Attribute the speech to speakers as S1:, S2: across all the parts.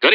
S1: Good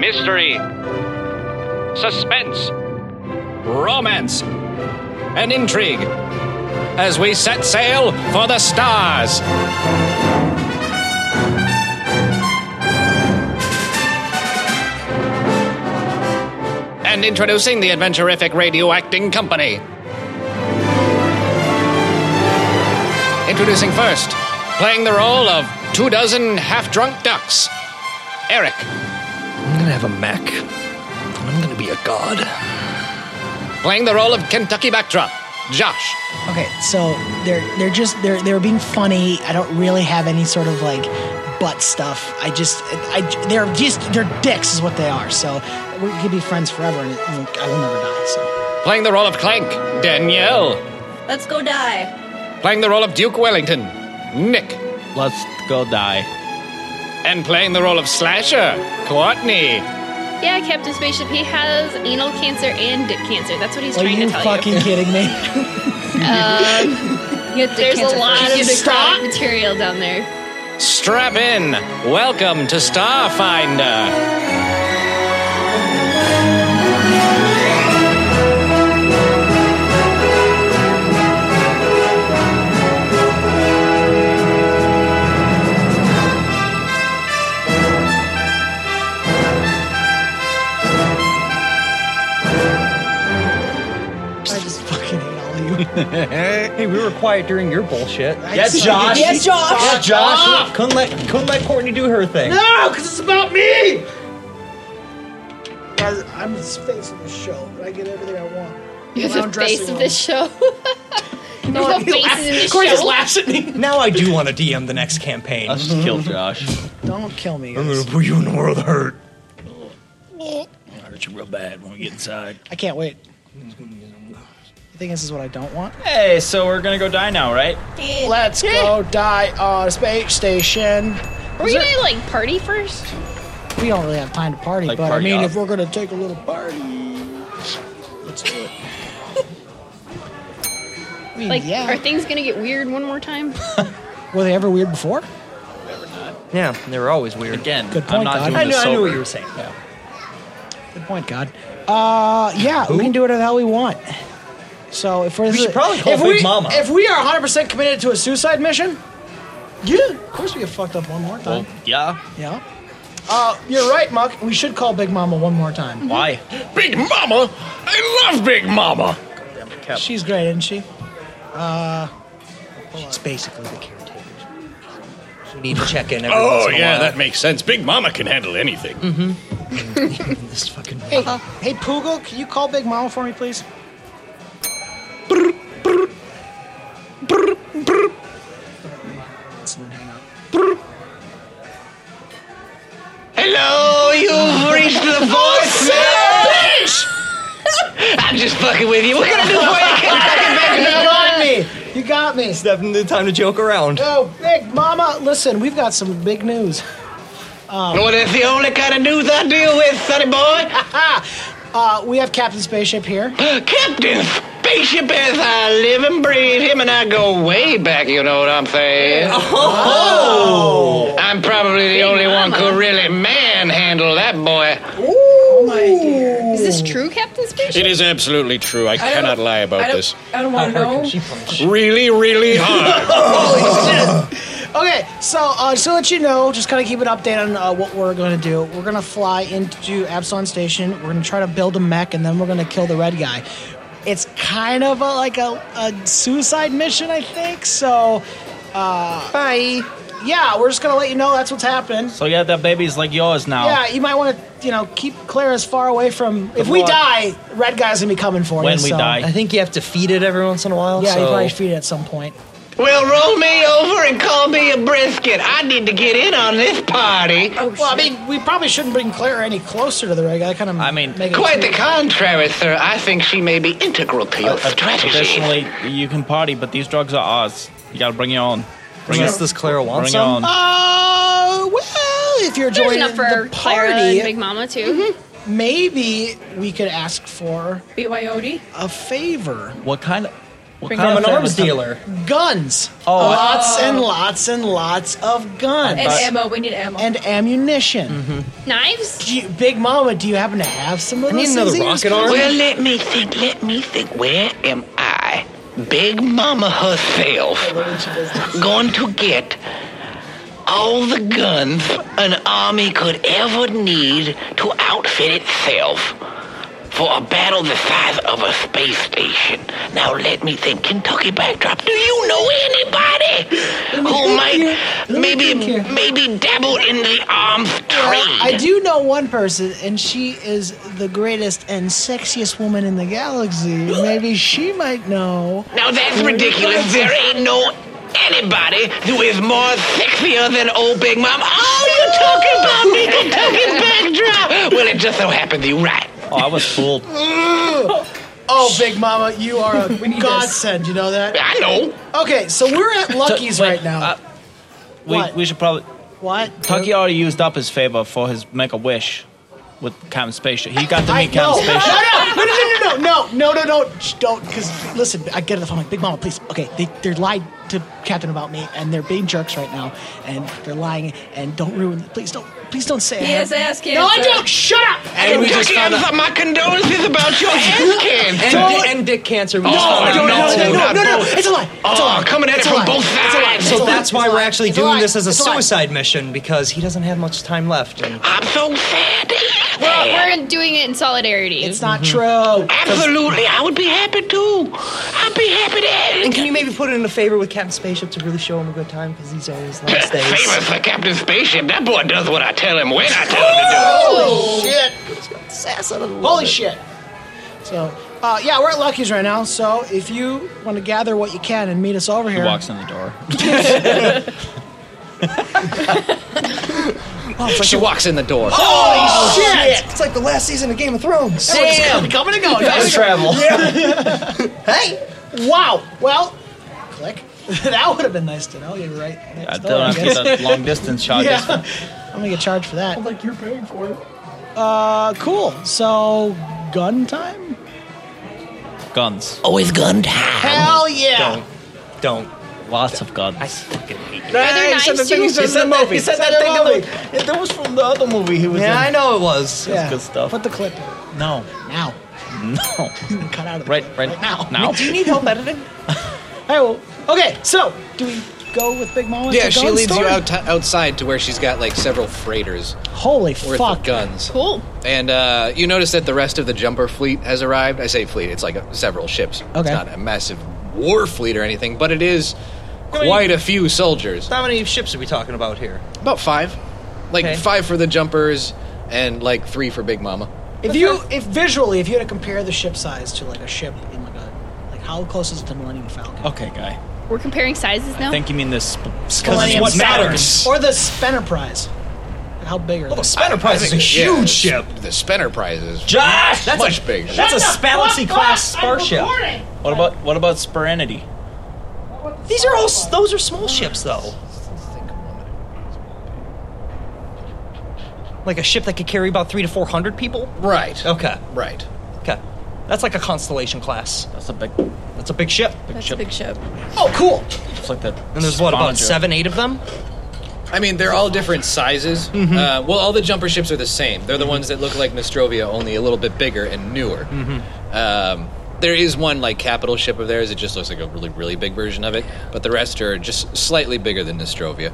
S1: Mystery. Suspense. Romance. And intrigue. As we set sail for the stars. And introducing the Adventurific Radio Acting Company. Introducing first, playing the role of two dozen half drunk ducks, Eric.
S2: I'm gonna have a Mac. I'm gonna be a god.
S1: Playing the role of Kentucky Backdrop, Josh.
S3: Okay, so they're they're just they're they're being funny. I don't really have any sort of like butt stuff. I just I they're just they're dicks is what they are. So we could be friends forever, and it, and I will never die. So
S1: Playing the role of Clank, Danielle.
S4: Let's go die.
S1: Playing the role of Duke Wellington, Nick.
S5: Let's go die.
S1: And playing the role of Slasher, Courtney.
S6: Yeah, Captain Spaceship, he has anal cancer and dick cancer. That's what he's
S3: are
S6: trying
S3: you
S6: to tell
S3: fucking kidding me?
S4: You have to
S6: There's a
S4: cancel
S6: lot
S4: first.
S6: of
S1: Stop.
S6: exotic material down there.
S1: Strap in. Welcome to Starfinder.
S3: I just fucking hate all of you.
S5: Hey, we were quiet during your bullshit.
S3: Yes, just- Josh.
S4: Yes, Josh.
S5: Yeah, Josh. Couldn't let couldn't let Courtney do her thing.
S3: No, because it's about me. Guys, I'm the face of the show, but I get everything I want.
S6: You're
S3: My own
S6: the
S3: dressing
S6: face
S3: room.
S6: of this show. There's no faces in this
S3: Corey just
S6: show.
S3: laughs at me.
S7: Now I do want to DM the next campaign.
S5: Let's just kill Josh.
S3: Don't kill me.
S7: I'm
S3: guys.
S7: gonna put you in the world of hurt.
S2: I hurt you real bad when we get inside.
S3: I can't wait. You think this is what I don't want?
S5: Hey, so we're gonna go die now, right?
S3: Let's go die on a space station.
S6: Were we gonna like party first?
S3: We don't really have time to party,
S5: Like
S3: but
S5: party
S3: I mean,
S5: up.
S3: if we're gonna take a little party, let's do it. I mean,
S6: Like,
S3: yeah.
S6: are things gonna get weird one more time?
S3: were they ever weird before?
S7: Yeah, they were always weird.
S5: Again,
S3: Good
S5: I'm
S3: point,
S5: not
S3: God.
S5: doing
S7: I
S5: this
S7: knew, I knew
S5: sober.
S7: what you were saying.
S3: Good point, God. Uh, yeah, we can do whatever the hell we want. So if we're
S7: We should probably call
S3: if
S7: Big
S3: we,
S7: Mama.
S3: If we are 100 percent committed to a suicide mission, yeah, of course we get fucked up one more time.
S5: Well, yeah.
S3: Yeah. Uh, you're right, Muck. We should call Big Mama one more time.
S5: Why?
S2: Big Mama! I love Big Mama!
S3: She's great, isn't she? Uh, she's basically the caretaker.
S7: We need to check in every
S2: Oh,
S7: once in a
S2: yeah,
S7: while.
S2: that makes sense. Big Mama can handle anything.
S7: This fucking
S3: Hey, hey, Poogle, can you call Big Mama for me, please?
S5: Hello, you've reached the
S3: Oh,
S5: voice. I'm just fucking with you. We're gonna do
S3: You got me. You got me.
S7: definitely the time to joke around.
S3: Oh, Big Mama, listen, we've got some big news.
S5: Well, that's the only kind of news I deal with, sonny boy.
S3: Uh, we have Captain Spaceship here.
S5: Uh, Captain Spaceship as I live and breathe. Him and I go way back, you know what I'm saying? Oh. I'm probably the only one who really manhandle that boy.
S6: Is this
S3: Oh.
S6: true, Captain Spaceship?
S2: It is absolutely true. I cannot lie about this.
S4: I don't want to know.
S2: Really, really hard.
S3: Okay, so uh, just to let you know, just kind of keep an update on uh, what we're going to do. We're going to fly into Absalon Station. We're going to try to build a mech, and then we're going to kill the red guy. It's kind of a, like a, a suicide mission, I think. So, uh,
S7: Bye.
S3: yeah, we're just going to let you know that's what's happening.
S5: So yeah, that baby's like yours now.
S3: Yeah, you might want to, you know, keep Claire as far away from. If we
S5: luck.
S3: die, red guy's gonna be coming for
S5: When
S3: you.
S5: we
S3: so-
S5: die.
S7: I think you have to feed it every once in a while.
S3: Yeah,
S7: so
S3: you probably feed it at some point.
S5: Well, roll me over and call me a brisket. I need to get in on this party.
S4: Oh,
S3: well, I mean, we probably shouldn't bring Claire any closer to the red guy. Kind of.
S8: I mean,
S5: Quite the contrary, sir. I think she may be integral to your
S8: uh,
S5: strategy.
S8: Traditionally, you can party, but these drugs are ours. You gotta bring it on. Bring
S7: Unless
S8: it,
S7: this Clara
S8: bring
S7: wants
S8: it
S7: some.
S8: on.
S3: Ah. Uh, well, if you're
S6: There's
S3: joining
S6: enough for
S3: the
S6: Clara and Big
S3: party,
S6: Mama too.
S4: Mm-hmm.
S3: maybe we could ask for
S4: BYOD?
S3: a favor.
S8: What kind of. What
S4: Bring
S8: kind
S4: it
S8: of
S4: on.
S7: An arms
S8: family-
S7: dealer.
S3: Guns.
S8: Oh, I-
S3: lots and lots and lots of guns
S4: And ammo. We need ammo.
S3: and ammunition.
S6: Knives?
S3: Do you, Big Mama, do you happen to have some of
S7: I need
S3: those?
S7: another
S3: things Uh, in your
S7: rocket
S3: spare-
S7: arm.
S5: Well, let me think. Let me think. Where am I? Big Mama herself going to get all the guns an army could ever need to outfit itself for a battle the size of a space station. Now let me think. Kentucky backdrop. Do you know anybody who might maybe maybe dabble in the arms trade?
S3: I do know one person, and she is the greatest and sexiest woman in the galaxy. Maybe she might know.
S5: Now that's ridiculous. There ain't no anybody who is more sexier than old Big Mom. Oh, you're talking about me, Kentucky Backdrop. Well, it just so happened you're right.
S8: Oh, I was fooled.
S3: Oh, Big Mama, you are a godsend. You know that?
S5: I know.
S3: Okay, so we're at Lucky's
S8: So, wait,
S3: right now.
S8: uh, we,
S3: What?
S8: we should probably.
S3: what?
S8: Tucky already used up his favor for his make a wish with Captain Spaceship. He got to meet
S3: no,
S8: Captain Spaceship.
S3: no, no, no, no, no, no, no, no, shh, don't. Because listen, I get it. If I'm like, Big Mama, please. Okay, they they lied to Captain about me, and they're being jerks right now, and they're lying, and don't ruin. Please don't. Please don't say. I
S4: He
S3: have-
S4: has ass
S3: No, I
S4: cancer.
S3: don't. Shut up.
S7: And we just
S5: Kentucky,
S7: found
S5: I'm
S7: out.
S5: sorry, my condolences about your ass
S7: And,
S5: cancer.
S7: di- and dick cancer. We just
S5: Oh,
S7: found out.
S5: no,
S3: No, no, no, no, no,
S5: both.
S3: It's a lie. It's a
S5: Oh,
S3: lie.
S5: coming at
S3: It's
S5: it
S3: a
S5: from
S3: lie.
S5: both
S3: It's a lie.
S5: sides.
S3: It's a
S7: So
S3: lie.
S7: that's why
S3: It's a
S7: we're
S3: lie.
S7: actually
S3: It's a
S7: doing
S3: lie.
S7: this as a
S3: It's lie.
S7: suicide mission because he doesn't have much time left. And
S5: I'm so sad.
S6: Well, we're doing it in solidarity.
S3: It's not
S8: Oh,
S3: true.
S5: Absolutely, I would be happy too. I'd be happy to.
S7: And can you maybe put in a favor with Captain Spaceship to really show him a good time? Because these are his last days.
S5: Famous for Captain Spaceship. That boy does what I tell him when I tell him to do. it.
S3: Holy shit. Holy shit. So, uh, yeah, we're at Lucky's right now. So if you want to gather what you can and meet us over
S8: He
S3: here,
S8: walks in the door.
S1: She walks in the door.
S7: It's like the last season of Game of Thrones.
S3: Oh, Damn. coming and going.
S7: Fast travel.
S3: Hey! Wow. Well, click. that would have been nice to know. You're right. Next
S8: I
S3: door,
S8: don't have
S3: I
S8: to
S3: guess.
S8: get a long distance shot. just
S3: yeah. I'm gonna get charged for that. Like you're paying for it. Uh, cool. So, gun time?
S8: for Guns.
S5: Always gun time.
S3: Hell yeah!
S7: Don't.
S8: Lots of guns.
S6: Are there knives too?
S7: He said that, he said that
S3: Said
S7: thing that, we- that was from the other movie he was
S8: Yeah,
S7: in.
S8: I
S7: know it was.
S3: Yeah.
S8: good stuff.
S3: Put the clip in.
S8: No.
S3: now.
S8: No.
S3: Cut out of it.
S8: Right, right
S3: now.
S8: now.
S3: Do you need help editing? I will. Okay, so do we go with Big Mama?
S1: Yeah,
S3: to
S1: she
S3: gun
S1: leads you
S3: store?
S1: out outside to where she's got like several freighters
S3: Holy
S1: worth
S3: fuck!
S1: of guns.
S6: Cool.
S1: And uh, you notice that the rest of the jumper fleet has arrived. I say fleet; it's like a, several ships.
S3: Okay.
S1: It's not a massive war fleet or anything, but it is quite a few soldiers.
S7: How many ships are we talking about here?
S1: About five, like
S7: Okay.
S1: five for the jumpers and like three for Big Mama.
S3: If you, if visually, if you had to compare the ship size to like a ship in like a, like how close is it to Millennium Falcon?
S8: Okay, guy.
S6: We're comparing sizes now.
S8: I think you mean this because it's
S3: Millennium
S8: what
S3: Falcon.
S8: matters.
S3: Or the Spenterprise. Like, how big are they?
S7: Spinner Prize is a
S1: Yeah,
S7: huge ship.
S1: The Spinner Prize is
S7: Josh! That's
S1: much
S7: a,
S1: bigger.
S7: That's a Spalancey class starship.
S8: What about what about Sperenity?
S7: These are all. s- Those are small ships, though. Like a ship that could carry about three to four hundred people.
S1: right.
S7: Okay.
S1: Right.
S7: Okay. That's like a constellation class.
S8: That's a big,
S7: That's a big ship.
S8: big
S4: That's
S8: ship.
S4: a big ship.
S7: Oh, cool.
S8: It's like the
S7: And there's what about
S8: Spanager.
S7: seven, eight of them?
S1: I mean, they're all different sizes.
S3: Mm-hmm.
S1: Uh, well, all the jumper ships are the same. They're the ones that look like Nostrovia, only a little bit bigger and newer.
S3: Mm-hmm.
S1: Um, there is one like capital ship of theirs. It just looks like a really, really big version of it. But the rest are just slightly bigger than Nostrovia.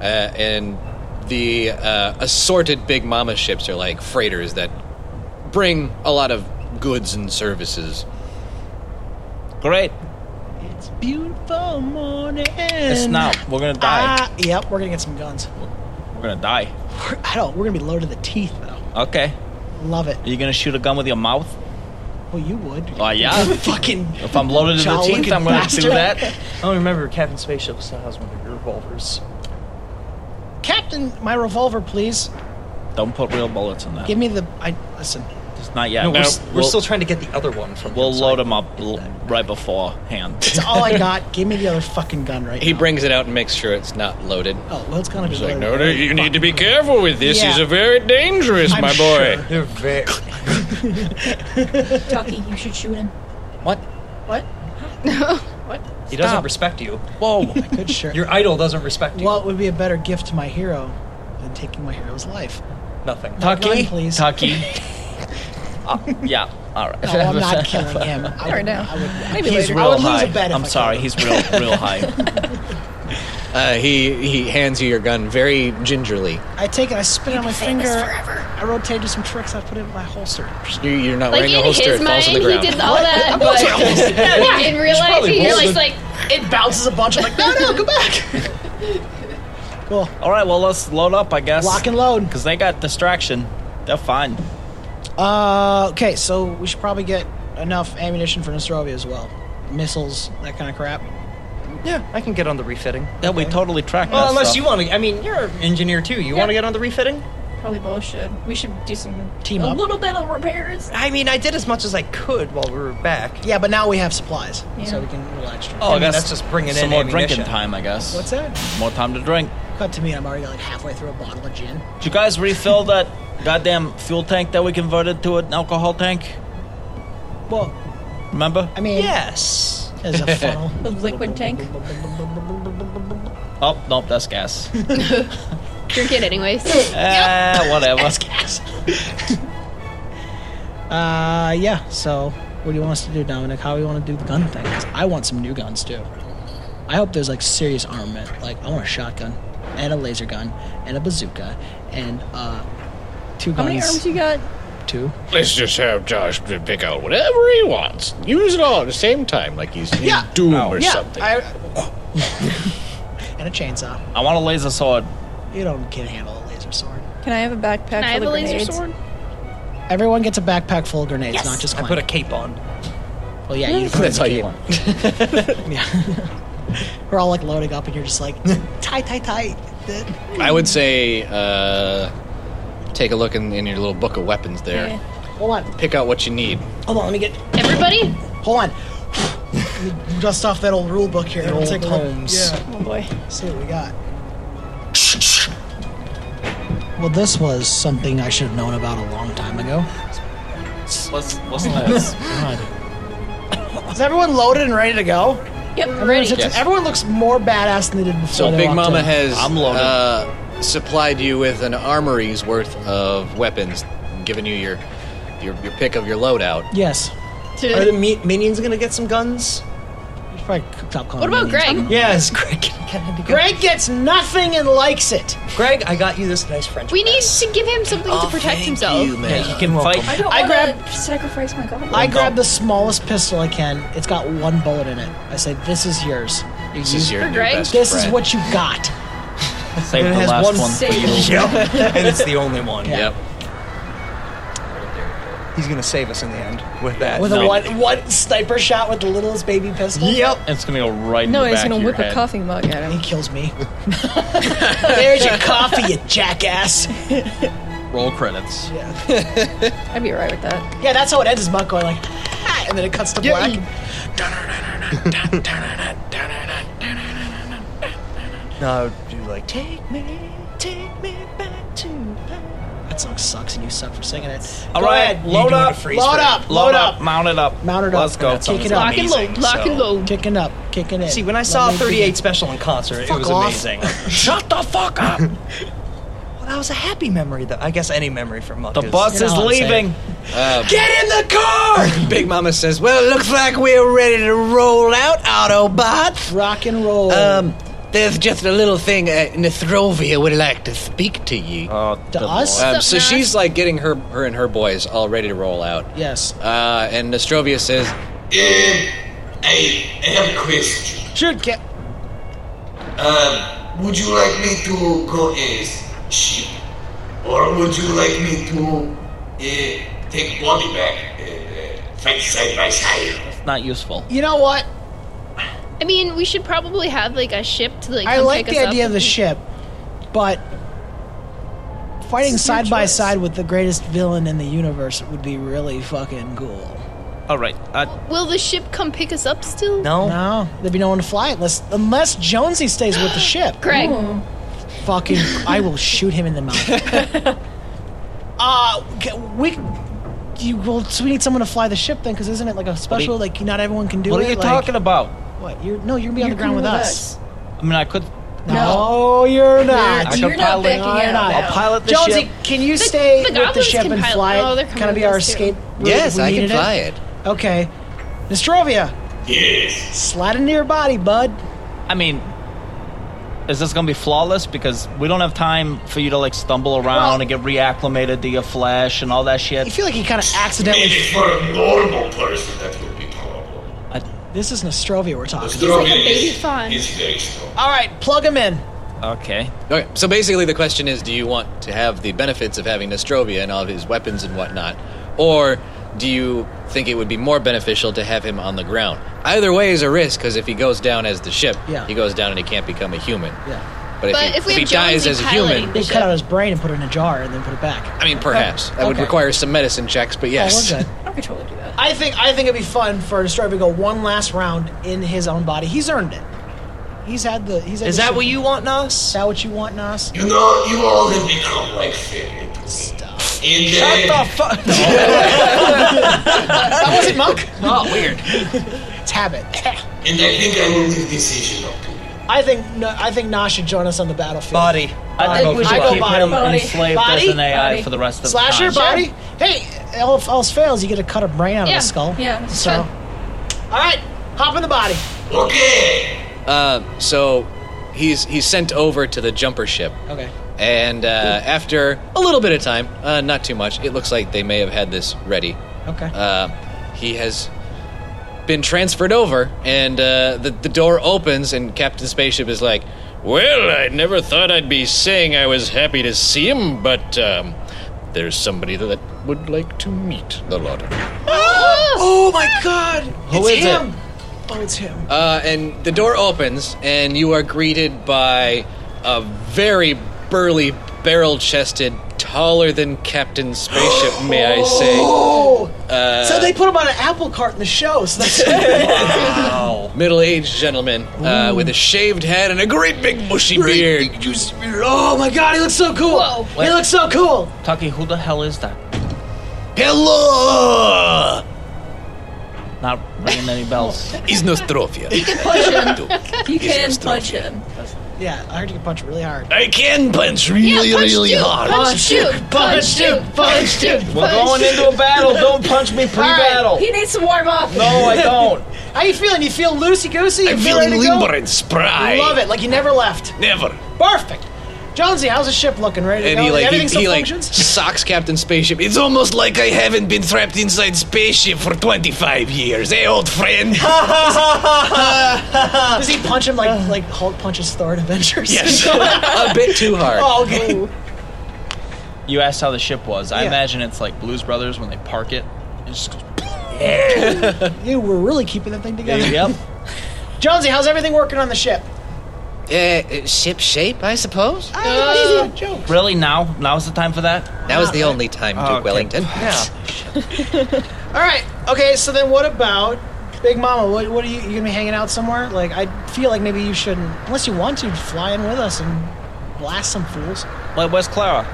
S1: Uh, and the uh, assorted Big Mama ships are like freighters that bring a lot of goods and services.
S8: Great.
S3: It's beautiful morning.
S8: It's now. We're gonna die.
S3: Ah, yep, we're gonna get some guns.
S8: We're gonna die.
S3: We're, I don't. We're gonna be low to the teeth though.
S8: Okay.
S3: Love it.
S8: Are you gonna shoot a gun with your mouth?
S3: Well, you would.
S9: Oh, yeah?
S3: Fucking.
S9: if I'm loaded to the
S3: Child
S9: teeth, I'm going to do
S3: bastard.
S9: that.
S7: I don't remember Captain Spaceship still has one of your revolvers.
S3: Captain, my revolver, please.
S8: Don't put real bullets in that.
S3: Give me the. I Listen.
S8: It's not yet.
S7: No, we're,
S8: We'll-
S7: s- we're
S8: we'll,
S7: still trying to get the other one from.
S8: We'll
S7: him, so I
S8: load them
S7: can
S8: up
S7: get
S8: l-
S7: that.
S8: right beforehand.
S3: It's all I got. Give me the other fucking gun right
S1: He
S3: now.
S1: brings it out and makes sure it's not loaded.
S3: Oh, well, it's gonna
S1: He's
S3: be
S1: like, no,
S3: loaded.
S1: no, you need to be careful with this.
S3: Yeah.
S1: These are very dangerous,
S3: I'm
S1: my boy.
S3: sure.
S7: They're very.
S4: Taki, you should shoot him.
S1: What?
S3: What?
S7: He doesn't respect you.
S1: Whoa.
S3: I could sure.
S7: Your idol doesn't respect you.
S3: What would be a better gift to my hero than taking my hero's life?
S7: Nothing.
S3: Gun,
S8: Tucky,
S3: please.
S8: Tucky. Uh, yeah, all right.
S3: No, I'm not killing him. I would,
S6: now.
S3: I would,
S6: Maybe
S3: he's
S6: later.
S3: I
S8: Real
S3: would lose
S8: high.
S3: a bet if I
S8: I'm
S3: killed
S8: sorry,
S3: him.
S8: he's real, real high.
S1: Uh, he he hands you your gun very gingerly.
S3: I take it. I spin it on my finger.
S4: famous forever.
S3: I rotate, do some tricks. I put it in my holster.
S1: You, you're not
S6: Like
S1: wearing a
S6: in
S1: holster.
S6: his
S1: It falls
S6: mind,
S1: to
S6: he
S1: the ground.
S6: did all that, but in real life,
S7: probably
S6: he
S7: holds
S6: realized
S7: the-
S6: like,
S3: It bounces a bunch. I'm like, no, no, go back. cool.
S8: All right, well, let's load up, I guess.
S3: Lock and load.
S8: Because they got distraction. They're fine.
S3: Uh, okay, so we should probably get enough ammunition for Nostrovia as well. Missiles, that kind of crap.
S7: Yeah, I can get on the refitting.
S8: Yeah, we totally tracked
S7: Well,
S8: that
S7: unless
S8: stuff.
S7: you want to. I mean, you're an engineer too. You want to get on the refitting?
S4: Probably both should. We should do some
S3: Team
S4: a
S3: up.
S4: little bit of repairs.
S7: I mean, I did as much as I could while we were back.
S3: Yeah, but now we have supplies,
S4: Yeah.
S3: so we can relax.
S7: Oh,
S8: I
S7: I mean,
S8: guess
S7: that's just bringing
S8: some
S7: in
S8: more
S7: ammunition.
S8: drinking time, I guess.
S3: What's that?
S8: More time to drink.
S3: Cut to me. I'm already like halfway through a bottle of gin.
S8: Did you guys refill that goddamn fuel tank that we converted to an alcohol tank?
S3: Well,
S8: Remember?
S3: I mean,
S7: Yes.
S3: as a funnel.
S4: The liquid tank.
S8: Oh, nope, that's gas.
S6: drink it anyways.
S8: Eh, whatever.
S3: Uh, yeah. So, what do you want us to do, Dominic? How do you want to do the gun thing? 'Cause I want some new guns too. I hope there's like serious armament. Like, I want a shotgun and a laser gun and a bazooka and uh, two
S4: How
S3: guns.
S4: many arms you got?
S3: Two.
S1: Let's just have Josh pick out whatever he wants. Use it all at the same time, like he's in
S3: Yeah.
S1: Doom
S8: Oh.
S1: or
S3: yeah.
S1: something.
S3: I, and a chainsaw.
S8: I want a laser sword.
S3: You don't can handle a laser sword.
S4: Can I have a backpack
S6: Can I have
S4: for
S6: a
S4: the
S6: laser
S4: grenades?
S6: sword?
S3: Everyone gets a backpack full of grenades,
S4: Yes.
S3: not just
S7: I
S3: Clint.
S7: put a cape on.
S3: well, Oh, yeah, you.
S1: That's all you want.
S3: We're all like loading up, and you're just like tight, tight, tight.
S1: I would say uh, take a look in, in your little book of weapons there.
S4: Yeah.
S3: Hold on,
S1: Pick out what you need.
S3: hold on. Let me get.
S6: Everybody,
S3: Hold on. Let me dust off that old rule book here. It'll
S7: old
S3: take a look.
S7: rules.
S3: Yeah.
S4: Oh boy.
S3: See what we got. Well, this was something I should have known about a long time ago.
S8: What's, what's this?
S3: Is everyone loaded and ready to go?
S4: Yep.
S3: Everyone,
S4: Ready.
S3: looks-
S1: Yes.
S3: everyone looks more badass than they did before.
S1: So
S3: they
S1: Big
S3: walked
S1: Mama
S3: in.
S1: has
S8: I'm loaded.
S1: uh, supplied you with an armory's worth of weapons, given you your your, your pick of your loadout.
S3: Yes.
S6: to-
S7: Are the mi- minions gonna get some guns?
S3: You should probably stop calling
S6: what about
S3: them
S6: Greg?
S7: Yes, Greg. Can I be
S3: Greg gets nothing and likes it.
S7: Greg, I got you this nice French.
S6: We need to give him something to protect himself.
S7: Yeah, you can
S4: I
S8: Fight.
S4: don't
S3: I
S4: want
S3: grab-
S4: to sacrifice my goblin.
S3: I grab the smallest pistol I can. It's got one bullet in it. I say, "This is yours.
S1: This is your, your
S6: Greg?
S1: best
S3: This is
S1: friend.
S3: what you got."
S8: Save the
S7: it has
S8: last
S7: one
S8: one, for you.
S7: Yep. and it's the only one.
S3: Yeah.
S1: Yep.
S7: He's gonna save us in the end with that.
S3: With
S8: No.
S3: a one, one sniper shot with the littlest baby pistol.
S7: Yep.
S8: It's gonna go right in
S10: No,
S8: the
S10: he's
S8: back
S10: gonna
S8: of your
S10: whip a
S8: head.
S10: coffee mug at
S3: He
S10: him.
S3: kills me. There's your coffee, you jackass.
S8: Roll credits.
S10: I'd be alright with that.
S3: Yeah, that's how it ends. Is Muck going like, "Ah," and then it cuts to black.
S7: No, I would do like take me, take me back to.
S3: That song sucks, and you suck for singing it.
S8: All
S3: Go
S8: right,
S3: ahead.
S8: load
S3: You're doing
S8: up.
S3: a freeze Load frame. up. Load up.
S8: Mount it up.
S3: Mount it up.
S8: Let's go.
S3: Kick it
S8: Something's
S3: up.
S6: Lock and
S8: amazing,
S6: load, lock and
S8: so-
S6: load.
S3: Kicking up, kicking it.
S7: See, when I saw
S3: Lovely
S7: 38 Special in concert,
S3: Fuck
S7: it was
S3: off.
S7: amazing. Shut the fuck up. well, that was a happy memory, though. I guess any memory from Muck
S8: The
S7: is-
S8: bus
S3: You know
S8: is
S3: what I'm saying.
S8: leaving.
S1: Get in the car! Big Mama says, Well, it looks like we're ready to roll out, Autobots.
S3: Rock and roll.
S1: Um, there's just a little thing uh, Nithrovia would like to speak to you.
S8: Oh,
S3: to
S8: good
S3: us?
S8: lord.
S1: um, so
S6: Nas?
S1: she's like getting her, her and her boys all ready to roll out.
S3: yes.
S1: Uh, and Nostrovia says,
S11: Um, I have a question.
S3: Shoot, get.
S11: Um, would you like me to go as sheep, or would you like me to uh, take body back and uh, Fetch save my side.
S8: It's not useful.
S3: You know what?
S6: I mean, we should probably have like a ship to like.
S3: I
S6: come
S3: like
S6: pick
S3: the
S6: us up
S3: idea of the
S6: and-
S3: ship, but fighting
S6: It's your
S3: side by
S6: choice.
S3: side with the greatest villain in the universe would be really fucking cool.
S8: All right. Uh,
S6: Will the ship come pick us up still?
S3: no, there'd be no one to fly it unless unless Jonesy stays with the ship.
S6: Greg.
S3: fucking, I will shoot him in the mouth. uh, g- we. You, well, so we need someone to fly the ship then, because isn't it like a
S8: are you-
S3: special? like not everyone can do
S8: what
S3: it.
S8: are you
S3: like-
S8: talking about?
S3: What? You're no, you're gonna be on the
S8: You're
S3: ground
S8: coming
S3: with
S8: with
S3: us.
S8: I mean, I could.
S3: No, Oh, you're
S8: I
S3: not.
S8: could pilot-
S3: You're not.
S8: I'll pilot the
S3: Jonesy,
S8: ship.
S3: can you stay with the
S6: goblins
S3: ship
S6: can
S3: and
S6: pilot-
S3: fly
S6: oh, they're
S3: it? Can
S6: coming
S3: it be
S6: with
S3: our
S6: us, too.
S3: escape? route
S1: Yes,
S3: if we
S1: I can
S3: needed
S1: fly it.
S3: Okay, Nostrovia,
S11: Yes.
S3: slide into your body, bud.
S8: I mean, is this gonna be flawless? Because we don't have time for you to like stumble around
S3: Well-
S8: and get reacclimated to your flesh and all that shit.
S3: I feel like he kind of accidentally.
S11: Maybe for a normal person that would be powerful.
S3: This is Nostrovia we're talking.
S11: Strong
S3: about.
S6: baby
S11: is-
S6: fawn.
S11: is very strong.
S3: All right, plug him in.
S8: okay.
S1: Okay, so basically the question is, do you want to have the benefits of having Nostrovia and all of his weapons and whatnot, or do you think it would be more beneficial to have him on the ground? Either way is a risk because if he goes down as the ship,
S3: Yeah.
S1: he goes down and he can't become a human.
S3: Yeah,
S1: But if
S6: But
S1: he,
S6: if we
S1: if he
S6: have
S1: dies
S6: Jonesy
S1: as a
S6: piloting
S1: human,
S3: they
S6: The
S3: cut
S6: ship.
S3: out his brain and put it in a jar and then put it back.
S1: I mean, perhaps that would
S3: Okay.
S1: require some medicine checks. But yes,
S3: Oh, we're good.
S10: I could totally do that.
S3: I think I think it'd be fun for Nostrovia to go one last round in his own body. He's earned it. He's had the. He's had
S7: Is
S3: the
S7: that
S3: ship.
S7: what you want,
S3: Is
S7: Nas?
S3: that what you want, Nas?
S11: You know, you all have become like family to me. uh, In
S7: Shut
S11: the
S7: the fuck.
S3: That wasn't Monk. oh, weird. it's habit.
S11: And I think I will leave decision up to you.
S3: I think no, I think Nas should join us on the battlefield.
S7: Body.
S8: I think we
S3: I
S8: should
S3: go
S8: keep
S3: body.
S8: him
S3: Body.
S8: enslaved
S3: Body.
S8: as an AI
S10: Body.
S8: for the rest of
S3: slasher
S8: time.
S3: body. Hey, all else fails, you get to cut a brain out
S6: Yeah,
S3: of the skull.
S10: yeah, that's
S3: So, all right, hop in the body.
S11: Okay.
S1: uh, so he's he's sent over to the jumper ship.
S3: Okay.
S1: And uh, after a little bit of time, uh, not too much, it looks like they may have had this ready.
S3: Okay.
S1: Uh, he has been transferred over, and uh, the, the door opens, and Captain Spaceship is like, Well, I never thought I'd be saying I was happy to see him, but um, there's somebody that would like to meet the lot of you.
S3: oh my God!
S1: Who
S3: it's
S1: is it?
S3: him. Oh, it's him.
S1: Uh, and the door opens, and you are greeted by a very burly, barrel chested, taller than Captain Spaceship, may I say,
S3: Oh. so they put him on an apple cart in the show. So that's
S1: middle aged gentleman uh, with a shaved head and a great big bushy beard.
S3: oh my God, he looks so cool. He looks so cool.
S8: Taki, who the hell is that?
S1: Hello!
S8: Not ringing any bells.
S1: Is Nostrofia.
S10: You can punch him.
S3: Yeah, I heard you can punch really hard.
S1: I can punch really,
S6: Yeah, punch dude, Punch
S3: punch,
S6: dude, punch dude,
S3: dude,
S6: punch dude.
S8: We're going into a battle. Don't punch me pre-battle.
S10: He needs to warm up.
S8: No, I don't.
S3: How you feeling? You feel loosey goosey? You feel ready to
S1: Oh,
S3: go?
S1: spry.
S3: Love it, like you never left.
S1: Never.
S3: Perfect. Jonesy, how's the ship looking? Ready to
S1: And
S3: go?
S1: he like
S3: Everything
S1: he,
S3: still
S1: he like
S3: functions?
S1: socks Captain Spaceship. It's almost like I haven't been trapped inside spaceship for 25 years, eh, old friend?
S3: Does he punch him like like Hulk punches Thor in Avengers?
S1: yes, a bit too hard.
S3: oh, okay.
S8: You asked how the ship was. I
S3: Yeah.
S8: imagine it's like Blues Brothers when they park it. It just goes.
S3: You were really keeping that thing together.
S8: yep.
S3: Jonesy, how's everything working on the ship?
S1: Uh, ship shape, I suppose.
S3: Uh, joke.
S8: Really? Now? Now's the time for that?
S1: that was the only time,
S5: Ah.
S1: Duke
S8: Oh, okay.
S1: Wellington.
S8: Yeah.
S3: All right. Okay. So then, what about Big Mama? What, what are you? You gonna be hanging out somewhere? Like, I feel like maybe you shouldn't, unless you want to, fly in with us and blast some fools.
S8: Like, where's Clara?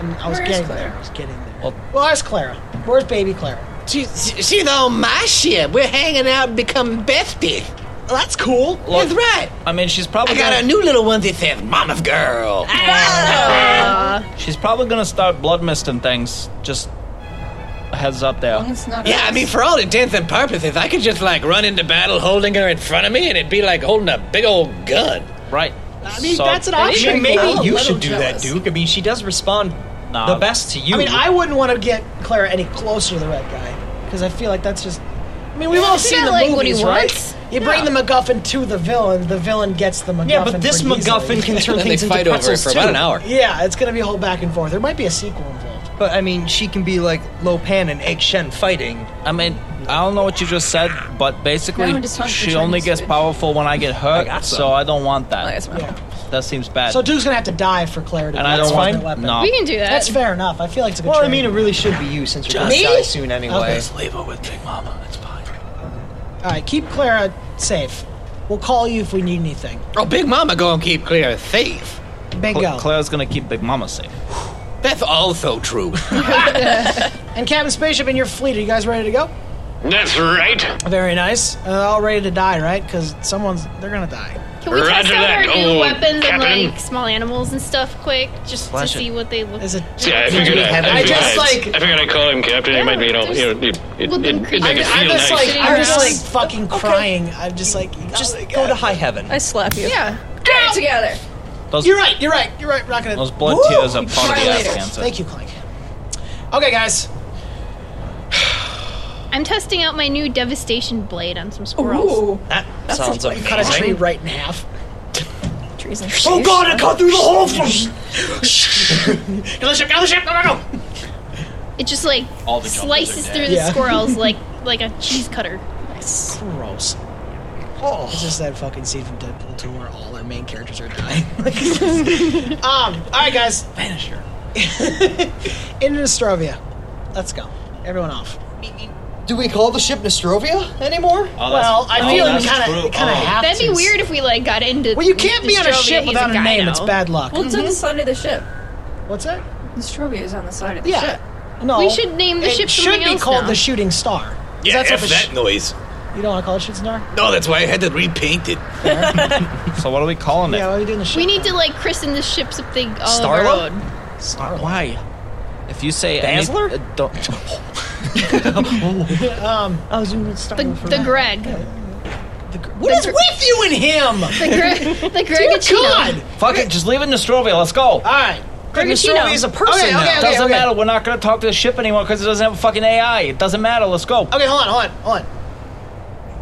S3: And I was
S10: Where is
S3: getting
S10: Clara?
S3: there. I was getting there.
S8: Well-
S3: Well, where's Clara? Where's baby Clara?
S5: She's, she's on my ship. We're hanging out and become besties.
S3: That's cool.
S8: Look,
S5: That's right.
S8: I mean, she's probably
S5: I got a
S8: gonna,
S5: new little one that says Mama's Girl.
S8: she's probably gonna start blood misting things. Just a heads up there.
S10: It's not
S5: Yeah, I mean, for all intents and purposes, I could just like run into battle holding her in front of me and it'd be like holding a big old gun.
S8: Right.
S3: I mean, that's an option.
S7: Actually,
S3: though.
S7: maybe you
S10: little
S7: should do
S10: jealous.
S7: that, Duke. I mean, she does respond
S8: Nah.
S7: the best to you.
S3: I mean, I wouldn't want to get Clara any closer to the red guy because I feel like that's just. I mean, we've all
S6: Isn't
S3: seen
S6: that
S3: the
S6: like what he
S3: movies,
S6: wants?
S3: right? You bring the MacGuffin to the villain, the villain gets the MacGuffin.
S7: yeah, but this
S3: pretty
S7: MacGuffin
S3: easily.
S7: can turn
S1: Then they
S7: things into
S1: fight over it
S7: pretzels
S1: for about
S7: too.
S1: an hour.
S3: Yeah, it's gonna be a whole back and forth. There might be a sequel involved.
S7: But I mean, she can be like Lo Pan and Egg Shen fighting.
S8: I mean, I don't know what you just said, but basically,
S10: No, I'm just talking to
S8: she
S10: Chinese
S8: only gets
S10: food.
S8: powerful when I get hurt,
S7: got some.
S8: so I don't want that.
S3: Yeah.
S8: That seems bad.
S3: So Duke's gonna have to die for Claire to
S8: And I
S3: that's
S8: don't want-
S3: their weapon.
S8: no. We
S6: can do that.
S3: That's fair enough. I feel like it's a good.
S12: Well, I
S3: trade.
S12: mean, it really should be you since you're
S3: Just-
S12: gonna die soon anyway.
S3: Okay.
S12: Just leave her with Big Mama. That's fine.
S3: All right, keep Clara safe. We'll call you if we need anything.
S1: Oh, Big Mama gonna keep Claire safe.
S3: Bingo.
S8: Cla- Claire's gonna keep Big Mama safe.
S1: That's also true.
S3: and Captain Spaceship and your fleet, are you guys ready to go?
S11: That's right.
S3: Very nice. Uh, all ready to die, right? Because someone's they're gonna die.
S6: Can we test
S11: Roger
S6: out
S11: that,
S6: our new
S11: old
S6: weapons
S11: captain.
S6: and like small animals and stuff quick, just
S11: Flash
S6: to
S11: it.
S6: see what they look
S3: like?
S11: See, I figured I, I, figured I, I figured I'd call him captain. it might be, you know, you know it, it,
S3: Well,
S11: it'd make it
S3: I'm
S11: feel
S3: just
S11: nice.
S3: like I'm just
S4: around.
S3: like fucking crying. I'm just like just go to high heaven.
S4: I slap you. Yeah. Get it together.
S8: Those-
S3: you're right. You're right. You're right. We're not gonna.
S8: Those blood
S3: Woo!
S8: tears are part of the ass
S3: Congratulations.
S8: cancer.
S3: Thank you, Clank. Okay, guys.
S6: I'm testing out my new devastation blade on some squirrels.
S12: That, sounds
S3: like you cut a
S12: amazing.
S3: tree right in half.
S4: Trees and
S3: Oh God! I cut through the hole.
S6: Get the ship! Get the ship! Go, go, go! It just like
S3: All the jungles are
S6: slices
S3: dead.
S6: through the
S3: Yeah.
S6: squirrels like like a cheese cutter.
S3: Gross. Oh. It's just that fucking scene from Deadpool 2 where all our main characters are dying. um, all right, guys. Vanisher. Into Nostrovia. Let's go. Everyone off.
S12: Do we call the ship Nostrovia anymore?
S11: Oh,
S3: well, I feel it kind of kind of have
S6: That'd be
S3: to.
S6: weird if we like got into.
S3: Well, you can't be on a
S6: Nostrovia.
S3: ship
S6: He's
S3: without a
S6: guy
S3: name.
S6: now.
S3: It's bad luck.
S4: Well, it's on the side of the ship.
S3: What's that?
S4: Nostrovia is on the side of the
S3: Yeah.
S4: ship.
S3: No.
S6: We should name the
S3: it
S6: ship
S3: should
S6: something
S3: be
S6: else
S3: called
S6: now.
S3: the Shooting Star. 'Cause
S11: yeah,
S3: that's
S11: F
S3: what the sh-
S11: that noise.
S3: You don't want to call it Shooting Star?
S11: No, that's why I had to repaint it.
S8: so what are we calling
S3: Yeah,
S8: it?
S3: what are you doing the ship?
S6: We need to like christen the ship something all of our own.
S8: Starla. Why? If you say
S6: Dazzler?
S8: Any, uh, don't,
S3: um, I was doing Star
S6: The, the Greg.
S3: What is with you and him?
S6: The Greg. The
S3: Dear
S6: Greg.
S3: God!
S8: Uh, fuck it, just leave it in Nostrovia. Let's go.
S3: All right.
S8: Nostrovia
S3: Ferguccino.
S8: is a person
S3: Uh, Okay, okay,
S8: now.
S3: okay,
S8: doesn't
S3: okay.
S8: matter. We're not gonna talk to the ship anymore because it doesn't have a fucking AI. It doesn't matter. Let's go.
S3: Okay, hold on, hold on, hold on.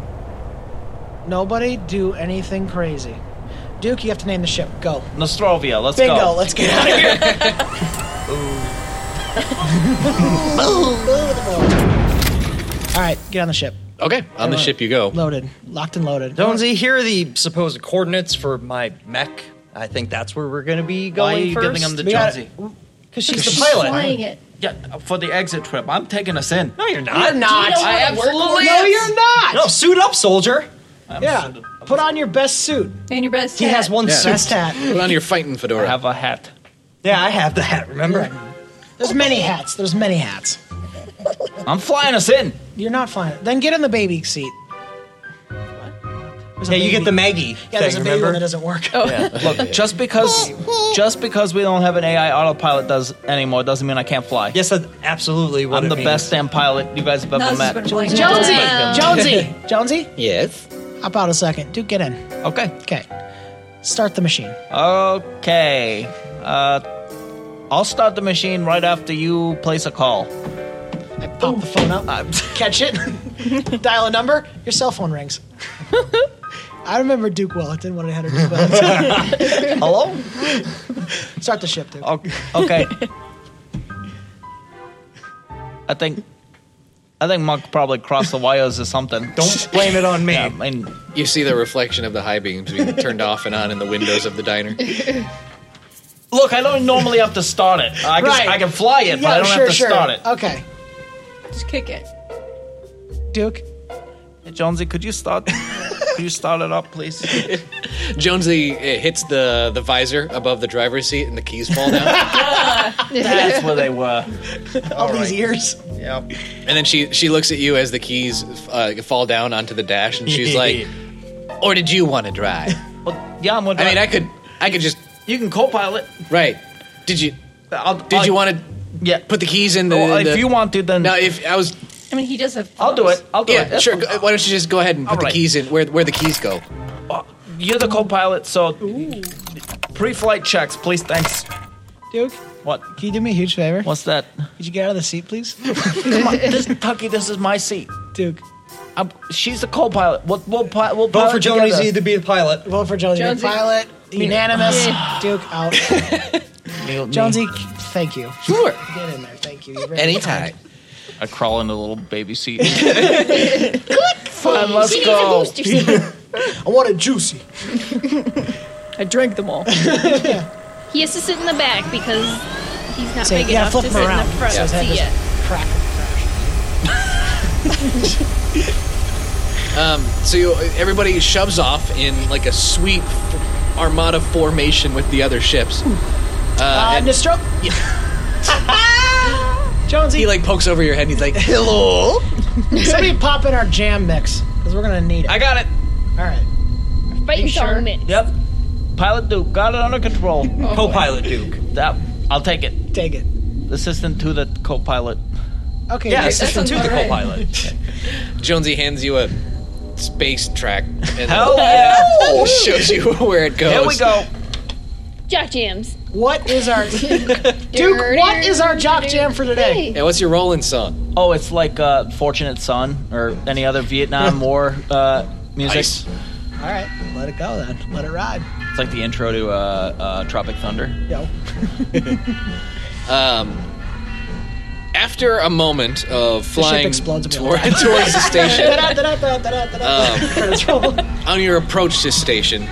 S3: Nobody do anything crazy. Duke, you have to name the ship. Go.
S8: Nostrovia. Let's
S3: Bingo,
S8: go.
S3: let's get out of here. All right, get on the ship.
S1: Okay, on the ship you go.
S3: Loaded, locked and loaded.
S12: Donzi, here are the supposed coordinates for my mech. I think that's where we're gonna be going
S8: Why are you
S12: first.
S8: giving him the
S12: We gotta-
S8: Jonesy?
S12: Cause she's the pilot.
S4: it.
S8: Yeah, for the exit trip. I'm taking us in.
S12: No, you're not.
S3: not.
S4: I absolutely
S3: No, you're not.
S12: No, Oh, suit up, soldier.
S3: yeah, put on your best suit.
S4: And your best
S12: He has one
S1: Yeah.
S12: suit.
S3: Best hat.
S1: Put on your fighting
S8: I
S1: fedora.
S8: have a hat.
S12: Yeah, I have the hat. Remember?
S3: There's many hats. There's many hats.
S8: I'm flying us in.
S3: You're not flying. Then get in the baby seat. There's a
S12: Yeah, you get
S3: baby-
S12: the Maggie.
S3: Yeah,
S12: thing,
S3: there's a baby
S12: remember?
S3: one that doesn't work.
S8: Look, just because just because we don't have an AI autopilot does anymore doesn't mean I can't fly.
S12: Yes, that's absolutely. What
S8: I'm
S12: it
S8: the
S12: means.
S8: best damn pilot you guys have ever
S4: Nas has been
S8: met.
S4: playing
S3: Jonesy,
S6: Wow.
S3: Jonesy, Jonesy.
S1: yes.
S3: Hop out a second. Duke, get in.
S8: Okay.
S3: Okay. Start the machine.
S8: Okay. Uh, I'll start the machine right after you place a call.
S3: I pop the phone up. Catch it. dial a number. Your cell phone rings. I remember Duke Wellington when I had her Duke Wellington.
S8: Hello?
S3: Start the ship, Duke.
S8: O- Okay. I think I think Monk probably crossed the wires or something.
S12: Don't blame it on me.
S8: Yeah, I mean,
S1: You see the reflection of the high beams being turned off and on in the windows of the diner.
S8: look, I don't normally have to start it. I can,
S3: Right.
S8: I can fly it, but I don't
S3: sure,
S8: have to
S3: sure.
S8: start it.
S3: Okay.
S4: Just kick it.
S3: Duke,
S8: Hey, Jonesy, could you start? could you start it up, please?
S1: Jonesy uh, hits the, the visor above the driver's seat and the keys fall down.
S8: That's where they were.
S3: all, these ears.
S8: Yep.
S1: and then she, she looks at you as the keys uh, fall down onto the dash and she's like, Or did you want to drive?
S8: Well, yeah, I'm.
S1: I mean, I could I could just.
S8: You can co-pilot.
S1: Right. Did you
S8: I'll,
S1: did
S8: I'll-
S1: you want to
S8: Yeah.
S1: put the keys in the.
S8: Well,
S1: the-
S8: if you want to, then
S1: No, if I was.
S4: I mean, he does have.
S8: I'll do it. I'll do it.
S1: Yeah,
S8: That's
S1: sure.
S8: fine.
S1: go- Why don't you just go ahead and put the
S8: Alright.
S1: keys in where where the keys go?
S8: You're the co-pilot, so pre-flight checks, please. Thanks.
S3: Duke,
S8: What?
S3: can you do me a huge favor?
S8: What's that?
S3: Could you get out of the seat, please?
S8: Come on, this Tucky. This is my seat.
S3: Duke,
S8: I'm, she's the co-pilot. We'll we'll, pi- we'll
S12: Vote
S8: pilot
S12: for Jonesy
S8: together.
S12: to be the pilot.
S3: vote for Jonesy.
S4: Jonesy.
S3: Pilot, unanimous. Duke out.
S8: Me- me.
S3: Jonesy, thank you.
S1: Sure.
S3: Get in there. Thank you. You're very
S1: Anytime.
S3: kind.
S8: I crawl into the little baby seat.
S3: I
S8: must go.
S3: I want it juicy.
S13: I drank them all.
S6: He has to sit in the back because he's not
S3: So,
S6: big
S3: you gotta
S6: enough
S3: flip
S6: to
S3: him
S6: sit in
S3: around.
S6: the front
S3: So his head
S6: seat
S3: doesn't
S6: yet.
S1: Um, so you, everybody shoves off in like a sweep f- armada formation with the other ships.
S3: Uh,
S1: and
S3: Nistro. Jonesy.
S1: he like pokes over your head and he's like, "Hello."
S3: Somebody pop in our jam mix because we're gonna need it. I
S8: got it.
S3: All right.
S6: Fighting sure?
S8: Yep. Pilot Duke got it under control.
S7: Oh,
S8: co-pilot Duke. That I'll take it.
S3: Take it.
S8: Assistant to the co-pilot.
S3: Okay.
S8: yeah,
S1: that
S8: assistant
S1: sounds
S8: to the
S1: about right.
S8: co-pilot.
S1: Jonesy hands you a space track and
S8: Hell yeah.
S1: shows you where it goes.
S8: Here we go.
S6: Jock jams.
S3: What is our Duke? What is our jock jam for today?
S1: Yeah, what's your rolling song?
S8: Oh, it's like uh, "Fortunate Son" or any other Vietnam War uh, music.
S1: Nice.
S3: All right, let it go then. Let it ride.
S8: It's like the intro to uh, uh, Tropic Thunder.
S3: Yo.
S1: Um, after a moment of flying
S3: explodes in
S1: toward, towards the station,
S3: Da-da-da-da-da-da-da. Credits roll.
S1: on your approach to station,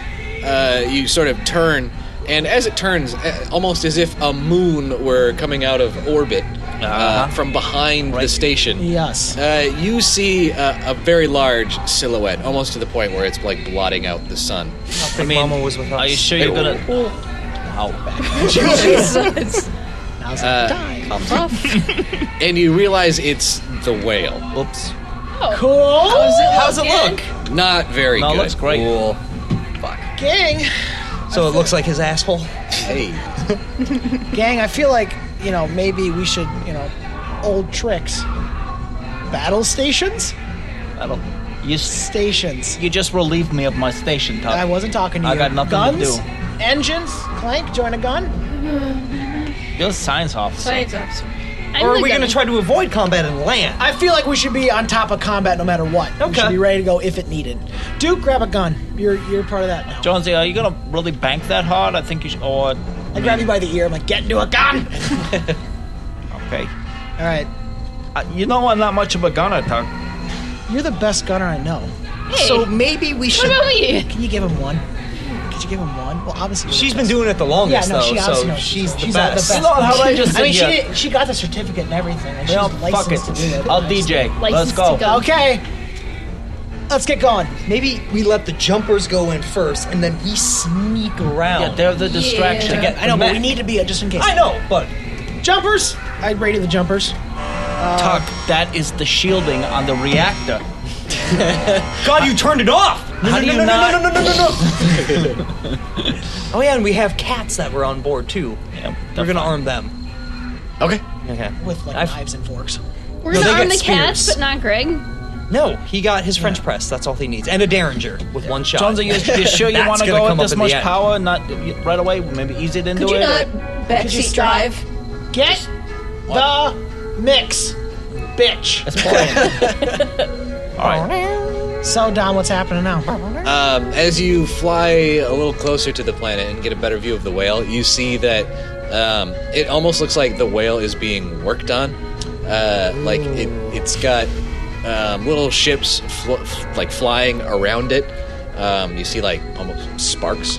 S1: uh, you sort of turn, and as it turns, uh, almost as if a moon were coming out of orbit uh, from behind the station.
S3: Yes.
S1: Uh, you see uh, a very large silhouette, almost to the point where it's like blotting out the sun.
S8: Um, I mean, Are you sure you're gonna?
S1: Jesus. Uh, comes- and you realize it's the whale.
S8: Oops.
S3: Cool. How's
S10: it, how's it look?
S1: Not very
S8: No, it
S1: good.
S8: looks great.
S3: Gang.
S7: So it looks like his asshole.
S1: Hey.
S3: Gang, I feel like, you know, maybe we should, you know, old tricks. Battle stations?
S8: I don't. You s-
S3: Stations.
S8: you just relieved me of my station talk.
S3: I wasn't talking to
S8: I
S3: you.
S8: got nothing
S3: Guns,
S8: to
S3: engines, Clank, join a gun.
S8: do. You're a science officer.
S4: officer.
S7: or are we going to try to avoid combat and land?
S3: I feel like we should be on top of combat no matter what. We
S7: Okay.
S3: should be ready to go if it needed. Duke, grab a gun. You're you're part of that now.
S8: Jonesy, are you gonna really bank that hard? I think you should. Or
S3: I grab you by the ear. I'm like, get into a gun.
S8: okay.
S3: All right.
S8: Uh, you know I'm not much of a gunner, Tuck.
S3: You're the best gunner I know.
S6: Hey.
S7: So maybe we should.
S6: about me?
S3: Can you give him one? Could you give him one? Well, obviously.
S7: She's been doing it the longest,
S3: yeah, no,
S7: though,
S3: she
S7: so
S3: obviously knows
S7: she's the
S3: she's uh,
S7: best.
S3: best.
S8: Not how I just
S3: I mean,
S8: said,
S3: she
S8: yeah.
S3: did- she got the certificate and everything. and
S8: Well,
S3: she's
S8: fuck it.
S3: licensed to do that.
S8: I'll DJ. Let's
S3: Licensed
S8: go.
S3: to Okay. Let's get going.
S7: Maybe we let the jumpers go in first, and then we sneak around.
S8: Yeah, they're the distraction.
S7: To get
S3: I know,
S7: the
S3: but we
S7: mech.
S3: need to be uh, just in case.
S7: I know, but
S3: Jumpers. I rated the jumpers.
S8: Tuck, that is the shielding on the reactor.
S7: God, you turned it off. No,
S8: How
S7: no,
S8: do
S7: no,
S8: you
S7: no,
S8: not-
S7: No, no, no, no, no, no. oh yeah, and we have cats that were on board too.
S8: Yeah,
S7: We're gonna arm them.
S1: Okay.
S7: Okay.
S3: with like
S7: I've-
S3: knives and forks.
S6: We're
S7: No,
S6: gonna
S7: they
S6: arm the
S7: get
S6: cats,
S7: spears.
S6: but not Greg.
S7: No, he got his French press. That's all he needs, and a Derringer with one shot.
S8: Jonesy, you, you sure you
S7: That's
S8: want to
S7: gonna
S8: go
S7: come up
S8: with this
S7: in the
S8: much
S7: end.
S8: power? Not y- right away. Maybe ease it into
S4: Could you
S8: it.
S3: Uh,
S4: not
S3: Could you
S4: backseat
S3: stop?
S4: drive?
S8: Um,
S3: Get the mix, bitch.
S8: It's playing. All right.
S3: So Don, what's happening now?
S1: Um, as you fly a little closer to the planet and get a better view of the whale, you see that um, it almost looks like the whale is being worked on. Uh, like it, it's got um, little ships fl- f- like flying around it. Um, you see like almost sparks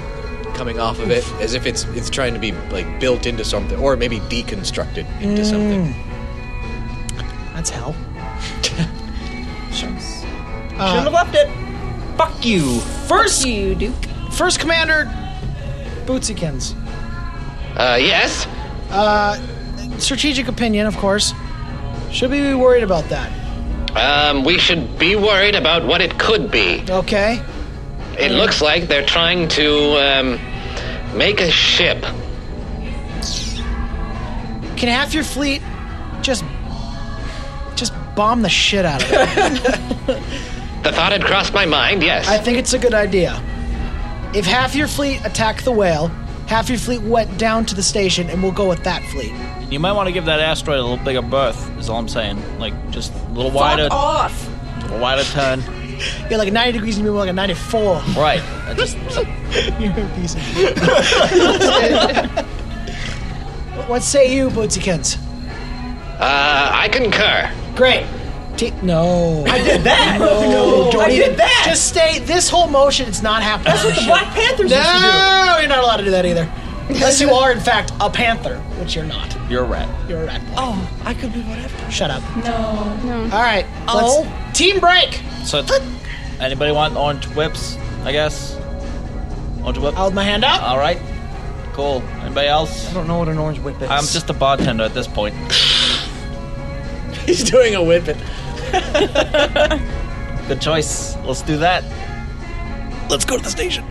S1: coming off of it, as if it's it's trying to be like built into something, or maybe deconstructed into
S8: Mm.
S1: something.
S3: That's hell. Uh,
S7: Shouldn't have left it. Fuck you.
S3: First,
S13: You do.
S3: first commander, Bootsikins.
S5: Uh, yes?
S3: Uh, strategic opinion, of course. Should we be worried about that?
S5: Um, we should be worried about what it could be.
S3: Okay.
S5: It looks like they're trying to, um, make a ship.
S3: Can half your fleet just just bomb the shit out of it?
S5: The thought had crossed my mind, yes.
S3: I think it's a good idea. If half your fleet attack the whale, half your fleet went down to the station, and we'll go with that fleet.
S8: You might want to give that asteroid a little bigger berth. Is all I'm saying. Like just a little wider,
S10: Fuck off.
S8: a wider turn.
S3: Yeah, like 90 degrees and be more like a 94.
S8: Right. I just
S3: You're a piece of shit. what say you, Bootsikins?
S5: Uh, I concur.
S3: Great. T- no.
S7: I did that.
S3: No.
S7: No,
S3: Don't
S7: I
S3: eat
S7: did
S3: it.
S7: that.
S3: Just stay. This whole motion, it's not happening.
S7: That's what the Black Panthers
S3: No,
S7: used to do.
S3: you're not allowed to do that either. Unless you are, in fact, a panther, which you're not.
S8: You're a rat.
S3: You're a rat boy.
S7: Oh, I could be whatever.
S3: Shut up.
S4: No.
S3: No. All right.
S7: Oh.
S3: Let's team break.
S8: So, anybody want orange whips? I guess. Orange whip.
S3: I'll hold my hand up.
S8: All right. Cool. Anybody else? I
S7: don't know what an orange whip is.
S8: I'm just a bartender at this point.
S3: He's doing a whip it.
S8: Good choice. Let's do that.
S7: Let's go to the station.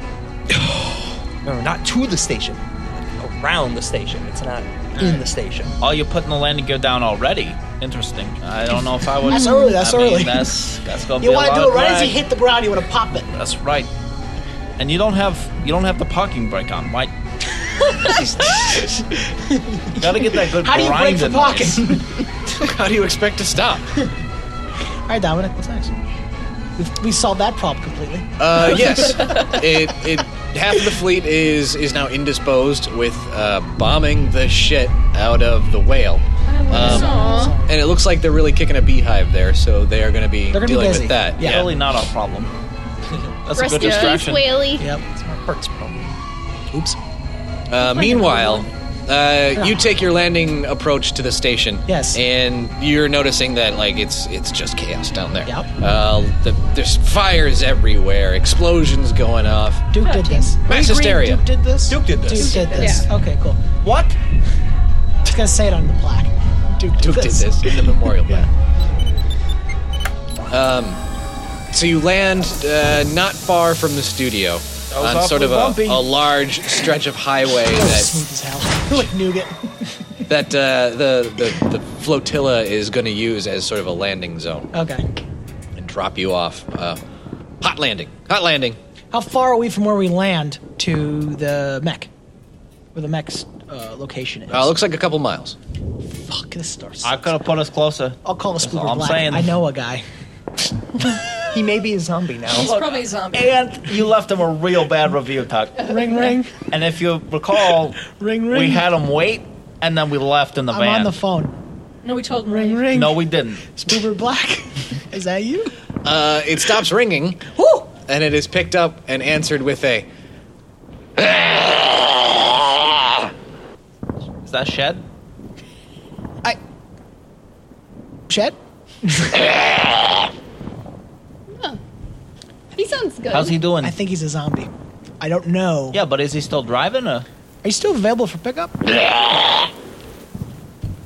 S7: no, not to the station. Around the station. It's not in the station.
S8: Oh, you're putting the landing gear down already. Interesting. I don't know if I would.
S3: That's early, that's
S8: I mean,
S3: early.
S8: That's that's gonna
S3: You
S8: be a
S3: want to
S8: lot
S3: do
S8: of
S3: it right as
S8: drag.
S3: you hit the ground. You want to pop it.
S8: That's right. And you don't have you don't have the parking brake on, right? You gotta get that good
S3: How do you break the
S8: grinding
S3: pocket?
S8: noise.
S1: How do you expect to stop?
S3: All right, Dominic. What's next? We've, we solved that problem completely.
S1: Uh, yes. it, it half of the fleet is is now indisposed with uh, bombing the shit out of the whale. Um, and it looks like they're really kicking a beehive there, so they are going to be
S8: They're gonna be
S1: dealing
S8: busy.
S1: with that.
S8: Yeah. Really not our problem. That's
S6: Rest
S8: a good
S6: in peace,
S8: distraction.
S6: Whaley.
S3: Yep, it's my perks problem.
S1: Oops. Uh, meanwhile, uh,
S8: Ah.
S1: you take your landing approach to the station. Yes. And you're noticing that like it's it's just chaos down there. Yep. Uh, the, there's fires everywhere, explosions going off.
S3: Duke did this.
S1: Mass
S3: Green
S1: hysteria.
S3: Duke did this.
S1: Duke did this.
S3: Duke did this.
S1: Yeah.
S3: Okay, cool.
S7: What?
S3: I was gonna say it on the plaque. Duke did
S1: Duke did
S3: this.
S1: this in the memorial plaque. Um, so you land uh, not far from the studio
S3: was
S1: on sort
S3: awfully
S1: of a,
S3: bumpy.
S1: a large stretch of highway
S3: That was
S1: that
S3: smooth as hell. like nougat.
S1: that uh, the, the the flotilla is going to use as sort of a landing zone
S3: Okay.
S1: and drop you off. Uh, hot landing. Hot landing.
S3: How far are we from where we land to the mech? Where the mech's uh, location is?
S1: Uh, looks like a couple miles.
S3: Fuck, this starts.
S8: I could have put us closer.
S3: I'll call a spooker
S8: all I'm
S3: black.
S8: saying.
S3: I know a guy.
S7: He may be a zombie now.
S4: He's
S8: Look,
S4: probably a zombie.
S8: And you left him a real bad review, Tuck.
S3: Ring, ring.
S8: And if you recall,
S3: ring,
S8: we
S3: ring.
S8: had him wait, and then we left in the
S3: I'm
S8: van.
S3: on the phone.
S4: No, we told him.
S3: Ring, ring.
S8: no, we didn't.
S3: Spoober black. is that you?
S1: Uh, it stops ringing, and it is picked up and answered with a.
S8: Is that Shed?
S3: Chet?
S6: He sounds good.
S8: How's he doing?
S3: I think he's a zombie. I don't know.
S8: Yeah, but is he still driving?
S3: Are
S8: Or?
S3: you still available for pickup?
S8: I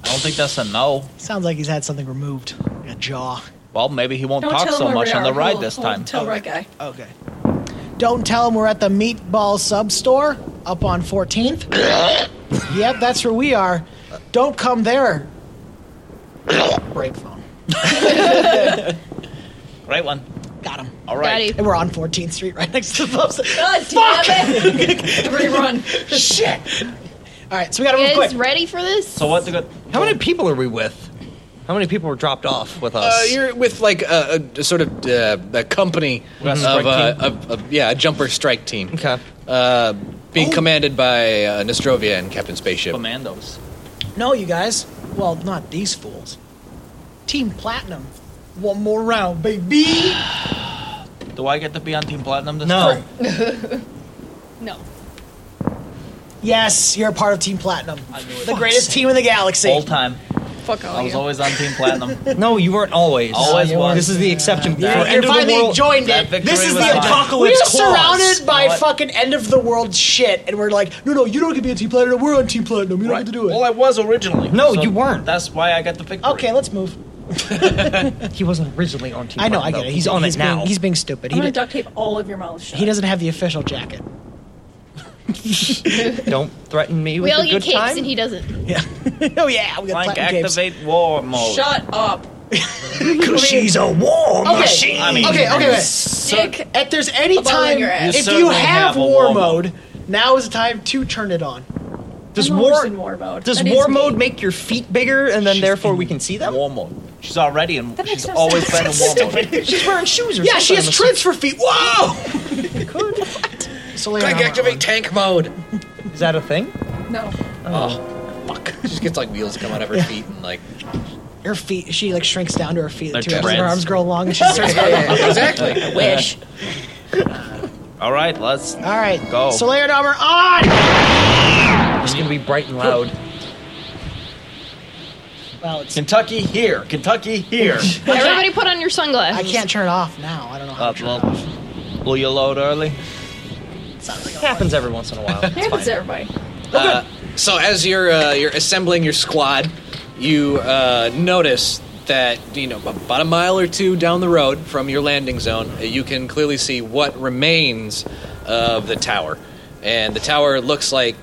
S8: don't think that's a no.
S3: Sounds like he's had something removed. Like a jaw.
S8: Well, maybe he won't
S3: Don't
S8: talk
S3: tell
S8: so
S3: him where
S8: much
S3: we
S8: on the
S3: are.
S8: ride
S3: We'll-
S8: this
S3: we'll
S8: time.
S3: tell
S4: right guy.
S3: Okay. Don't tell him we're at the meatball sub store up on 14th. yep, that's where we are. Don't come there. Break phone.
S8: Right one.
S3: Got him.
S8: All right.
S3: And we're on 14th Street right next to the post.
S4: God
S3: Fuck!
S4: damn it! Rerun.
S3: Shit. All right, so we
S6: You
S3: gotta move quick.
S6: guys ready for this?
S8: So what's the good?
S12: How many people are we with? How many people were dropped off with us?
S1: Uh, you're with like a, a- a sort of uh, a company
S12: Like a strike
S1: of, uh, of, of yeah, a jumper strike team.
S12: Okay.
S1: Uh, being commanded by uh, Nostrovia and Captain Spaceship.
S8: Commandos.
S3: No, you guys. Well, not these fools. Team Platinum. One more round, baby.
S8: Do I get to be on Team Platinum this
S3: No.
S8: time?
S6: No.
S3: Yes, you're a part of Team Platinum. The
S8: Fuck's
S3: greatest
S8: sake.
S3: team in the galaxy.
S8: All time.
S3: Fuck
S8: I was always on Team Platinum.
S12: no, you weren't always.
S8: Always was.
S12: This is the exception.
S8: Yeah.
S12: For
S8: You're
S12: end of the
S3: finally
S12: world-
S3: joined
S8: That
S3: it.
S8: victory
S3: This is
S8: was
S3: the
S8: mine.
S3: apocalypse. We're
S12: Apocalypse clause.
S3: surrounded by
S8: What?
S3: fucking end of the world shit, and we're like, no, no, you don't get to be on Team Platinum. We're on Team Platinum. You don't get to do it.
S8: Well, I was originally.
S12: No,
S8: So
S12: you weren't.
S8: That's why I got the victory.
S3: okay, let's move.
S12: He wasn't originally on Team
S3: I know,
S12: Platinum,
S3: I get
S12: though.
S3: it.
S12: He's on
S3: he's
S12: it
S3: being,
S12: now.
S3: He's being stupid.
S4: I'm
S3: He,
S4: gonna
S3: did,
S4: duct tape all of your mouths shut.
S3: he doesn't have the official jacket.
S12: Don't threaten me
S6: We
S12: with
S6: all
S12: a
S6: get
S12: good
S6: cakes
S12: time.
S6: and he doesn't.
S3: oh yeah, we got
S8: Flank
S3: platinum capes.
S8: activate war mode.
S4: Shut up.
S12: Because she's a war
S3: Okay.
S12: machine.
S8: I mean,
S3: okay, okay, wait.
S4: Dick.
S3: If there's any
S4: A ball in
S3: time,
S4: your ass. You
S3: if you
S8: certainly
S3: have,
S8: have a
S3: war,
S8: war
S3: mode, now is the time to turn it on.
S12: Does
S4: I'm
S12: war,
S4: always in war mode.
S12: does
S4: That
S12: war
S4: is me.
S12: mode make your feet bigger and then therefore we can see them?
S8: War mode. She's already in.
S4: That makes
S8: she's
S4: no
S8: always
S4: sense.
S8: been in war mode.
S12: She's wearing shoes or
S3: Yeah, she
S12: something.
S3: has trips for feet. Whoa! So later
S1: Clank
S3: on,
S1: activate tank mode.
S12: Is that a thing?
S4: No.
S1: Oh, fuck. She just gets like wheels come out of her feet and like
S3: her feet. She like shrinks down to her feet.
S8: They're
S3: too, because her
S8: dreads.
S3: arms grow long, and she starts.
S8: Exactly. I wish. All right, let's. All
S3: right,
S8: go.
S3: So layered armor on.
S7: It's gonna be bright and loud.
S3: Well, it's
S8: Kentucky here. Kentucky here.
S6: Everybody put on your sunglasses.
S3: I can't turn it off now. I don't know.
S8: uh, well, will you load early?
S7: Happens every once in a while.
S4: Happens to everybody.
S1: Uh, so as you're uh, you're assembling your squad, you uh, notice that you know about a mile or two down the road from your landing zone, uh, you can clearly see what remains of the tower, and the tower looks like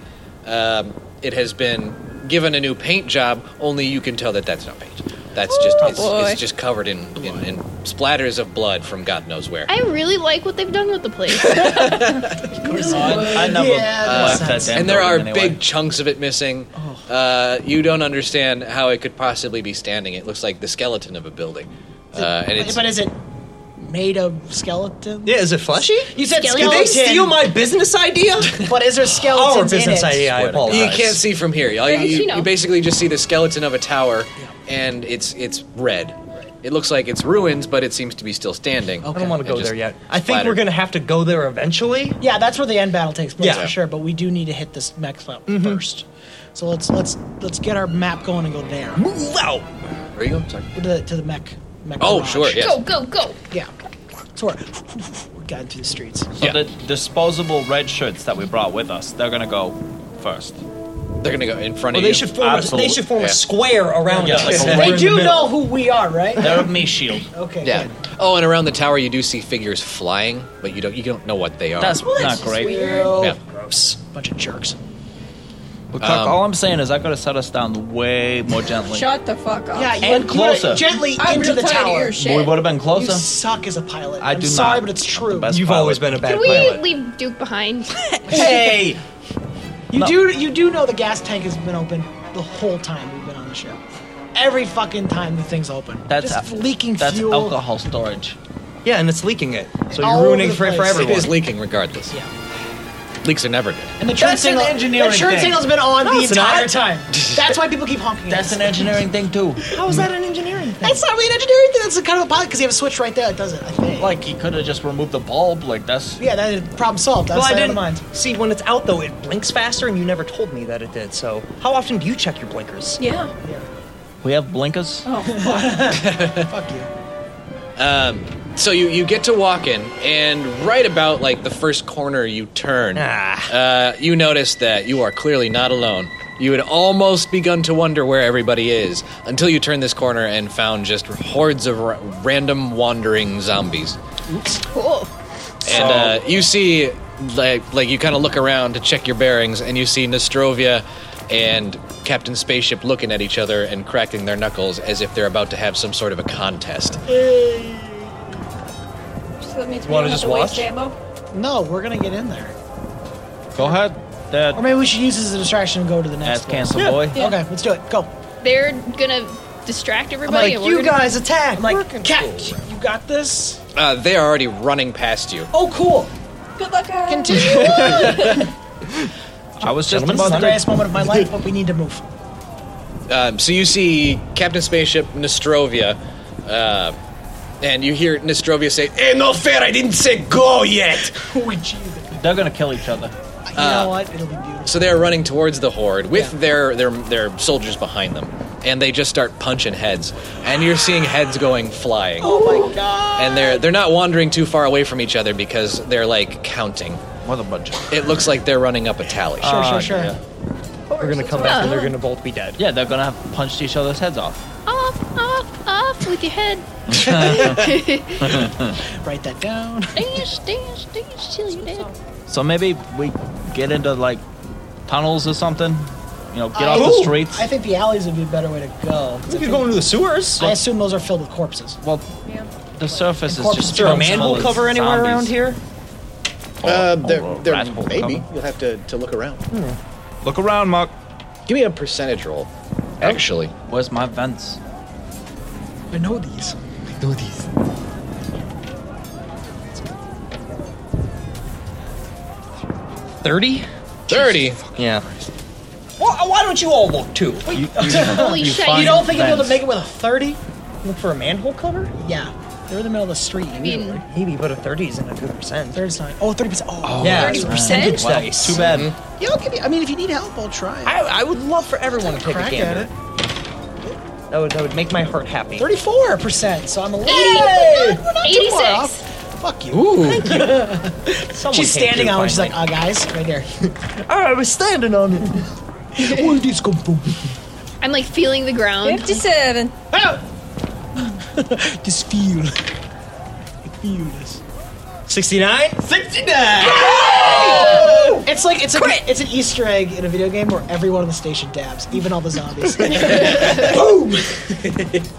S1: um, it has been given a new paint job. Only you can tell that that's not paint. That's just
S6: Oh,
S1: it's,
S6: boy.
S1: it's just covered in, in, in splatters of blood from God knows where.
S6: I really like what they've done with the place.
S8: I never uh, left that damn
S1: and there are
S8: building anyway.
S1: big chunks of it missing.
S6: Oh.
S1: Uh, you don't understand how it could possibly be standing. It looks like the skeleton of a building. Uh, and it's,
S3: but is it made of skeleton?
S7: Yeah, is it fleshy?
S3: You said
S7: Did
S3: skeleton.
S7: they steal my business idea?
S3: But is there skeletons
S7: Our business
S3: in it?
S7: idea. I apologize.
S1: You can't see from here. All you-
S3: Yeah, she
S1: you,
S3: knows.
S1: you basically just see the skeleton of a tower, and it's it's red. It looks like it's ruins, but it seems to be still standing.
S7: I don't want to go there yet. I think we're gonna have to go there eventually.
S3: Yeah, that's where the end battle takes place
S7: Yeah.
S3: for sure. But we do need to hit this mech up first. So let's let's let's get our map going and go there.
S7: Move out.
S1: Where you going? Sorry.
S3: To the, to the mech. mech
S1: Oh,
S3: garage.
S1: sure, yes.
S6: Go, go, go.
S3: Yeah. So we're, we got into the streets.
S8: So the disposable red shirts that we brought with us, they're gonna go first.
S1: They're gonna go in front
S7: Well, they should form. A, they should form a square around
S8: Yeah,
S7: us.
S8: like a
S3: They
S8: in
S3: do
S8: the
S3: know who we are, right?
S8: They're a me shield.
S3: Okay.
S1: Yeah. Oh, and around the tower, you do see figures flying, but you don't you don't know what they are.
S8: That's Well, that's not just great. weird.
S1: Yeah.
S3: Gross. Bunch of jerks.
S8: But Clark,
S1: Um,
S8: all I'm saying is I gotta set us down way more gently.
S4: Shut the fuck up.
S3: Yeah, you
S8: And
S3: went
S8: closer.
S3: gently
S4: I'm
S3: into
S4: real
S3: the
S4: tired of
S3: tower.
S4: your shit.
S8: We would have been closer.
S3: You suck as a pilot.
S8: I
S3: am
S8: do
S3: sorry,
S8: not.
S3: but it's
S8: I'm the
S3: true.
S8: best
S7: You've
S8: pilot.
S7: always been a bad
S6: Can we
S7: pilot.
S6: leave Duke behind?
S7: Hey,
S3: You
S7: No.
S3: do you do know the gas tank has been open the whole time we've been on the ship. Every fucking time the thing's open.
S7: That's
S3: Just
S7: al-
S3: leaking
S7: that's
S3: fuel.
S7: alcohol storage. yeah, and it's leaking it. So
S3: All
S7: you're ruining
S3: over the
S7: for, for
S3: place.
S7: everyone.
S1: It is leaking regardless. Yeah. Leaks are never good.
S3: And the turn
S7: That's an
S3: signal,
S7: engineering
S3: the turn
S7: thing.
S3: signal's been on
S7: No,
S3: the
S7: it's
S3: entire
S7: not.
S3: time. That's why people keep honking.
S7: That's an engineering thing too.
S3: How is that an engineering thing? That's not really an engineering thing. That's a kind of a pilot because you have a switch right there that does it. I think.
S8: Like he could have just removed the bulb. Like that's
S3: Yeah, that is problem solved. That's
S7: Well, I
S3: well,
S7: didn't
S3: mind.
S7: see when it's out though. It blinks faster, and you never told me that it did. So how often do you check your blinkers?
S4: Yeah.
S8: we have blinkers.
S4: Oh, fuck.
S3: Fuck you.
S1: Um, so you, you get to walk in, and right about like the first corner you turn, uh, you notice that you are clearly not alone. You had almost begun to wonder where everybody is until you turned this corner and found just hordes of ra- random wandering zombies.
S6: Cool.
S1: And uh, you see, like, like you kind of look around to check your bearings, and you see Nostrovia and Captain Spaceship looking at each other and cracking their knuckles as if they're about to have some sort of a contest.
S4: So that means we
S1: Wanna
S4: don't have
S1: just
S4: to waste
S1: watch?
S4: ammo.
S3: No, we're gonna get in there.
S8: Go ahead. That
S3: Or maybe we should use this as a distraction and go to the next.
S8: Ass
S3: one.
S8: cancel Yeah. boy.
S3: Okay, let's do it. Go.
S6: They're gonna distract everybody. and we're gonna-
S3: attack. I'm like, cat, you got this.
S1: Uh, they are already running past you.
S3: Oh, cool.
S4: Good luck, guys.
S8: I was just
S3: This is
S8: about
S3: the
S8: to.
S3: greatest moment of my life, but we need to move.
S1: Um, so you see Captain Spaceship Nostrovia, uh, and you hear Nostrovia say, "Eh, no fair! I didn't say go yet."
S3: Oh, Jesus.
S8: They're gonna kill each other.
S3: You
S1: Uh,
S3: know what? It'll be beautiful.
S1: So they're running towards the horde with their, their their soldiers behind them, and they just start punching heads, and you're seeing heads going flying.
S3: Oh my god.
S1: And they're they're not wandering too far away from each other because they're like counting.
S8: What a bunch.
S1: It looks like they're running up a tally.
S3: Sure,
S8: Ah,
S3: sure, sure.
S7: We're gonna come back,
S6: Uh,
S7: and they're gonna both be dead.
S8: Yeah, they're gonna have punched each other's heads off.
S6: Off, off, off with your head.
S3: Write that down.
S6: Dance, dance, dance till you dead.
S8: So maybe we get into like tunnels or something. You know, get
S3: I-
S8: off the streets.
S3: I think the alleys would be a better way to go. 'cause I
S7: We could
S3: think-
S7: go into the sewers.
S3: I assume those are filled with corpses.
S8: Well, the surface is
S3: corpses.
S8: just
S7: Is there a
S8: tunnels full
S7: manhole
S8: of
S7: cover anywhere
S8: zombies.
S7: around here?
S1: Uh, there,
S8: Oh,
S1: there,
S8: rat hole
S1: maybe
S8: cover.
S1: you'll have to, to look around.
S8: Look around, Mark. Oh,
S1: Give me a percentage roll. Actually,
S8: Where's my vents?
S3: I know these.
S7: I know these. Thirty.
S1: thirty.
S7: Yeah. Why, Uh, why don't you all look too?
S8: You,
S3: Holy
S7: you
S3: shit.
S7: find
S3: You don't think you'll be able to
S7: vents.
S3: make it with a 30? Look for a manhole cover? Yeah. They're in the middle of the street. I mean,
S7: maybe, but a 30 isn't a good percent.
S3: 30's not. Oh, 30%. Oh,
S7: yeah,
S3: 30%.
S7: it's percentage
S3: Wow.
S7: dice. Too bad.
S3: Yeah, I'll give you. I mean, if you need help, I'll try.
S7: I, I would love for everyone to take
S3: Crack
S7: a
S3: at
S7: gander. That would, that would make my heart happy.
S3: 34%, so I'm a little. We're
S7: Yay!
S3: not too far
S7: 86.
S3: off. Fuck you.
S7: Ooh.
S3: Thank you. she's standing on it. She's
S7: uh,
S3: like, oh, guys, right there.
S7: I was standing on it.
S3: Where did this come from?
S6: I'm like feeling the ground.
S4: 57.
S3: This feel. feel this.
S7: 69?
S3: 69! It's like it's like it's an Easter egg in a video game where everyone in the station dabs, even all the zombies. Boom!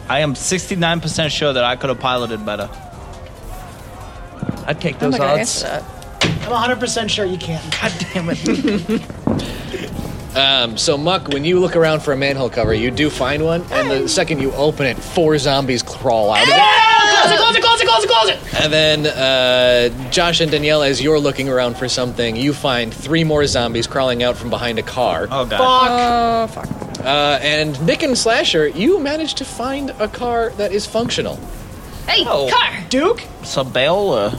S8: I am 69% sure that I could have piloted better.
S7: I'd
S13: Oh
S7: take
S3: I'm those not gonna odds. answer I'm 100 percent sure you can't. God
S7: damn it!
S1: Um, so Muck, when you look around for a manhole cover, you do find one, and the second you open it, four zombies crawl out of it.
S3: close it, close it, close it, close it, close it.
S1: And then uh, Josh and Danielle, as you're looking around for something, you find three more zombies crawling out from behind a car.
S8: Oh
S1: god! Fuck! Oh fuck! Uh, and Nick and Slasher, you managed to find a car that is functional.
S6: Hey,
S1: Oh.
S6: car!
S3: Duke?
S8: Sabella.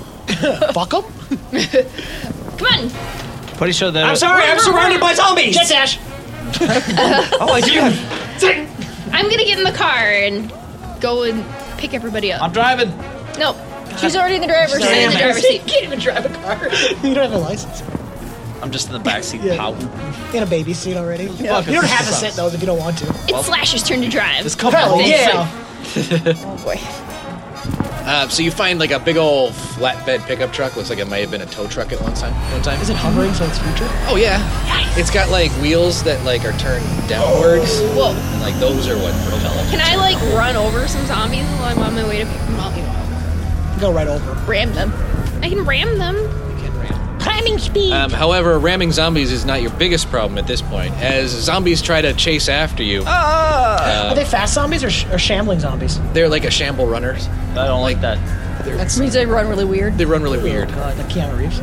S3: Fuck him?
S6: Come on!
S8: Pretty sure that.
S7: I'm sorry, I'm surrounded by zombies!
S6: Jet
S3: dash!
S8: oh, I do have.
S6: I'm gonna get in the car and go and pick everybody up.
S8: I'm driving.
S6: No, she's already in the driver's seat. In the driver's
S3: You
S6: seat.
S3: can't even drive a car. You don't have a license.
S8: I'm just in the backseat
S3: Yeah.
S8: pouting.
S3: You in a baby seat already.
S8: Yeah.
S3: You don't have to
S8: Sucks.
S3: sit those if you don't want to.
S6: It's Slash's turn to drive.
S8: This
S3: couple Hell,
S6: Thanks.
S3: yeah.
S1: oh boy! Uh, so you find like a big old flatbed pickup truck. Looks like it might have been a tow truck at one time. One time.
S3: Is it hovering for its future?
S1: Oh yeah. It's got like wheels that like are turned downwards. Whoa. And like those are what propel it.
S6: Can I like run over some zombies while I'm on my way to pick them up?
S3: Go right over.
S6: Ram them. I can ram them. You can ram. Climbing speed.
S1: Um, however, ramming zombies is not your biggest problem at this point, as zombies try to chase after you. Uh,
S3: Ah! Are they fast zombies or, sh- or shambling zombies?
S1: They're like a shamble runners.
S8: I don't like that.
S3: That means they run really weird.
S1: They run really weird.
S3: God, like uh, Keanu Reeves.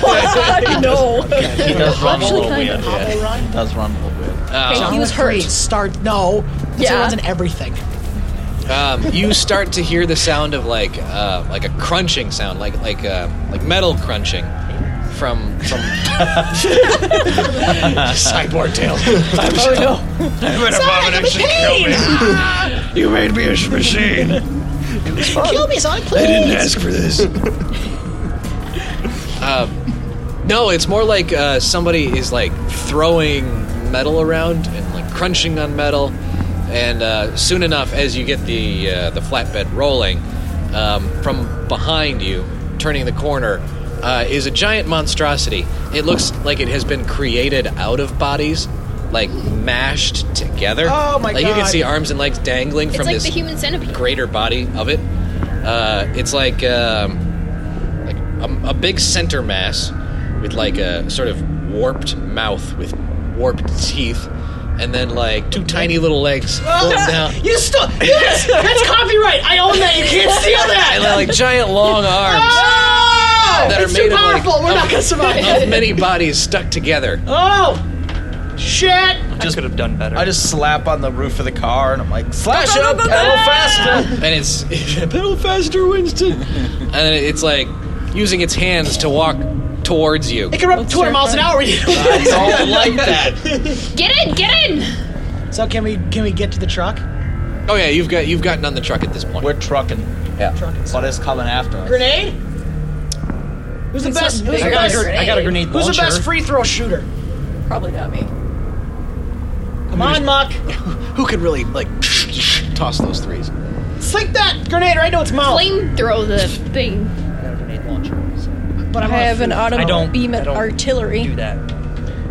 S8: no. He does run a
S3: Actually,
S8: little
S3: kind
S8: weird.
S3: of. Hobo
S8: Yeah.
S3: run?
S8: He does run a little weird.
S7: uh,
S3: John
S1: Um,
S3: was hurt. Start no. Yeah.
S1: Yeah.
S3: He runs in everything.
S1: um, you start to hear the sound of like uh, like a crunching sound, like like uh, like metal crunching from from sideboard tail.
S3: oh no!
S11: I'm an abomination. Kill me. you made me a sh- machine.
S3: Kill me, Sonic, please.
S11: I didn't ask for this.
S1: Um, no, it's more like uh, somebody is like throwing metal around and like crunching on metal. And uh, soon enough, as you get the uh, the flatbed rolling um, from behind you, turning the corner, uh, is a giant monstrosity. It looks like it has been created out of bodies, like mashed together.
S6: Oh, my
S1: like You can
S6: God.
S1: see arms and legs dangling
S6: It's
S1: from
S6: like
S1: this
S6: the human centipede.
S1: greater body of it. Uh, it's like um, like a, a big center mass with like a sort of warped mouth with warped teeth, and then like two tiny little legs floating down.
S3: You stole. Yes, that's copyright. I own that. You can't steal that.
S1: And then, like giant long arms
S3: Oh,
S1: that are
S3: it's
S1: made
S3: too
S1: of like
S3: powerful. We're
S1: of-
S3: not gonna survive.
S1: of many bodies stuck together.
S3: Oh, shit!
S8: Just could have done better. I just slap on the roof of the car and I'm like, slash it up,
S3: Ba-ba-ba-ba-ba!"
S8: pedal faster.
S1: and it's pedal faster, Winston. and it's like using its hands to walk towards you.
S3: It can run 200 miles an hour. You
S1: I don't like that.
S6: Get in, get in.
S3: So can we can we get to the truck?
S1: Oh yeah, you've got you've gotten on the truck at this point.
S8: We're trucking.
S1: Yeah.
S8: What is coming after us?
S3: Grenade? Who's the
S8: It's
S3: best?
S8: not
S3: Who's
S8: big.
S3: the
S8: I got a
S3: best?
S8: gr- I got a grenade
S3: Who's the
S8: launcher.
S3: best free throw shooter?
S10: Probably not me.
S3: Come on, Muck.
S1: Who could really like toss those threes?
S3: Flick that grenade right into its mouth.
S6: Flame throw the thing.
S3: But I'm
S10: I have an
S3: auto
S10: auto beam at artillery.
S7: Do that.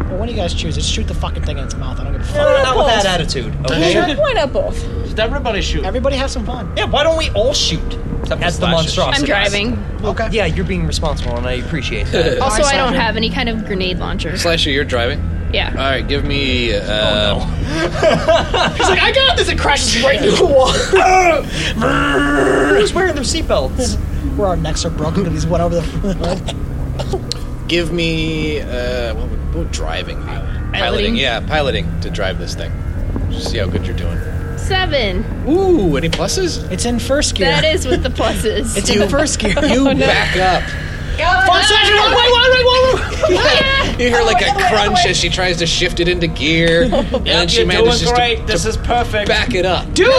S3: Well, one of you guys choose. Just shoot the fucking thing in its mouth. I don't give a fuck.
S7: No, no, not with that attitude. Okay.
S10: Why not both?
S8: Just everybody shoot.
S3: Everybody have some fun.
S7: Yeah, why don't we all shoot? That's the monstrosity.
S6: I'm driving.
S7: Okay. Yeah, you're being responsible, and I appreciate that.
S6: Also, I don't have any kind of grenade launcher.
S1: Slasher, you're driving. All
S6: Yeah.
S1: right, give me. Uh,
S3: He's like, I got this. It crashes right into the wall. Who's wearing their seatbelts? Where our necks are broken because he's went over the.
S1: Give me. Uh, what would, what would driving be? Piloting, yeah, piloting to drive this thing. Just see how good you're doing.
S6: Seven.
S1: Ooh, any pluses?
S3: It's in first
S6: That is Oh, with the pluses.
S1: It's in You- first gear.
S3: Oh,
S1: You back up. You hear like a crunch as she tries to shift it into gear, and then she
S8: you're
S1: manages
S8: doing
S1: just
S8: great.
S1: To, this
S8: is perfect.
S1: Back it up.
S3: Duke!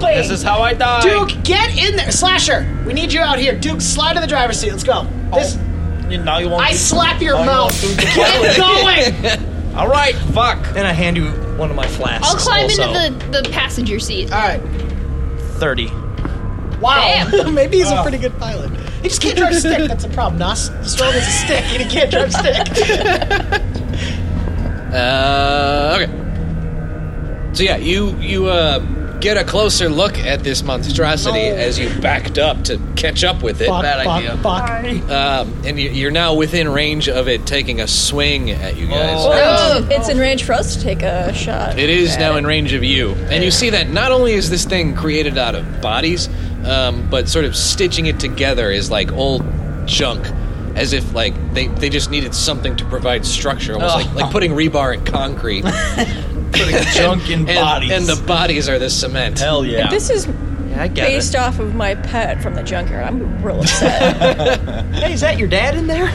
S8: This is how I die.
S3: Duke, get in there. Slasher, we need you out here. Duke, slide to the driver's seat. Let's go. This,
S8: Now you won't.
S3: I slap your
S8: now you won't
S3: mouth.
S8: do the
S3: Get
S8: pilot.
S3: going.
S8: All right, fuck.
S7: And I hand you one of my flasks.
S6: I'll climb
S7: also.
S6: into the, the passenger seat. All
S3: right.
S7: thirty.
S3: Wow.
S6: Damn.
S3: Maybe he's a
S6: Oh.
S3: pretty good pilot. He just can't drive a stick. That's a problem. Nas strong as a stick, and he can't drive a stick.
S1: Uh, okay. So yeah, you you uh, get a closer look at this monstrosity
S3: No.
S1: as you backed up to catch up with it.
S3: Fuck,
S1: Bad
S3: fuck,
S1: idea.
S3: fuck.
S1: Um, and you- you're now within range of it taking a swing at you guys.
S10: Oh, it's in range for us to take a shot.
S1: It is
S10: at
S1: now in range of you. And you see that not only is this thing created out of bodies, um, but sort of stitching it together is like old junk. As if like they, they just needed something to provide structure, almost
S8: Ugh.
S1: like, like putting rebar in concrete. putting
S8: junk in bodies.
S1: And the bodies are the cement. Hell
S10: If This is
S7: I get
S10: based
S7: it.
S10: off of my pet from the junkyard. I'm real upset.
S7: hey, is that your dad in there?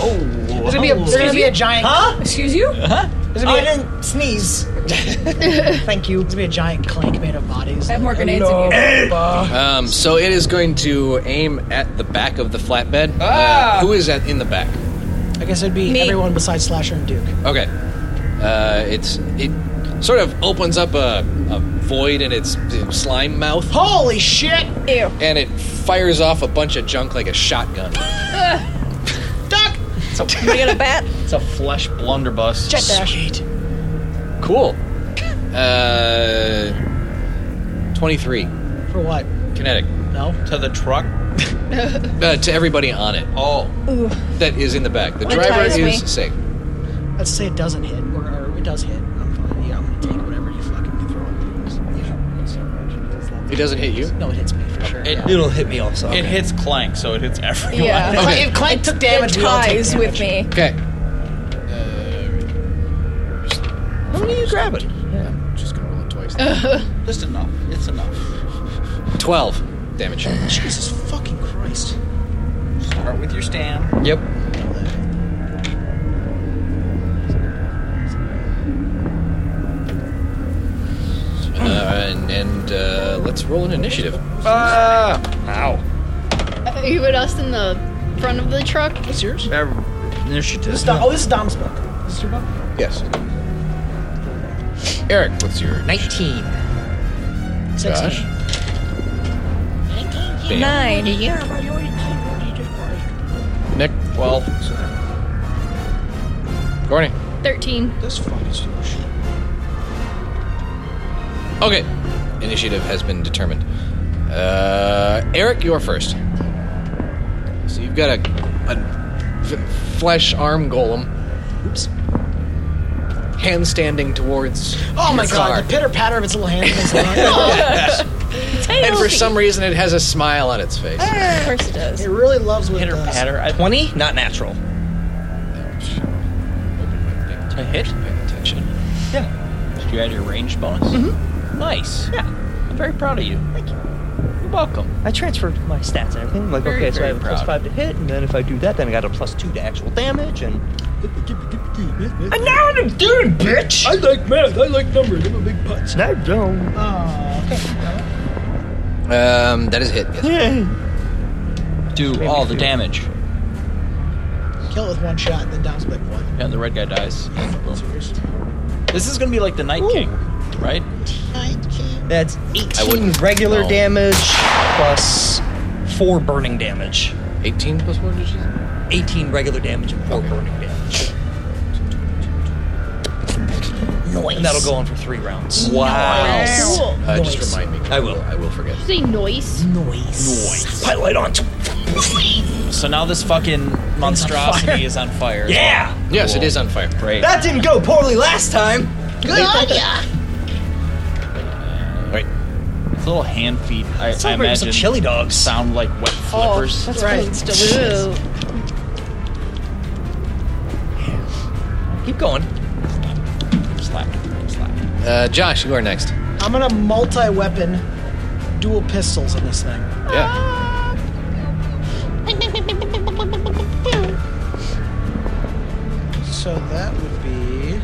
S7: Oh,
S3: There's gonna be a, there's gonna be a giant.
S7: Huh?
S10: Excuse you?
S7: Huh?
S3: There's gonna be a- sneeze. Thank you. There's gonna be a giant clank made of bodies. I have more
S10: grenades than you.
S1: Um, so it is going to aim at the back of the flatbed. Uh,
S3: Ah!
S1: who is at in the back?
S3: I guess it'd be everyone besides Slasher and Duke.
S1: Okay. Uh, it's it sort of opens up a, a void in its slime mouth.
S3: Holy shit!
S10: Ew.
S1: And it fires off a bunch of junk like a shotgun.
S3: Duck!
S8: It's a,
S10: we got a bat?
S8: It's a flesh blunderbuss.
S3: Sweet.
S1: Cool. Uh, twenty-three
S3: For what?
S1: kinetic
S3: No.
S8: To the truck.
S1: uh, to everybody on it. Oh,
S3: Ooh.
S1: that is in the back. The
S3: That
S1: driver
S3: tires
S1: is
S3: me.
S1: safe.
S3: Let's say it doesn't hit, or, or it does hit. I'm fine. Yeah, I'm gonna take whatever you fucking throw at me.
S1: It doesn't hit you?
S3: No, it hits me for sure.
S8: It,
S7: It'll hit me also.
S8: It hits Clank, so it hits everyone.
S10: Yeah.
S3: Okay. If Clank took damage, we all take
S10: ties with me.
S1: Okay.
S7: How many you grabbing?
S1: I'm just gonna roll it twice.
S8: Just enough. It's enough.
S1: Twelve damage.
S3: Jesus fucking Christ.
S8: Start with your stand.
S7: Yep.
S1: Uh, and and uh, let's roll an initiative.
S8: Ah! Ow.
S6: Everyone else in the front of the truck.
S3: What's yours?
S8: Initiative.
S3: This is Dom, oh, this is Dom's book. This is your book?
S1: Yes. Eric, what's your
S7: 19.
S1: Josh? Damn.
S10: Nine.
S1: Nick, twelve. Corny.
S6: Thirteen.
S3: This fucking
S1: Okay. Initiative has been determined. Uh, Eric, you're first. So you've got a, a f- flesh arm golem. Oops. Hand standing towards.
S3: Oh my
S1: your
S3: god,
S1: car.
S3: the pitter patter of its little hand. against the rock.
S1: And for some reason, it has a smile on its face.
S10: Of course it does.
S3: It really loves uh, what it does.
S7: Patter. I- 20? Not natural.
S8: To hit?
S1: Attention.
S8: Yeah. Did you add your range bonus? Mm-hmm. Nice. Yeah. I'm very proud of you. Thank you. You're welcome.
S7: I transferred my stats and everything. I'm like,
S8: Very,
S7: okay, so I
S8: very
S7: have a plus
S8: proud.
S7: five to hit, and then if I do that, then I got a plus two to actual damage, and.
S8: And now I'm doing, bitch! I like math. I like numbers. I'm a big putz.
S7: I don't.
S1: Um, that is a hit.
S8: Do all the damage.
S3: Kill it with one shot, and then Dom's like, what?
S8: Yeah, and the red guy dies. Boom. This is gonna be like the Night King, right?
S7: That's
S8: I
S7: 18
S8: wouldn't-
S7: regular
S8: no.
S7: damage plus 4 burning damage.
S1: 18 plus 4 did
S7: 18 regular damage and 4 burning damage. Noise. And that'll go on for 3 rounds.
S6: Nice. Cool.
S1: Uh, just
S7: Noise.
S1: remind me.
S7: I will.
S1: I will forget.
S6: Did you say noise?
S7: Noise. Pilot on.
S8: So now this fucking monstrosity
S7: fire.
S8: is on fire. as
S7: Yeah.
S8: well.
S1: Yes, it is on fire.
S8: Great.
S7: That didn't go poorly last time.
S3: Good on ya!
S1: Right.
S8: It's little hand feet. I,
S7: It's
S8: I
S7: over with some
S8: imagine
S7: chili dogs.
S8: sound like wet flippers.
S3: that's right.
S6: It's Duluth.
S7: Keep going.
S1: Uh, Josh, you are next.
S3: I'm gonna multi-weapon dual pistols in this thing.
S1: Yeah.
S3: So that would be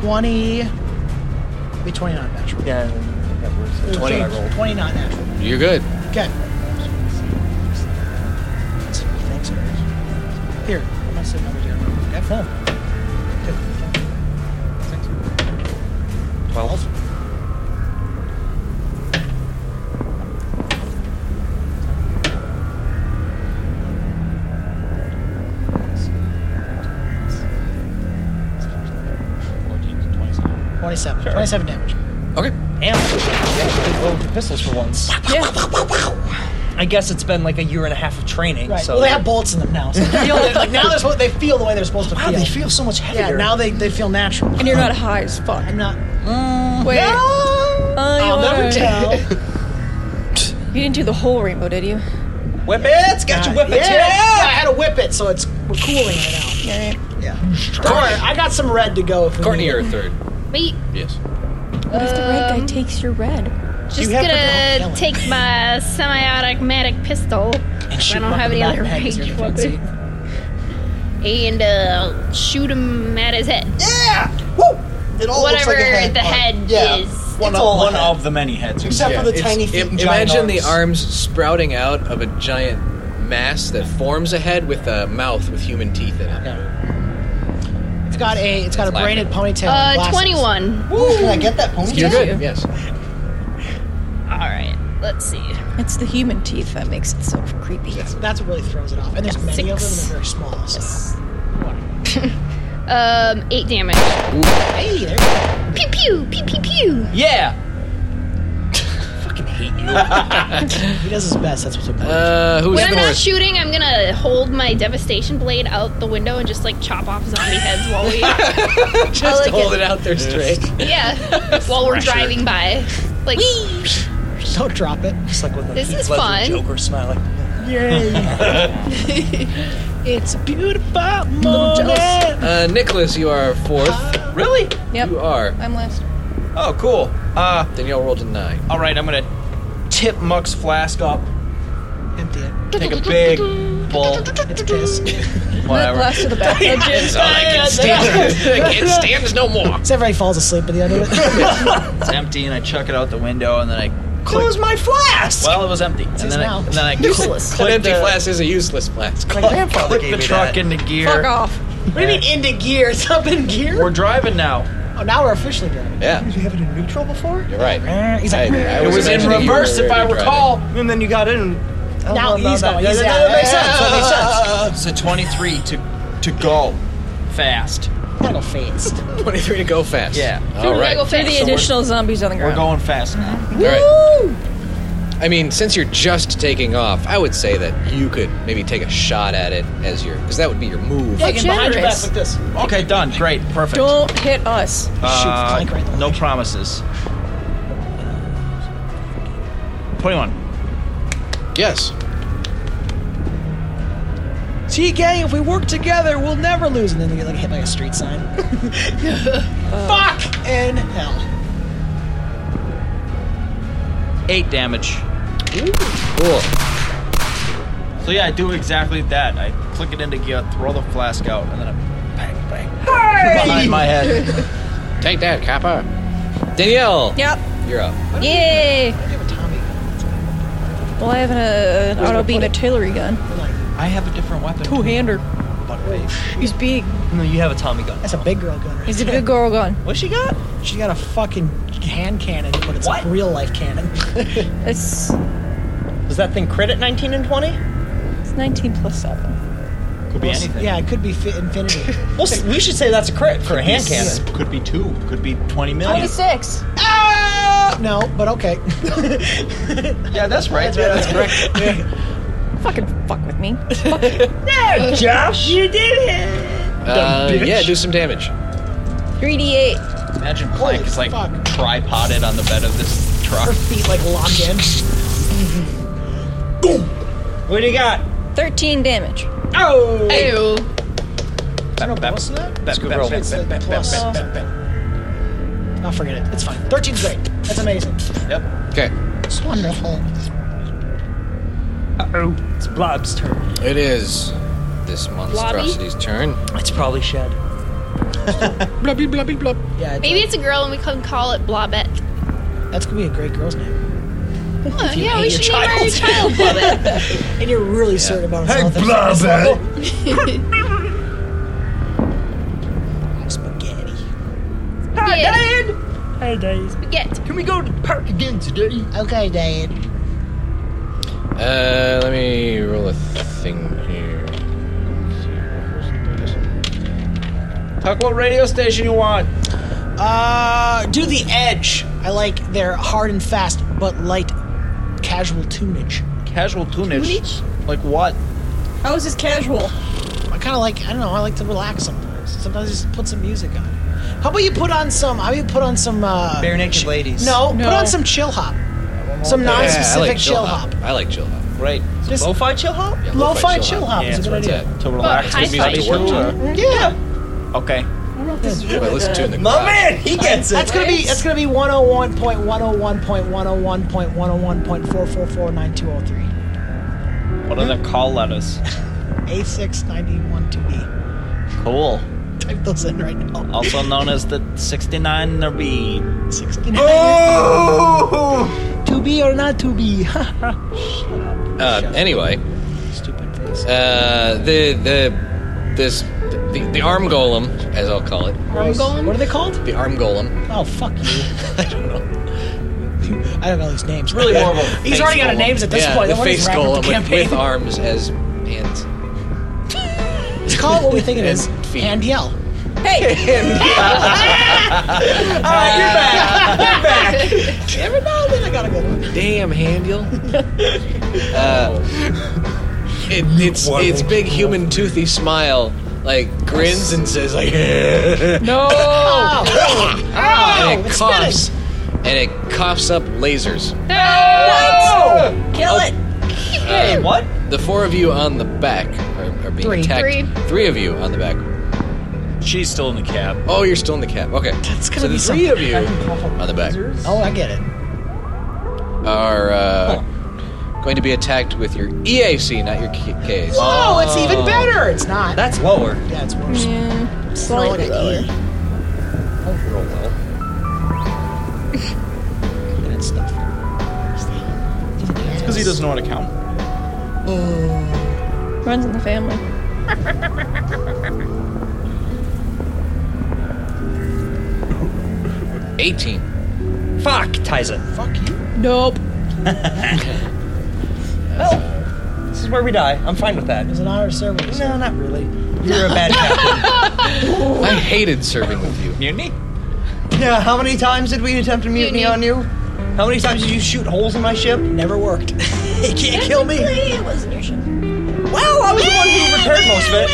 S3: twenty. Be twenty-nine natural.
S7: Yeah, that works.
S1: Twenty.
S3: Twenty-nine natural.
S1: You're good.
S3: Okay. Thanks, Eric. Here, I'm gonna set another down. Okay.
S7: Twelve.
S3: Twenty-seven. Twenty-seven damage.
S1: Okay.
S7: Damn. They blow the pistols for once. I guess it's been like a year and a half of training.
S3: Right.
S7: So
S3: well, they have bolts in them now. So they feel like now they're supposed, they feel the way they're supposed to feel.
S7: they feel so much
S3: Yeah.
S7: heavier.
S3: Now they, they feel natural.
S10: And you're not high as fuck.
S3: I'm not.
S10: Wait. Oh,
S3: No.
S10: I'll
S3: never tell.
S10: you didn't do the whole rainbow, did you?
S7: Whip it! Got your whip it!
S3: Uh, yeah.
S7: yeah!
S3: I had to whip it, so it's we're cooling right now. Yeah. Don't worry, I got some red to go. If we
S1: Courtney,
S3: need it.
S1: you're third.
S6: Wait,
S1: Yes.
S6: What if the red guy
S10: takes your red?
S6: just gonna take my semi-automatic pistol. I
S3: shoot
S6: don't
S3: one
S6: have
S3: in
S6: any
S3: the
S6: other
S3: back of his
S6: range
S3: head with your
S6: weapon. And uh, shoot him at his head.
S3: Yeah. Woo. It all looks
S6: Whatever
S3: like a head
S6: the
S3: part.
S6: head
S3: Yeah.
S6: is.
S8: One,
S3: It's
S8: of,
S3: all
S8: one
S3: a head.
S8: of the many heads.
S3: Except for the
S1: It's-
S3: tiny feet.
S1: im-
S3: and giant
S1: Imagine the
S3: arms.
S1: arms sprouting out of a giant mass that forms a head with a mouth with human teeth in it.
S3: It's got a it's got a
S1: It's
S3: braided ponytail. and
S6: Uh,
S3: glasses.
S6: 21.
S3: Can I get that ponytail?
S1: You're good. Yes.
S6: All right, let's see.
S10: It's the human teeth that makes it so creepy.
S3: That's what really throws it off. And there's many of them and
S6: Six.
S3: they're very small. So.
S6: Um, eight damage.
S3: Hey, there you go.
S6: Pew pew pew pew pew.
S7: Yeah.
S3: he does his best. That's what's important.
S1: Uh, who's
S6: when I'm not
S1: scores?
S6: shooting, I'm gonna hold my devastation blade out the window and just like chop off zombie heads while we.
S1: Just
S6: I'll, like,
S1: hold it out there straight.
S6: Yeah, while we're
S1: Pressure.
S6: driving by, like.
S3: Don't drop it.
S7: It's like when the
S6: This
S7: Heath
S6: is
S7: Ledger
S6: fun.
S7: Joker smile. Like,
S3: it's a beautiful
S10: little jealous.
S1: Uh, Nicholas, you are fourth.
S8: Really?
S10: Yep.
S1: You are.
S10: I'm last.
S8: Oh, cool. Uh,
S1: Then y'all rolled a nine.
S8: all right, I'm gonna tip Muck's flask up,
S3: Empty it.
S8: take a big gulp.
S3: It's piss.
S8: Whatever.
S10: Blast to the back. Legend.
S1: It stands no more.
S3: Except everybody falls asleep at the end of it.
S8: It's empty, and I chuck it out the window, and then I.
S7: Close my flask!
S8: Well, it was empty, and
S3: his
S8: then I,
S3: mouth.
S8: and then I
S3: Useless.
S1: An
S8: click
S1: empty
S8: the,
S1: flask is a useless flask.
S3: My grandfather
S8: click the
S3: gave me
S8: truck
S3: that.
S8: into gear.
S10: Fuck off.
S3: What do you mean into gear? It's up in gear?
S8: We're driving now.
S3: Oh, now we're officially driving.
S1: Yeah,
S7: Did you have it in neutral before?
S1: you're right.
S3: He's
S1: I-
S3: like,
S1: I
S8: It was in
S1: imagining you
S8: reverse,
S1: were
S8: if I
S1: driving.
S8: recall. And then you got in.
S3: now he's going. He's
S7: that makes sense. That makes sense.
S1: Uh,
S8: So 23 to to go fast.
S3: That'll fast.
S1: 23 to go fast.
S8: Yeah.
S1: All right.
S10: Through the additional zombies on the
S8: We're
S10: ground.
S8: going fast now.
S1: All right. I mean, since you're just taking off, I would say that you could maybe take a shot at it as your, because that would be your move.
S3: Yeah, again, behind your back
S10: generous.
S3: like this.
S8: Okay, done. Great. Perfect.
S10: Don't hit us.
S8: Uh,
S3: Shoot, flank right there.
S8: no promises. 21.
S1: Yes.
S3: See, gang, if we work together, we'll never lose. And then they get like hit by a street sign. Uh, Fuck and hell.
S8: 8 damage.
S1: Cool.
S8: So yeah, I do exactly that. I click it into gear, throw the flask out, and then I bang, bang. Behind my head.
S1: Take that, copper. Danielle,
S10: Yep.
S1: you're up.
S10: Yay.
S3: Give it Tommy.
S10: Well, I have an, uh, an auto beam artillery gun.
S8: I have a different weapon.
S10: Two hander.
S13: Oh,
S10: He's big.
S7: No, you have a Tommy gun.
S3: That's a big girl gun. Right
S10: He's a big girl gun.
S7: What she got?
S3: there. She got a fucking hand cannon, but it's
S7: What?
S3: a real life cannon.
S10: It's,
S7: Does that thing crit at 19 and 20?
S10: it's 19 plus 7.
S8: Could be anything.
S3: yeah, it could be fi- infinity.
S7: Well, s- we should say that's a crit for a hand cannon.
S8: Could be two. Could be 20 million.
S10: 26.
S3: no, but okay.
S8: Yeah, that's right. that's correct.
S10: Fucking fuck with me.
S7: Josh, you did it!
S1: Uh, yeah, do some damage.
S10: 3d8.
S8: Imagine Plank is like
S3: fuck.
S8: tripoded on the bed of this
S3: Her
S8: truck.
S3: feet like locked in.
S7: What do you got?
S10: 13 damage.
S7: Oh!
S8: Bap, bap, bap, bap, bap, bap, bap, bap, bap, bap, bap.
S3: I'll forget it. It's fine. 13's great. That's amazing.
S8: Yep.
S1: Okay.
S3: It's wonderful.
S7: Uh oh. It's Blob's turn.
S1: It is this monstrosity's turn.
S7: It's probably Shed.
S1: blubby, blubby, blub.
S3: Yeah.
S6: Maybe it's a girl and we can call it Blobette.
S3: That's gonna be a great girl's name.
S6: Huh,
S3: If you
S6: Oh, yeah, we
S3: hate
S6: should
S3: your
S6: name our child
S3: child.
S6: Blobette.
S3: and you're really certain about
S6: Hey,
S3: herself.
S6: Blobette.
S3: Spaghetti.
S7: Hi, Dad. Hi, Dad.
S6: Spaghetti.
S7: Can we go to the park again today?
S3: Okay, Dad.
S1: Uh, let me roll a thing here.
S8: Talk what radio station you want.
S3: Uh, do the edge. I like their hard and fast but light, casual tunage.
S8: Casual tunage. Like what?
S3: I was just casual. I kind of like. I don't know. I like to relax sometimes. Sometimes I just put some music on. How about you put on some? How about you put on some? Uh,
S12: Bare Naked Ladies.
S3: No,
S12: No.
S3: put on some chill hop. Some
S1: Yeah, I like
S3: non-specific chill hop.
S1: I like chill hop.
S8: Right.
S3: Just-
S7: Lo-fi chill hop?
S1: Yeah,
S3: Lo-fi chill hop is a good idea.
S8: To relax.
S3: But
S8: Good
S3: hi-fi
S8: music to work
S3: chill
S8: to.
S3: Yeah.
S8: Okay. But listen to it in the
S7: My
S8: garage.
S7: man, he gets it.
S3: That's gonna be that's gonna be 101.101.101.101.4449203.
S8: What are the call letters?
S3: A6912E.
S8: Cool.
S3: Type those in right now.
S8: Also known as the 69 Nerby.
S3: 69.
S8: Oh!
S3: To be or not to be.
S1: Uh, anyway,
S3: Stupid face.
S1: uh, the the this the, the arm golem, as I'll call it.
S3: Arm golem? What are they called?
S1: The arm golem.
S3: Oh fuck you. I don't know these names.
S1: Really horrible.
S3: He's already out of names at this
S1: yeah,
S3: point.
S1: The
S3: Then what is
S1: face
S3: wrong
S1: golem
S3: with the
S1: with,
S3: campaign?
S1: with arms as hands.
S3: Let's call it what we think it is. Hand yell.
S4: Hey!
S3: All right, you're back. You're back. Every now and then I got a good one.
S1: Damn, Handel. Uh, it, it's it's big human toothy smile, like grins and says like
S3: No. Ow. Ow.
S1: and it
S3: It's
S1: coughs and it coughs up lasers. Oh.
S4: No! Kill it!
S1: Uh,
S8: what?
S1: The four of you on the back are, are being
S4: Three.
S1: attacked.
S4: Three.
S1: Three of you on the back.
S8: She's still in the cab.
S1: Oh, you're still in the cab. Okay. That's
S3: gonna
S1: so
S3: be
S1: the three
S3: something.
S1: of you on the back
S3: Oh, I get it.
S1: are uh, going to be attacked with your EAC, not your K- Ks.
S3: Whoa, Oh, it's even better. It's not.
S7: That's lower.
S3: Yeah, it's worse.
S13: Yeah,
S3: slightly lower.
S7: Roll well.
S3: Good stuff.
S8: It's because he doesn't know how to count.
S13: Runs in the family.
S1: Eighteen.
S7: Fuck, Tyson.
S3: Fuck you.
S13: Nope.
S7: well, this is where we die. I'm fine with that.
S3: It's an honor service.
S7: No, not really. You're a bad captain.
S1: I hated serving with you.
S7: Mutiny? Yeah, how many times did we attempt a mutiny, on you? How many times did you shoot holes in my ship?
S3: Never worked.
S7: it can't kill me.
S4: It wasn't your ship.
S7: Well, I was the one who repaired most of it.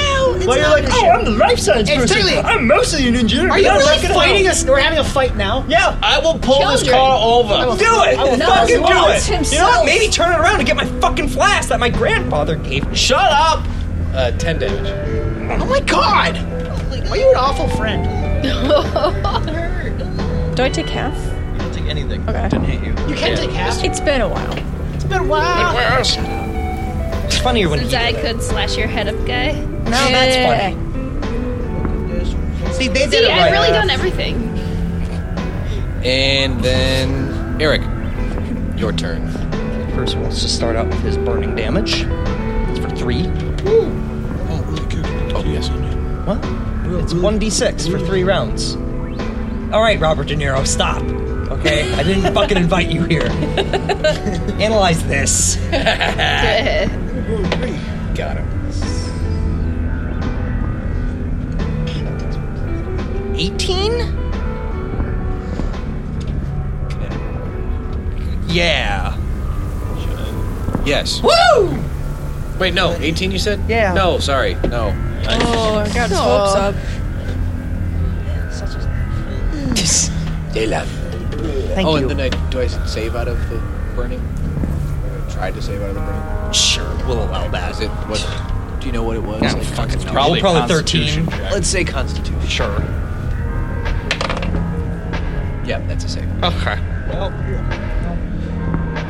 S7: Well, you're like, oh, I'm the life science
S3: It's
S7: person.
S3: totally-
S7: I'm mostly an engineer.
S3: Are you
S7: but I'm
S3: really
S7: not gonna
S3: fighting
S7: help."
S3: us? We're having a fight now.
S7: Yeah, I will pull
S3: this Children. car over. I will-
S7: do it.
S3: I will
S7: fucking
S3: not
S7: do it.
S3: launch himself.
S7: You know what? Maybe turn it around and get my fucking flask that my grandfather gave. me. Shut up.
S1: Uh, ten damage.
S3: Oh my god! Are you an awful friend?
S13: Do I take half?
S8: You don't take anything.
S13: Okay.
S8: Didn't hit you.
S3: You can't take half.
S13: It's been a while.
S3: It's been a while.
S7: It's funnier when
S6: Since
S7: he
S6: I
S7: did it.
S6: could slash your head up guy.
S7: No, that's funny. See, they did
S6: See,
S7: it right.
S6: I've really done everything.
S1: And then Eric, your turn.
S7: First of all, let's just start out with his burning damage. It's for three.
S3: Oh, really good.
S1: Oh yes.
S7: What? It's 1d6 for three rounds. All right, Robert De Niro, stop. Okay? I didn't fucking invite you here. Analyze this.
S1: Got him.
S7: 18? Yeah.
S1: Yes.
S7: Woo!
S1: Wait, no. Eighteen, you said?
S7: Yeah.
S1: No, sorry, no.
S13: Oh, I got his hopes up.
S1: They love.
S7: Thank
S1: oh,
S7: you.
S1: and then I do I save out of the burning? Or try to save out of the burning?
S7: Sure, we'll allow that.
S1: Is it what? Do you know what it was?
S7: I don't fucking know. Probably, probably 13.
S1: Let's say Constitution.
S7: Sure.
S1: Yeah, that's a save.
S12: Okay.
S8: Well,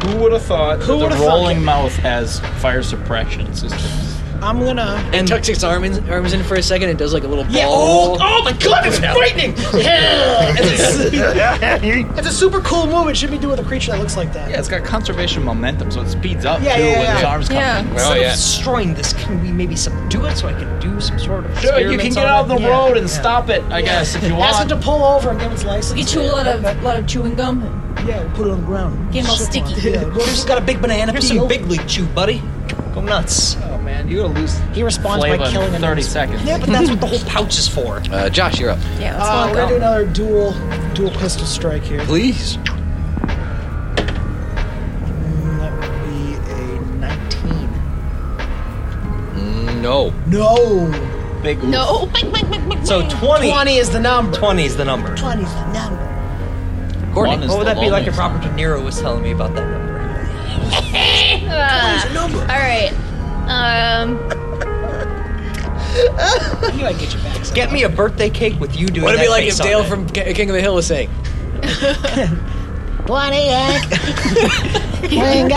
S8: who would have thought
S1: Who
S8: Who
S1: woulda
S8: the
S1: thought-
S8: rolling mouth as fire suppression systems?
S3: I'm gonna.
S14: And tucks its arm in, arms in for a second and does like a little ball.
S3: Yeah, oh, oh my god, it's frightening! Yeah. It's, a super cool move. It should be doing with a creature that looks like that.
S8: Yeah, it's got conservation momentum, so it speeds up
S3: Yeah,
S8: too
S3: yeah,
S8: when
S3: yeah.
S8: its arms come
S3: Yeah.
S8: in.
S7: Instead of destroying this, can we maybe subdue it so I can do some sort of
S8: Sure, you can
S7: experiments
S8: get
S7: on
S8: out of
S7: it?
S8: the
S7: Yeah.
S8: road and stop it, I
S7: Yeah.
S8: guess, if you
S3: Ask him
S8: want.
S3: to pull over and give him his license.
S13: Get you a lot of lot of chewing gum.
S3: Yeah, we'll put it on the ground.
S13: Get 'em all
S3: Shit,
S13: sticky.
S3: man. Yeah, we'll just
S7: Got a big banana
S3: Here's
S7: Here's
S3: some
S7: some big league chew, buddy. Go nuts.
S8: Oh man, you're gonna lose.
S3: He responds
S8: flavor
S3: by
S8: in
S3: killing
S8: 30
S3: an
S8: seconds.
S7: Yeah, but that's what the whole pouch is for.
S1: Uh, Josh, you're up.
S13: Yeah,
S3: Uh, we're gonna do another dual dual pistol strike here.
S1: Please.
S3: Mm, that would be a 19.
S1: Mm, No.
S3: No.
S8: Big
S6: No. Oh,
S7: So 20.
S3: 20 is the number.
S7: 20 is the number.
S3: 20 is the number.
S7: Courtney,
S8: One is
S7: what would
S8: the
S7: that be like if
S8: longest.
S7: Robert De Niro was telling me about that number?
S6: Ah, all right. Um,
S3: You gotta get your back.
S7: Get me a birthday cake with you doing
S14: What would it
S7: that
S14: be like
S7: face
S14: if
S7: on
S14: Dale
S7: it.
S14: from K- King of the Hill was saying?
S3: 28. Wingo.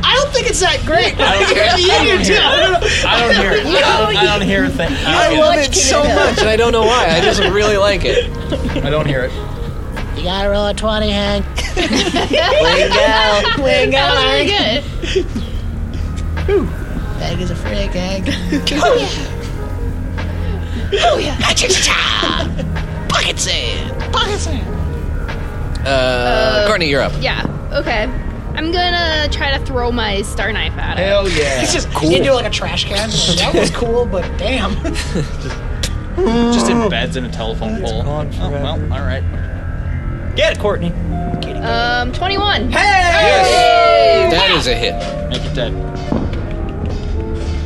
S3: I don't think it's that great.
S8: I don't care.
S3: You
S8: I don't
S3: do.
S8: hear it. I don't hear it.
S3: Oh,
S8: I don't, I don't hear a thing. I
S14: I
S8: don't
S14: love
S8: hear
S14: it so much, and I don't know why. I just really like it.
S8: it. I don't hear it.
S3: You gotta roll a 20, Hank.
S6: Wingo.
S3: Wingo.
S6: that was really good.
S3: Egg is a freak egg.
S4: Oh yeah. Pocket sand.
S3: Pocket sand.
S1: Uh, Courtney, you're up.
S6: Yeah. Okay. I'm gonna try to throw my star knife at it.
S8: Hell yeah.
S3: It's just cool. into like a trash can. Like, that was cool, but damn.
S8: Just in beds and a telephone pole. oh, well, all right.
S7: Get it, Courtney.
S6: Um, 21. Hey.
S1: That is a hit.
S8: Make it dead.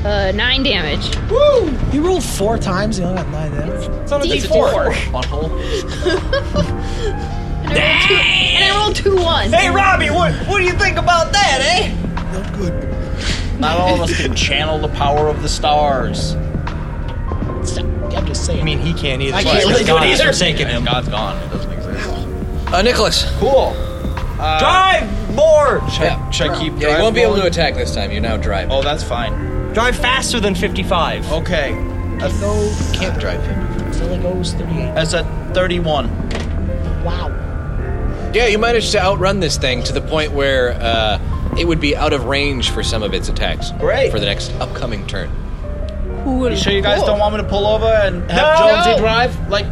S6: Uh, nine damage.
S3: Woo! You rolled four times and you only got nine damage.
S7: It's on a
S6: D4.
S7: D4.
S6: And I rolled two ones.
S7: Hey, Robbie, what, what do you think about that, eh?
S8: Not all of us can channel the power of the stars.
S3: I'm just saying.
S7: I mean, he can't either.
S3: I can't really do it
S7: God has
S3: either.
S7: forsaken him.
S8: God's gone. It doesn't exist.
S1: Uh, Nicholas.
S8: Cool. Uh,
S7: Drive more!
S1: Yeah.
S8: Should I keep
S1: Yeah, you
S8: drive
S1: won't be able
S8: going?
S1: to attack this time. You're now driving.
S8: Oh, that's fine.
S7: Drive faster than 55.
S8: Okay. That's,
S3: So,
S1: Can't drive him.
S3: so it goes 38.
S8: that's a 31.
S3: Wow.
S1: Yeah, you managed to outrun this thing to the point where uh, it would be out of range for some of its attacks.
S8: Great.
S1: For the next upcoming turn.
S8: You sure you guys don't want me to pull over and have
S7: No.
S8: Jonesy
S7: No.
S8: drive? Like,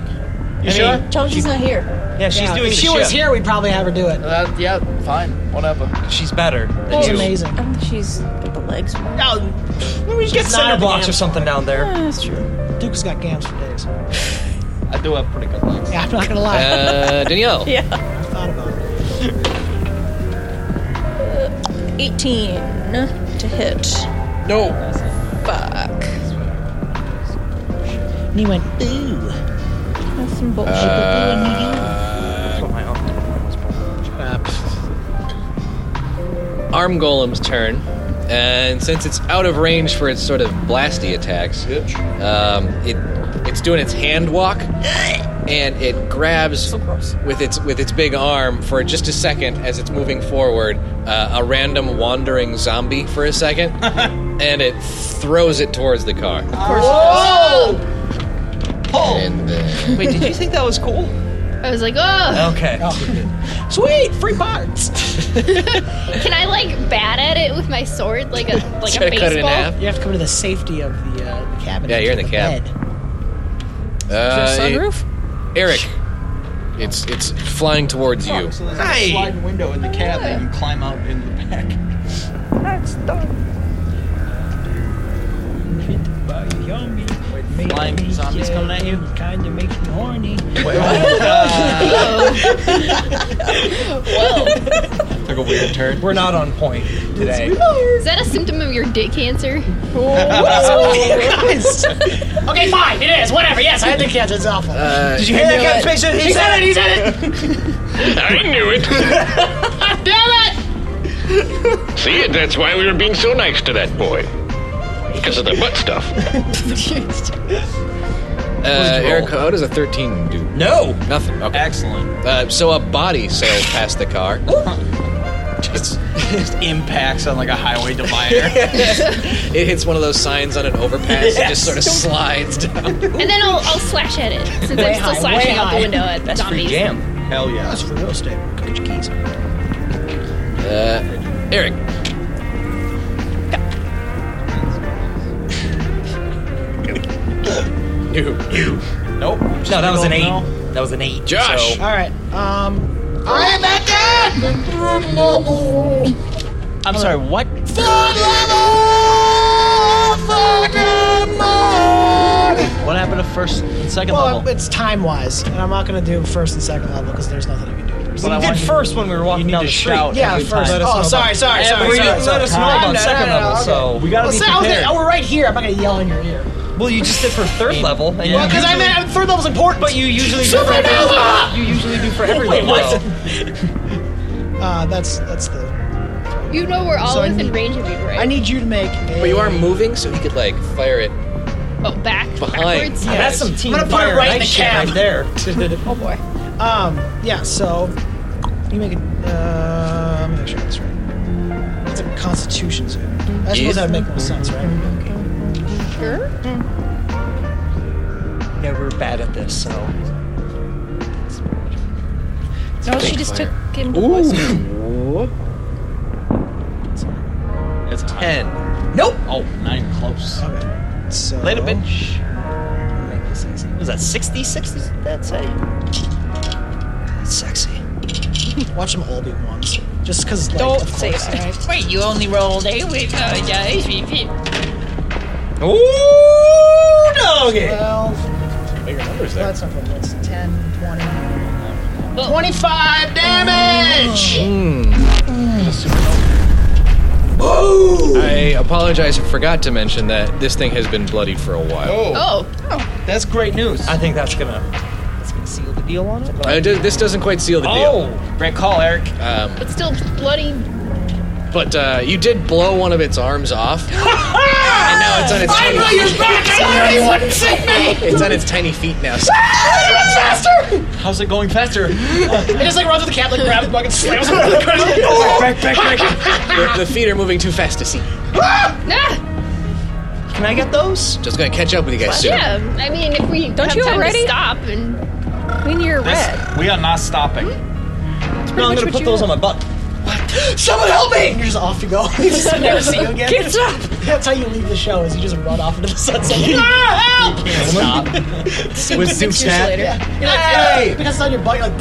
S8: you
S7: I
S8: sure?
S7: mean-
S13: Jonesy's not here.
S7: Yeah, she's
S3: Yeah,
S7: doing
S3: if
S7: the
S3: she was
S7: shift.
S3: here, we'd probably have her do it.
S8: Uh, yeah, fine. Whatever.
S7: She's better than
S3: It's
S7: you.
S3: amazing.
S13: I don't think Oh, she's got the legs. for it.
S7: We should get cinder blocks or something down there.
S13: Ah, that's true.
S3: Duke's got gams for days.
S8: I do have pretty good legs.
S3: Yeah, I'm not gonna lie.
S1: Uh, Danielle.
S13: Yeah.
S3: I thought about it.
S13: 18 to hit.
S1: No.
S13: Fuck.
S3: And he went, ooh.
S13: That's some bullshit.
S7: That's what my uncle was born.
S1: Uh, Arm Golem's turn, and since it's out of range for its sort of blasty attacks, um, it it's doing its hand walk, and it grabs with its with its big arm for just a second as it's moving forward uh, a random wandering zombie for a second, and it throws it towards the car.
S7: Whoa!
S1: And uh,
S7: Wait, did you think that was cool?
S6: I was like, oh,
S7: Okay.
S3: Sweet, free parts.
S6: can I like bat at it with my sword like a like
S1: Try
S6: a
S1: to cut it in
S6: baseball?
S1: half?
S3: You have to come to the safety of the, uh, the cabin.
S1: Yeah, you're in the cab.
S3: Bed.
S1: uh,
S13: sunroof?
S1: Eric, it's it's flying towards
S7: Oh,
S1: you.
S8: So there's
S7: Hey.
S8: a sliding window in the cab that you can climb out into the back. Flying zombies coming at you? uh,
S3: Kind of makes me horny.
S8: Took a weird turn.
S7: We're not on point today.
S6: Is that a symptom of your dick cancer?
S3: okay, fine. It is. Whatever. Yes, I had the kids. It's awful.
S1: Uh,
S7: Did you hear that, Captain Spaceship? He said it! He said it!
S11: I knew it.
S6: Damn it!
S11: See, that's why we were being so nice to that boy. Because of the butt stuff.
S1: Uh, Eric, how does a 13 do?
S7: No.
S1: Nothing. Okay. Excellent. Uh, so a body sails past the car. just, just
S8: impacts on like a highway divider.
S1: it hits one of those signs on an overpass and just
S8: Yes.
S1: sort of slides down.
S6: And then I'll, I'll slash at it since
S1: Way
S6: I'm still
S1: high,
S6: slashing
S1: way
S6: out
S1: high.
S6: the window at
S1: That's free
S6: zombies.
S1: jam.
S8: Hell yeah.
S3: That's for real estate. Go get your keys.
S1: Uh, Eric.
S7: You. You. Nope. No, that was an eight. That was an eight.
S3: Josh.
S7: So.
S3: All right. Um, I am at
S8: I'm sorry, what? What happened to first and second
S3: well,
S8: level?
S3: it's time wise, and I'm not gonna do first and second level because there's nothing I can do. First.
S7: But I want you- you need to shout
S3: Yeah,
S7: every
S3: first.
S7: time. Let us know
S3: Oh,
S7: about-
S3: sorry, sorry, sorry.
S7: Yeah, but you
S3: sorry,
S7: didn't
S3: sorry,
S7: let us know
S3: sorry.
S7: about
S3: No, no,
S7: second
S3: no, no,
S7: level,
S3: okay.
S7: so we gotta
S3: Well,
S7: be
S3: so I was-
S7: prepared.
S3: Oh, we're right here. I'm not gonna yell in your ear.
S7: Well, you just did for third level. And
S3: Well, because I meant third level's important.
S7: But you usually do for every
S3: supernova.
S7: You usually do for every
S3: Wait,
S7: level.
S3: what? Uh, that's that's the.
S6: You know we're all
S3: So I
S6: within
S3: need-
S6: range of you, right?
S3: I need you to make. A,
S1: But you are moving, so he could like fire it
S6: Oh, back.
S1: behind.
S6: Backwards.
S3: Yeah,
S7: That's some team
S3: I'm gonna put
S7: fire
S3: it right in
S7: night
S3: the
S7: shit
S3: cab.
S7: right there.
S6: oh boy.
S3: Um. Yeah. So you make it. Uh, let me make sure that's right. It's a Constitution save. I
S7: Yeah.
S3: suppose that would make more sense, right?
S6: Sure.
S7: Yeah, we're bad at this, so.
S10: No, she just took him to
S7: Ooh.
S8: It's 10.
S7: Nope.
S8: Oh, nine close.
S3: Okay. So.
S8: Later, bitch.
S7: Was that 60, 60? That's a. Sexy.
S3: Watch them all be ones. Just because. Like,
S4: Don't
S3: of
S4: say
S3: course.
S4: that. Wait, you only rolled eight with uh,
S6: Oh,
S4: dice?
S7: Ooh, doggy.
S3: Twelve.
S1: Bigger numbers
S3: Well, that's not good. That's 10, 20.
S6: Oh.
S3: 25 damage!
S1: I apologize, I forgot to mention that this thing has been bloodied for a while.
S6: Oh.
S7: That's great news. I think that's gonna. That's gonna seal the deal on it.
S1: Uh, do- this doesn't quite seal the deal.
S7: Oh,
S8: great call, Eric.
S1: Um,
S6: But still bloody.
S1: but uh, you did blow one of its arms off. and now it's on its
S4: I blew your back out! You wouldn't see me!
S1: It's on its tiny feet now. so-
S3: faster!
S8: How's it going faster?
S3: It just like runs with the cat, like grabs the bucket, slams it over the credit.
S1: Back, back, back. the, the feet are moving too fast to see.
S6: Ah,
S7: Can I get those?
S1: Just gonna catch up with you guys soon.
S6: yeah. I mean, if we
S10: Don't
S6: have
S10: you
S6: time
S10: already?
S6: to stop and
S10: clean your red.
S8: We are not stopping.
S7: No, I'm gonna put those on my butt.
S3: Someone help me! And you're just off you go. you just never see you again.
S7: Get up!
S3: That's how you leave the show, is you just run off into the sunset. ah, help!
S7: Stop. With Zoom chat.
S3: Yeah. You're like, hey! because it's on your butt, you're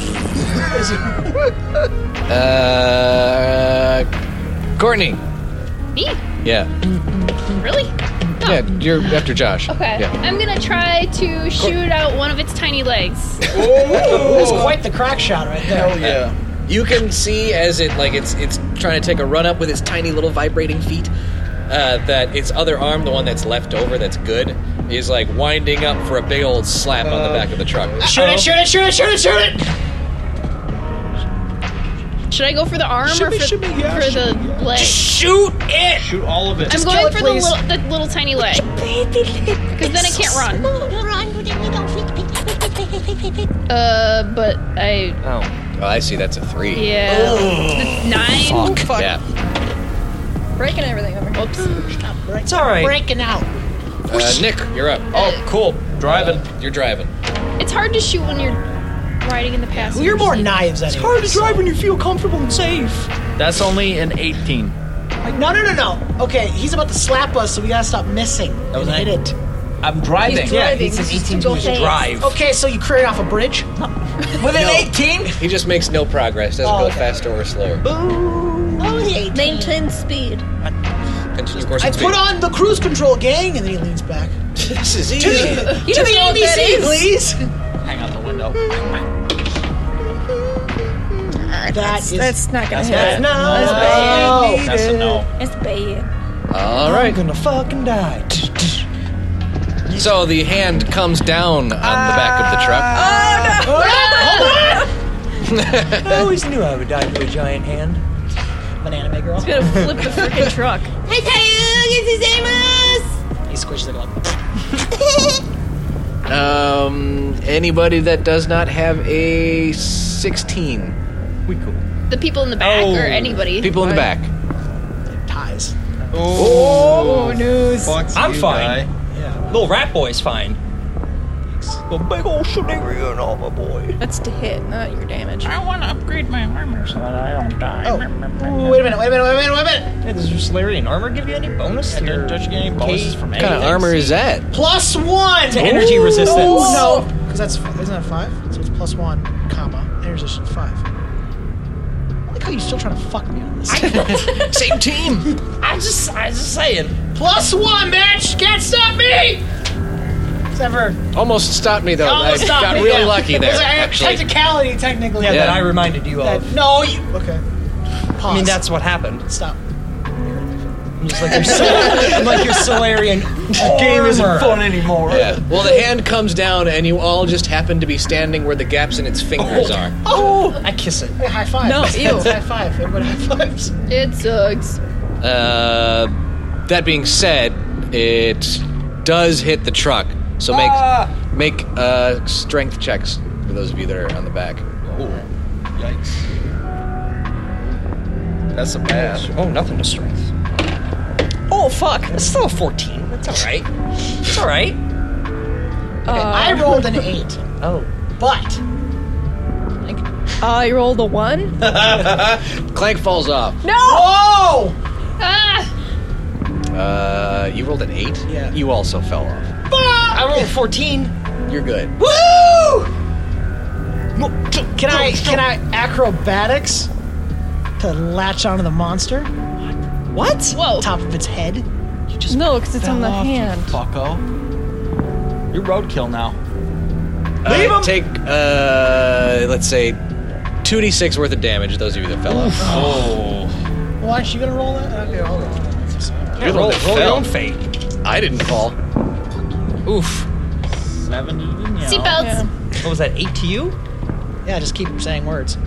S3: like...
S1: Uh, Courtney.
S6: me.
S1: Yeah.
S6: Really? Oh.
S1: Yeah, you're after Josh.
S6: Okay.
S1: Yeah.
S6: I'm gonna try to shoot out one of its tiny legs.
S3: That's quite the crack shot right there.
S1: Hell yeah. You can see as it like it's it's trying to take a run up with its tiny little vibrating feet. Uh, that its other arm, the one that's left over, that's good, is like winding up for a big old slap on the back of the truck.
S3: Shoot it, shoot it, shoot it, shoot it, shoot it!
S6: Should I go for the arm or
S3: Shimmy,
S6: for,
S3: shimmy, yeah,
S6: for the leg?
S7: Shoot it!
S8: Shoot all of it.
S6: I'm going for the little, the little tiny leg. Because then I
S4: It's
S6: can't
S4: so
S6: run. Uh, but I.
S1: Oh. Oh, I see. That's a three.
S6: Yeah. The Nine.
S1: Yeah.
S10: Breaking everything over.
S6: Whoops.
S7: It's all right.
S6: Breaking out.
S1: Uh, Nick, you're up.
S8: Oh, cool. Driving.
S1: You're driving.
S6: It's hard to shoot when you're riding in the past.
S3: You're more knives anyway. It's hard to drive when you feel comfortable and safe.
S8: That's only an 18.
S3: Like, no, no, no, no. Okay, he's about to slap us, so we gotta stop missing.
S8: That was
S3: Hit
S8: an-
S3: it.
S8: I'm driving.
S3: Okay, so you cleared off a bridge?
S7: With
S1: No.
S7: 18?
S1: He just makes no progress. Doesn't
S3: Oh,
S1: go
S3: okay.
S1: faster or slower.
S3: Oh,
S10: Maintain speed.
S1: Continue course
S3: I
S1: and speed.
S3: put on the cruise control gang, and then he leans back.
S1: This is
S3: To
S1: easy.
S3: the,
S10: You
S3: to
S10: don't
S3: the
S10: know what that
S3: ABC,
S10: is.
S3: please.
S8: Hang out the window.
S3: That is-
S10: that's not gonna
S3: that's
S10: hit.
S3: bad. No,
S10: that's
S3: no,
S7: Oh,
S10: bad.
S8: that's a no.
S10: It's bad.
S1: All right.
S3: I'm gonna fucking die.
S1: So the hand comes down on the back of the truck.
S3: Oh,
S6: Ah!
S3: hold
S7: I always knew I would die to a giant hand.
S3: on. Banana Man girl.
S6: It's gonna flip the freaking truck.
S3: He squishes it up.
S1: Um, anybody that does not have a 16.
S15: We cool.
S6: The people in the back or anybody.
S1: Oh. People in the back.
S3: Ties.
S7: Oh,
S3: news.
S7: I'm
S15: you,
S7: fine. Little rat boy's fine. The big old shenanigans and all my boy.
S13: That's to hit, not your damage. I
S16: want to upgrade my armor so that I don't die.
S13: Oh.
S3: Wait a minute, wait a minute, wait a minute, wait a minute.
S7: Hey, does your Solarian armor give you any bonus? Yeah,
S8: don't you get any bonuses from
S1: What kind of armor is that?
S3: Plus one Oh,
S7: To energy resistance.
S10: Oh,
S3: No, because that's isn't that five? So it's plus one, comma energy resistance five. I like how you're still trying to fuck me on this.
S17: Same team.
S7: I just, I just saying.
S3: Plus one, bitch! Can't stop me! Ever.
S1: Almost stopped me though. I got really lucky there. actually.
S3: technicality, technically.
S7: Yeah, that
S1: Yeah.
S7: I reminded you
S3: That-
S7: of.
S3: no, you. Okay. Pause.
S7: I mean, that's what happened.
S3: Stop.
S7: I'm just like your, Sol- I'm like your Solarian. The
S15: game isn't fun
S7: anymore.
S1: Yeah. Well, the hand comes down, and you all just happen to be standing where the gaps in its fingers are.
S3: Oh!
S7: I kiss it.
S3: Hey, high five.
S17: No, ew.
S3: high five. Everybody high fives.
S6: It sucks.
S1: Uh, that being said, it does hit the truck. So make
S6: Ah.
S1: make uh, strength checks for those of you that are on the back.
S8: Yikes. That's a bad.
S7: Oh, nothing to strength. Oh fuck! That's still a 14. That's all right. It's all right.
S10: Uh,
S3: I rolled an eight,
S7: Oh.
S3: but
S13: I rolled a one.
S1: Clank falls off.
S13: No!
S3: Whoa!
S6: Ah!
S1: Uh, you rolled an eight.
S3: Yeah.
S1: You also fell off.
S7: I rolled a 14.
S1: You're good.
S7: Woo!
S3: can I can I acrobatics to latch onto the monster? What?
S6: Whoa!
S3: Top of its head. You just
S13: No, because it's on the
S8: Fell off, you
S13: hand.
S8: Fucko. You're roadkill now.
S1: Leave uh, Take uh, let's say two d six worth of damage. Those of you that fell off.
S8: Oh.
S3: Why is she gonna roll that? Okay, hold on.
S1: You're the one that
S7: roll your
S1: fell.
S7: own fate.
S1: I didn't fall. Oof.
S8: Seven. yeah.
S6: Seatbelts.
S7: What was that? Eight to you?
S3: Yeah, just keep saying words.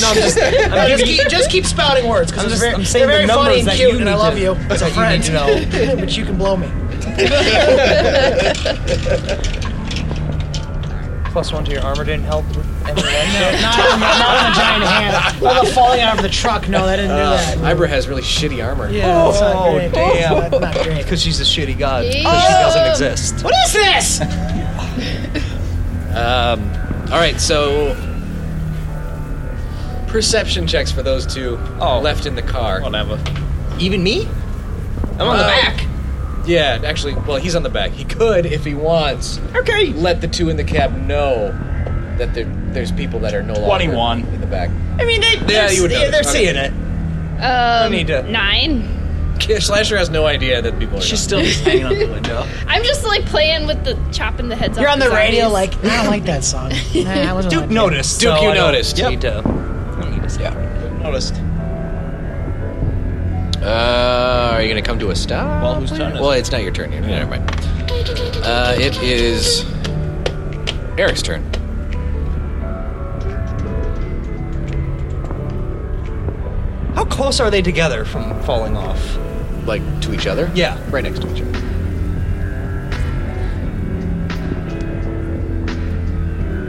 S7: No, I'm just.
S3: No,
S7: I'm
S3: just
S7: giving you.
S3: keep just keep spouting words
S7: I'm
S3: because
S7: just-
S3: they're very,
S7: I'm saying
S3: they're very
S7: the
S3: funny
S7: numbers
S3: and
S7: that
S3: cute,
S7: you
S3: and I
S7: need
S3: love
S7: to-
S3: you as a
S7: that you
S3: friend.
S7: need to
S3: but you can blow me.
S7: Plus one to your armor didn't help. with any of that.
S3: Not on, the, not on the giant hand. Well, the falling out of the truck. No, that didn't do
S7: Uh,
S3: that.
S1: Ibra has really shitty armor.
S3: Yeah, that's not
S7: Oh,
S3: great.
S7: damn.
S3: That's not great.
S15: Because she's a shitty god.
S6: Yeah.
S15: Because she doesn't exist.
S3: Oh. What is this?
S1: Um, all right, so perception checks for those two
S7: Oh.
S1: left in the car.
S8: Whatever.
S7: Even me? I'm
S1: Uh,
S7: on the back.
S1: Yeah, actually, well, he's on the back. He could, if he wants,
S7: Okay.
S1: let the two in the cab know that there, there's people that are no longer
S8: 21.
S1: in the back.
S7: I mean, they, they're,
S1: you would
S7: they're,
S1: notice.
S7: they're
S1: Okay.
S7: seeing it.
S6: Um,
S7: need to-
S6: Nine.
S1: Slasher has no idea that people are.
S15: She's still
S1: not.
S15: just hanging out the window.
S6: I'm just like playing with the chopping the heads
S3: You're
S6: off.
S3: on the
S6: zombies.
S3: radio, like I don't like that song. Nah, I wasn't
S7: Duke
S3: like that.
S7: noticed.
S1: Duke,
S7: so
S1: you
S7: I don't
S1: noticed.
S7: Need to, I don't need to say anything.
S8: Noticed.
S1: Uh, are you gonna come to a stop?
S8: Well, whose turn is
S1: Well,
S8: it?
S1: it's not your turn yet. Never mind. Uh, it is Eric's turn.
S7: How close are they together from falling off?
S1: Like to each other.
S7: Yeah.
S1: right next to each other.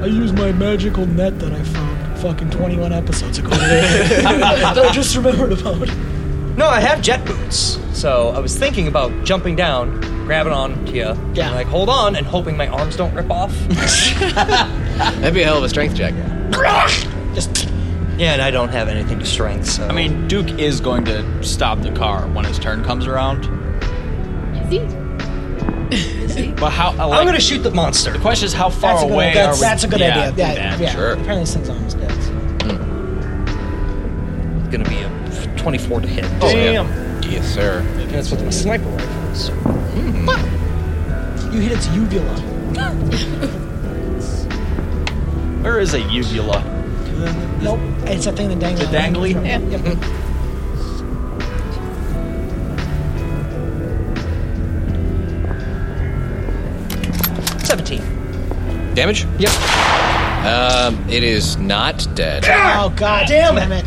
S3: I use my magical net that I found fucking 21 episodes ago. that I just remembered about.
S7: No, I have jet boots. So I was thinking about jumping down, grabbing on to you, and
S3: Yeah.
S7: like hold on and hoping my arms don't rip off.
S1: That'd be a hell of a strength check.
S3: Just
S7: yeah, and I don't have anything to strength, so
S8: I mean, Duke is going to stop the car when his turn comes around.
S6: See?
S8: But how? I
S7: I'm
S8: like-
S7: gonna shoot the monster.
S8: The question is, how far
S3: that's a good,
S8: away
S3: idea.
S8: are
S3: That's,
S8: we?
S3: that's a good
S8: yeah,
S3: idea. Yeah,
S8: that.
S3: yeah.
S1: sure.
S3: Apparently, this thing's almost dead. so-
S7: It's gonna be a 24 to hit.
S1: Oh, yeah. Yes, sir.
S7: And that's with my sniper rifle. so-
S3: You hit its uvula.
S8: Where is a uvula?
S3: Nope. It's that thing that dangles.
S8: The dangly?
S3: Yeah. Yep.
S7: Seventeen.
S1: Damage? Yep. Um, it is not dead,
S3: Oh god damn, it!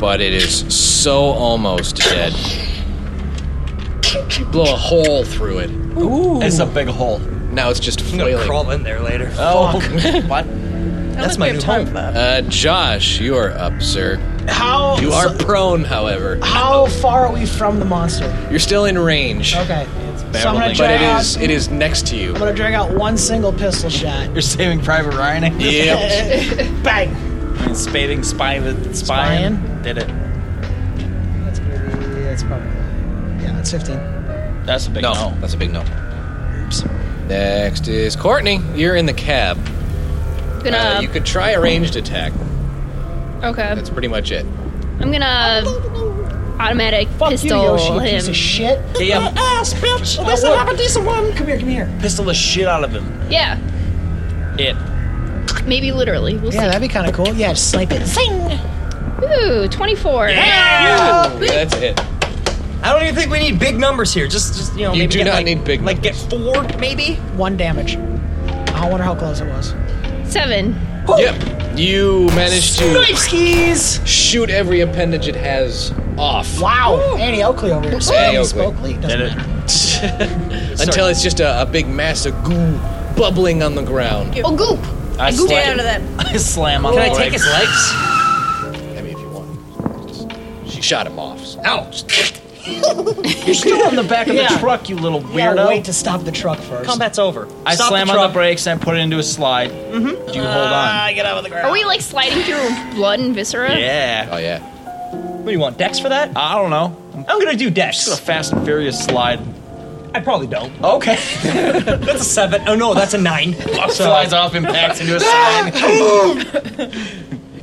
S1: but it is so almost dead. Blow a hole through it.
S8: It's a big hole.
S1: Now it's just
S7: I'm gonna
S1: flailing.
S7: crawl in there later.
S1: Oh,
S7: what? That's my new home.
S1: Uh, Josh, you are up, sir.
S3: How?
S1: You are prone, however.
S3: How far are we from the monster?
S1: You're still in range.
S3: Okay. So I'm gonna
S1: but
S3: drag
S1: it
S3: out-
S1: is it is next to you.
S3: I'm gonna drag out one single pistol shot.
S8: You're saving Private Ryan. I guess.
S3: Bang.
S8: I mean, spading spy with spying. Did it.
S3: That's gonna be. That's probably. Yeah, that's 15.
S8: That's a big
S1: no. That's a big no. Next is Courtney. You're in the cab.
S6: Gonna-
S1: Uh, you could try a ranged attack.
S6: Okay.
S1: That's pretty much it.
S6: I'm gonna automatic pistol
S3: Yoshi, you
S6: him.
S3: piece of shit.
S8: Yeah.
S3: ass, bitch. At least I have a decent one. Come here, come here.
S8: Pistol the shit out of him.
S6: Yeah,
S8: It.
S6: maybe literally. We'll
S3: yeah, that'd be kind of cool. Yeah, just snipe it. Sing.
S6: see. Ooh, 24.
S1: That's it.
S7: I don't even think we need big numbers here. Just, just you know,
S1: You
S7: maybe
S1: do
S7: get
S1: not
S7: like,
S1: need big
S7: Like get four, maybe.
S3: One damage. I wonder how close it was.
S6: Seven.
S1: Yep. You managed to
S3: Snipe skis.
S1: shoot every appendage it has off.
S3: Wow. Annie Oakley over here.
S1: Annie
S3: Miss
S1: Oakley.
S3: Oakley. Doesn't
S1: Did it. Until it's just a, a big mass of goo bubbling on the ground.
S6: Oh, goop.
S1: I
S6: gooped
S1: slam-
S6: out of that.
S8: I slam on
S1: Can
S8: the
S1: I take
S8: legs.
S1: his legs? I mean, if you want. She shot him off. Ow!
S7: You're still on the back
S8: of the truck, you little
S3: Yeah,
S8: weirdo.
S3: wait to stop the truck first.
S7: Combat's over.
S8: I
S7: Stop
S8: slam
S7: the
S8: on
S7: truck. Uh,
S8: the brakes and put it into a slide.
S6: Mm-hmm.
S8: Do you hold on?
S3: get out of the ground.
S6: Are we like sliding through blood and viscera?
S8: Yeah.
S1: Oh yeah.
S7: What do you want? Dex for that?
S8: I don't know.
S7: I'm gonna do Dex.
S8: Just a Fast and Furious slide.
S7: I probably don't.
S8: Okay.
S7: that's a seven. Oh no, that's a nine. So-
S8: Flies off, impacts into a sign.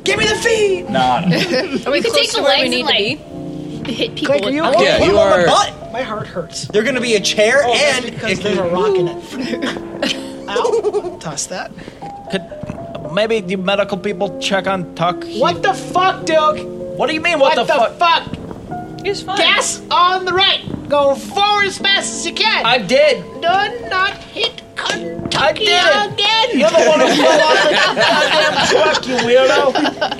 S3: Give me the feet.
S8: Nah, nah.
S6: Are we could take the
S13: where we
S6: legs
S13: need
S6: and like hit people.
S3: Click, are
S6: with
S3: you
S6: them.
S1: Oh,
S3: okay?
S7: Yeah,
S3: Put
S7: you
S3: him on
S7: are-
S3: the butt. My heart hurts.
S7: They're gonna be a chair
S3: Oh, that's
S7: and
S3: because
S7: it
S3: they were
S7: can-
S3: rocking it. Ow! Toss that.
S8: Maybe the medical people check on Tuck.
S3: What the fuck, Duke?
S8: What do you mean? What,
S3: What
S8: the,
S3: the
S8: fuck?
S3: Fuck!
S13: He's fine.
S3: Gas on the right. Go forward as fast as you can.
S8: I did.
S3: Do not hit Kentucky I
S8: did it.
S3: again.
S8: You're the one who fell off
S3: goddamn
S8: the truck, you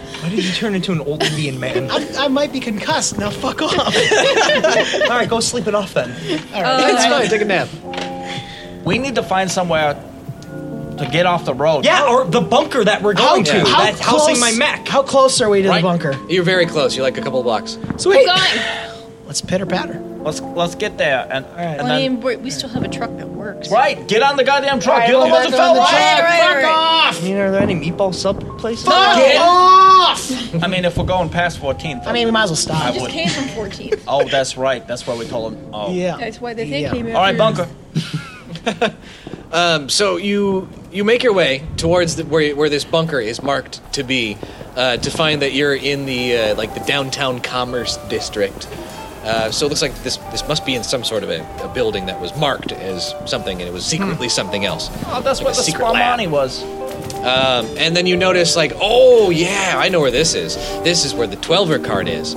S8: weirdo.
S7: Why did you turn into an old Indian man? All
S3: I, I might be concussed. Now fuck off.
S7: right, go sleep it off then.
S3: All right.
S1: It's fine. Take a nap.
S8: We need to find somewhere to get off the road.
S7: Yeah, or the bunker Oh, that we're going to. That's housing my Mac.
S3: How close are we to
S1: Right.
S3: the bunker?
S1: You're very close. You're like a couple blocks.
S3: Sweet. Let's pitter patter.
S8: Let's let's get there and, and
S13: Well, I
S8: then,
S13: mean, we we still have a truck that works.
S8: right. Get on the goddamn truck.
S3: Alright,
S8: You're the
S3: I'm
S8: one that
S3: back
S8: fell
S3: on the
S8: off.
S3: truck.
S13: Right, right,
S8: Fuck
S13: right.
S8: off.
S7: I mean, are there any meatball sub places?
S3: Fuck
S8: Get-
S3: Oh! off!
S8: I mean, if we're going past 14th,
S3: I mean, we might as well stop.
S8: I
S13: Just
S8: would.
S13: came from 14.
S8: Oh, that's right. That's why we told him. Oh.
S3: Yeah.
S13: That's why they think
S3: Yeah.
S13: came
S8: All right, bunker.
S1: Um, so you you make your way towards the, where where this bunker is marked to be, uh, to find that you're in the uh, like the downtown commerce district. Uh, so it looks like this this must be in some sort of a, a building that was marked as something, and it was secretly
S3: Hmm.
S1: something else.
S8: Oh, that's
S1: Like
S8: where
S1: a
S8: the
S1: secret lab.
S8: Spalmani was.
S1: Um, and then you notice like, oh yeah, I know where this is. This is where the twelver card is.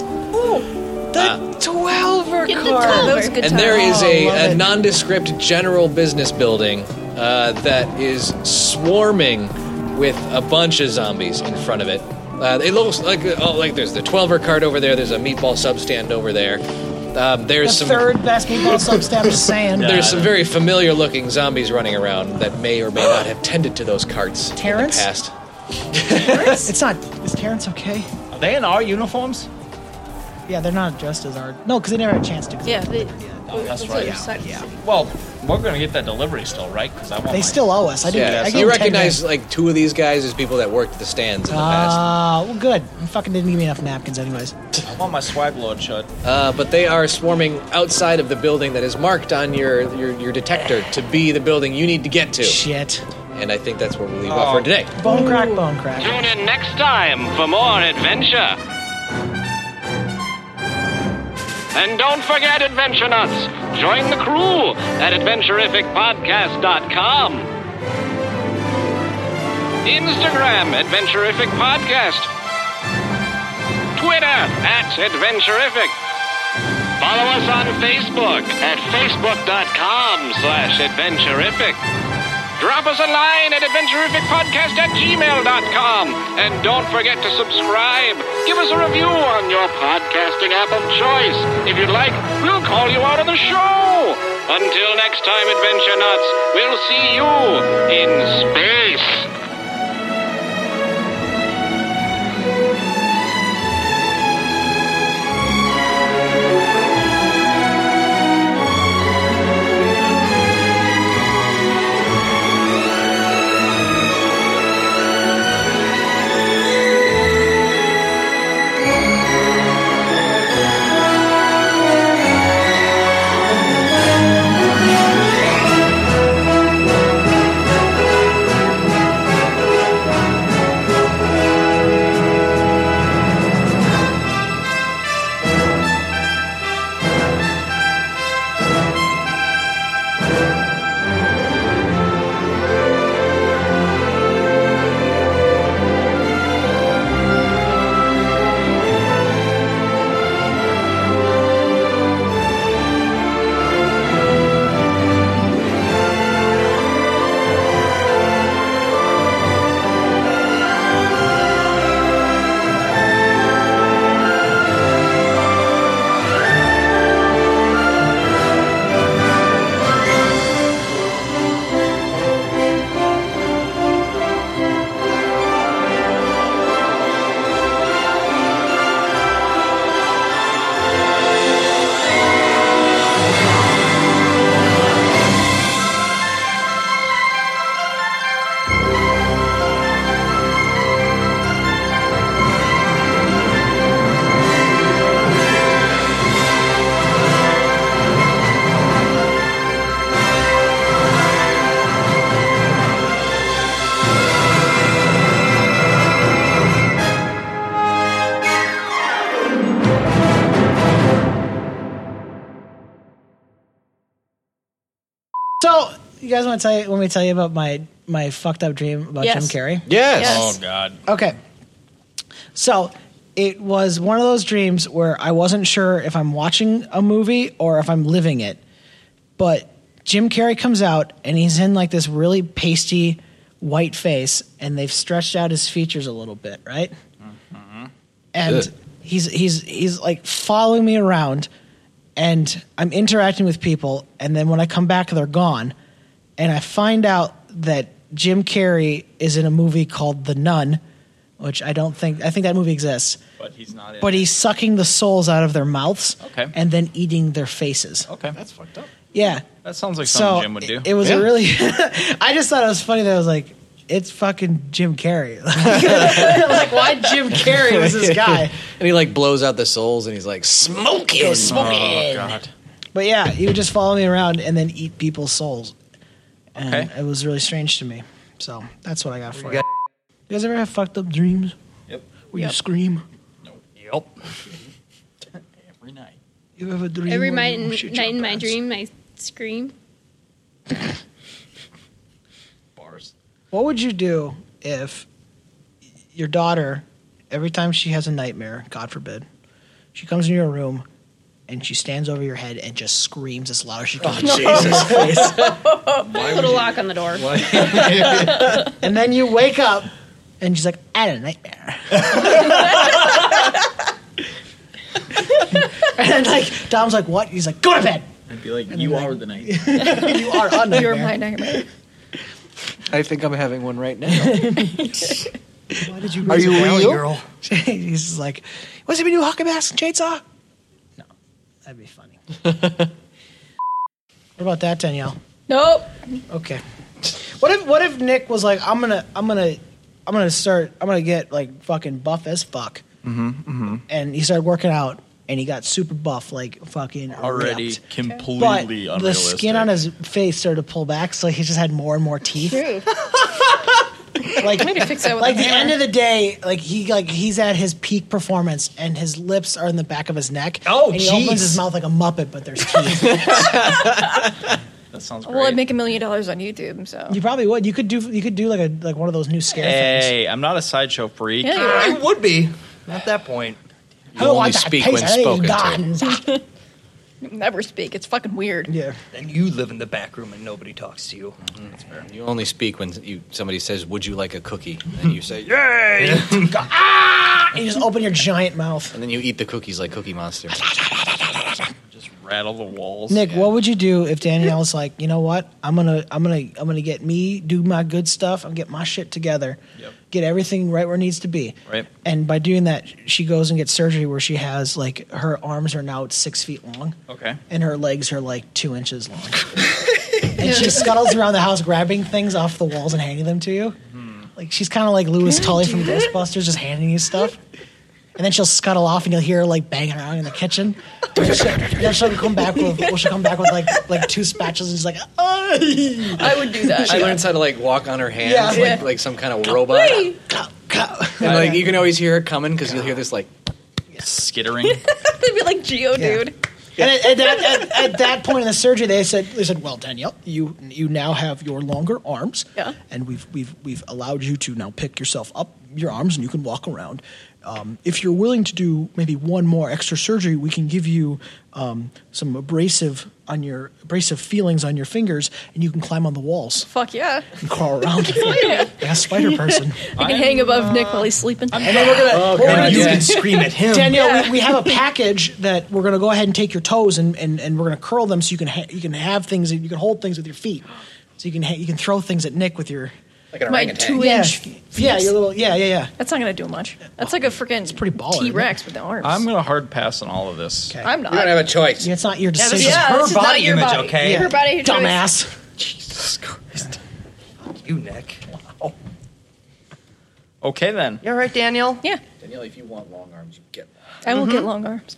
S3: Twelver
S13: Get the twelver. That was a good
S1: and
S13: time.
S1: there is
S3: Oh,
S1: a,
S3: love
S1: a
S3: it.
S1: nondescript general business building uh, that is swarming with a bunch of zombies in front of it. Uh, it looks like oh, like there's the twelver card over there. There's a meatball sub stand over there. Um,
S3: The
S1: there's some
S3: third best meatball sub stab just saying.
S1: there's some very familiar looking zombies running around that may or may not have tended to those carts
S3: Terrence?
S1: in the past.
S3: It's not. Is Terrence okay?
S8: Are they in our uniforms?
S3: Yeah, they're not dressed as our. No, because they never had a chance to.
S13: Yeah, they,
S8: Oh, that's
S13: it's
S8: right.
S13: like second city.
S8: Well, we're gonna get that delivery still, right? Because I want.
S3: They
S8: my-
S3: still owe us. I didn't.
S1: Yeah,
S3: I
S1: you recognize like two of these guys as people that worked the stands in the past.
S3: Ah, well, good. You fucking didn't give me enough napkins, anyways.
S8: I want my swag lord shot.
S1: Uh, but they are swarming outside of the building that is marked on your, your, your detector to be the building you need to get to.
S3: Shit.
S1: And I think that's where we'll leave
S3: Oh.
S1: off for today.
S3: Bone crack, bone crack.
S11: Tune in next time for more adventure. And don't forget, Adventure Nuts, join the crew at AdventurificPodcast.com. Instagram, Adventurific Podcast. Twitter, at Adventurific. Follow us on Facebook at Facebook.com slash Adventurific.
S1: Drop us a line at adventurificpodcast at gmail.com. And don't forget to subscribe. Give us a review on your podcasting app of choice. If you'd like, we'll call you out of the show. Until next time, Adventure Nuts, we'll see you in space.
S3: So, you guys want to tell you, want me to tell you about my my fucked up dream about
S18: Yes.
S3: Jim Carrey?
S18: Oh
S8: God.
S3: Okay. So it was one of those dreams where I wasn't sure if I'm watching a movie or if I'm living it. But Jim Carrey comes out and he's in like this really pasty white face and they've stretched out his features a little bit, right? And
S18: Good.
S3: he's he's he's like following me around and I'm interacting with people and then when I come back they're gone and I find out that Jim Carrey is in a movie called The Nun, which I don't think I think that movie exists.
S8: But he's not in
S3: But
S8: it.
S3: he's sucking the souls out of their mouths
S8: Okay.
S3: and then eating their faces.
S8: Okay. That's fucked up.
S3: Yeah.
S8: That sounds like
S3: So,
S8: something Jim would do.
S3: It was a really I just thought it was funny that I was like, it's fucking Jim Carrey. like why Jim Carrey was this guy?
S7: and he like blows out the souls, and he's like, "Smoke
S1: Oh,
S7: it,
S3: smoke it."
S7: God.
S3: But yeah, he would just follow me around and then eat people's souls. And
S7: Okay.
S3: it was really strange to me. So that's what I got for you. You guys ever have fucked up dreams?
S8: Yep.
S3: Where you scream?
S8: Yep.
S3: Every night. You have a dream.
S6: Every
S3: where
S6: night
S3: you
S6: in,
S3: shit
S6: night in
S3: your
S6: my
S3: pants?
S6: dream, I scream.
S3: What would you do if your daughter, every time she has a nightmare, God forbid, she comes in your room and she stands over your head and just screams as loud as she
S8: Oh,
S3: can?
S6: no.
S3: Jesus.
S6: Put a lock on the door.
S3: and then you wake up and she's like, I had a nightmare. and like Dom's like, what? He's like, go to bed.
S8: I'd be like, you are the night.
S3: you are a nightmare.
S19: You're my nightmare.
S7: I think I'm having one right now.
S3: Why did you
S7: Are
S3: raise
S7: you
S3: a valley
S7: real?
S3: girl? He's just like, what's it, my new Hawking Mask and Chainsaw? That'd be funny. What about that, Danielle?
S19: Nope.
S3: Okay. What if what if Nick was like, I'm gonna I'm gonna I'm gonna start I'm gonna get like fucking buff as fuck.
S8: Mm-hmm. Mm-hmm.
S3: And he started working out and he got super buff, like fucking
S8: Already
S3: ripped.
S8: completely
S3: But
S8: unrealistic.
S3: the skin on his face started to pull back, so he just had more and more teeth. like
S18: I need to fix that with
S3: like
S18: a
S3: the
S18: hammer.
S3: end of the day, like he like he's at his peak performance, and his lips are in the back of his neck.
S18: Oh,
S3: and he
S18: jeez.
S3: opens his mouth like a muppet, but there's teeth.
S8: that sounds
S13: Well, I'd make a million dollars on YouTube, so.
S3: you probably would. You could do you could do like a like one of those new scare things.
S8: Hey, I'm not a sideshow freak.
S3: Yeah, you are. I
S8: would be. Not that point.
S3: I don't want that taste. I think it's gone.
S13: never speak. It's fucking weird.
S3: Yeah.
S12: Then you live in the back room and nobody talks to you.
S1: Mm-hmm.
S12: That's fair.
S1: You only speak when you somebody says, "Would you like a cookie?" And you say, "Yeah."
S3: Yay! ah! And you just open your giant mouth.
S1: And then you eat the cookies like Cookie Monster.
S8: Just rattle the walls.
S3: Nick, what would you do if Danielle's like, you know what? I'm gonna, I'm gonna, I'm gonna get me do my good stuff. I'm get my shit together. Get everything right where it needs to be.
S8: Right.
S3: And by doing that, she goes and gets surgery where she has like her arms are now six feet long
S8: Okay.
S3: and her legs are like two inches long. and she scuttles around the house grabbing things off the walls and handing them to you. Like she's kind of like Lewis Tully from Ghostbusters, just handing you stuff. And then she'll scuttle off, and you'll hear her like banging around in the kitchen. then she'll come back with, well, she'll come back with like like two spatulas, and she's like, I
S13: would do
S1: She learns how to like walk on her hands,
S3: Yeah.
S1: like,
S3: Yeah.
S1: like some kind of robot. And like you can always hear her coming because you'll hear this like
S8: skittering.
S13: They'd be like Geo, dude.
S3: And at, at that, at, at that point in the surgery, they said, "They said, well, Danielle, you you now have your longer arms,
S13: Yeah.
S3: and we've we've we've allowed you to now pick yourself up your arms, and you can walk around. Um, if you're willing to do maybe one more extra surgery, we can give you um, some abrasive on your abrasive feelings on your fingers, and you can climb on the walls
S13: Fuck yeah.
S3: and crawl around.
S13: Yeah.
S3: like a spider person.
S13: I can hang above Nick while he's sleeping.
S3: And then we're gonna
S13: Oh,
S3: we're
S13: God,
S3: gonna
S13: you
S3: do-
S13: can scream
S12: at him.
S3: Danielle.
S13: Yeah.
S3: We, we have a package that we're gonna go ahead and take your toes and, and, and we're gonna curl them so you can ha- you can have things and you can hold things with your feet. So you can ha- you can throw things at Nick with your
S1: like an
S13: My orangutan. two-inch
S3: Yeah, yeah, your little yeah yeah yeah.
S13: That's not gonna do much. That's like a freaking it's pretty
S3: baller,
S13: T Rex with the arms.
S8: I'm gonna hard pass on all of this.
S3: Okay.
S13: I'm not.
S1: You don't have a choice.
S3: It's not your
S13: Yeah, this
S3: decision.
S13: is- yeah, Her this is not body your image, body. okay? Her body, her choice.
S3: dumbass.
S12: You, Nick.
S8: Okay then.
S14: You're right, Daniel.
S13: Yeah.
S1: Danielle, if you want long arms, you get one.
S13: I will
S3: Mhm.
S13: get long arms.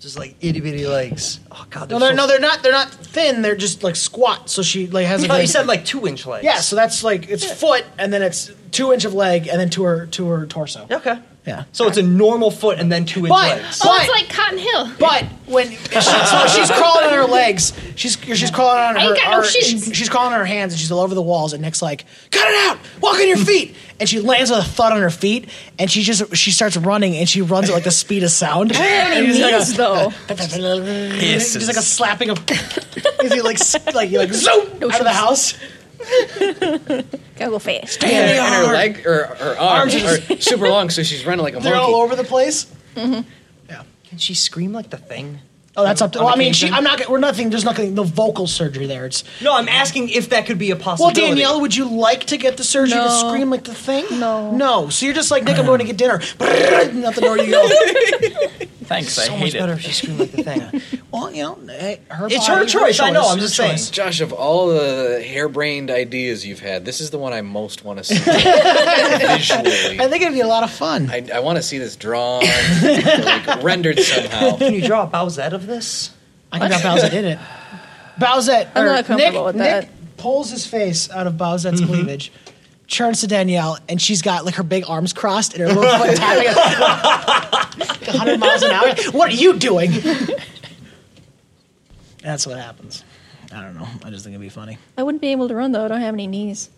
S12: Just like itty bitty legs. Oh god,
S3: No, they're no, they're not. They're not thin. They're just like squat. So she like has.
S12: I
S3: a
S12: thought
S3: very-
S12: you said like two inch legs.
S3: Yeah, so that's like it's foot, and then it's two inch of leg, and then to her to her torso.
S12: Okay.
S3: Yeah.
S12: So it's a normal foot and then two inch
S3: But-
S12: legs.
S6: Oh, it's like Cotton Hill.
S3: But when she, so she's crawling on her legs. She's she's crawling on
S6: I ain't
S3: her.
S6: got no
S3: her-
S6: shins.
S3: she- she's crawling on her hands, and she's all over the walls. And Nick's like, "Cut it out! Walk on your feet!" And she lands with a thud on her feet, and she just she starts running, and she runs at like the speed of sound. And he's like a-
S13: though.
S3: He's like a slapping of. Is he like s- like you like zoom out of the house?
S13: Gotta go fast.
S1: And, and her leg or her arms,
S3: Arms
S1: are super long, so she's running like a
S3: They're
S1: monkey.
S3: all over the place.
S12: Can she scream like the thing?
S3: Oh, that's up to.
S12: On
S3: Well, I mean, she,
S12: occasion?
S3: I'm not. We're nothing. There's nothing. No vocal surgery there. It's
S12: No, I'm asking if that could be a
S3: Well,
S12: possibility.
S3: Danielle, would you like to get the surgery to
S12: No.
S3: scream like the thing? No. No. So you're just like, Nick, I'm going to get dinner. And Out the door you go.
S8: Thanks, I
S12: so
S8: hate
S12: much
S8: it.
S12: better if she screamed like the thing.
S3: well, you know, hey, her
S12: It's
S3: body,
S12: her choice, I know, I'm just
S3: her
S12: saying.
S3: choice.
S1: Josh, of all the harebrained ideas you've had, this is the one I most want to see visually.
S3: I think it'd be a lot of fun.
S1: I, I want to see this drawn, or, like, rendered somehow.
S12: Can you draw a Bowsette of this?
S3: I think that Bowsette did it. Bowsette.
S13: I'm
S3: or
S13: not comfortable
S3: Nick,
S13: with that.
S3: Nick pulls his face out of Bowsette's
S1: Mm-hmm.
S3: cleavage, turns to Danielle, and she's got like her big arms crossed and her little foot tapping at like, 100 miles an hour. What are you doing? That's what happens. I don't know. I just think it'd be funny.
S13: I wouldn't be able to run though. I don't have any knees.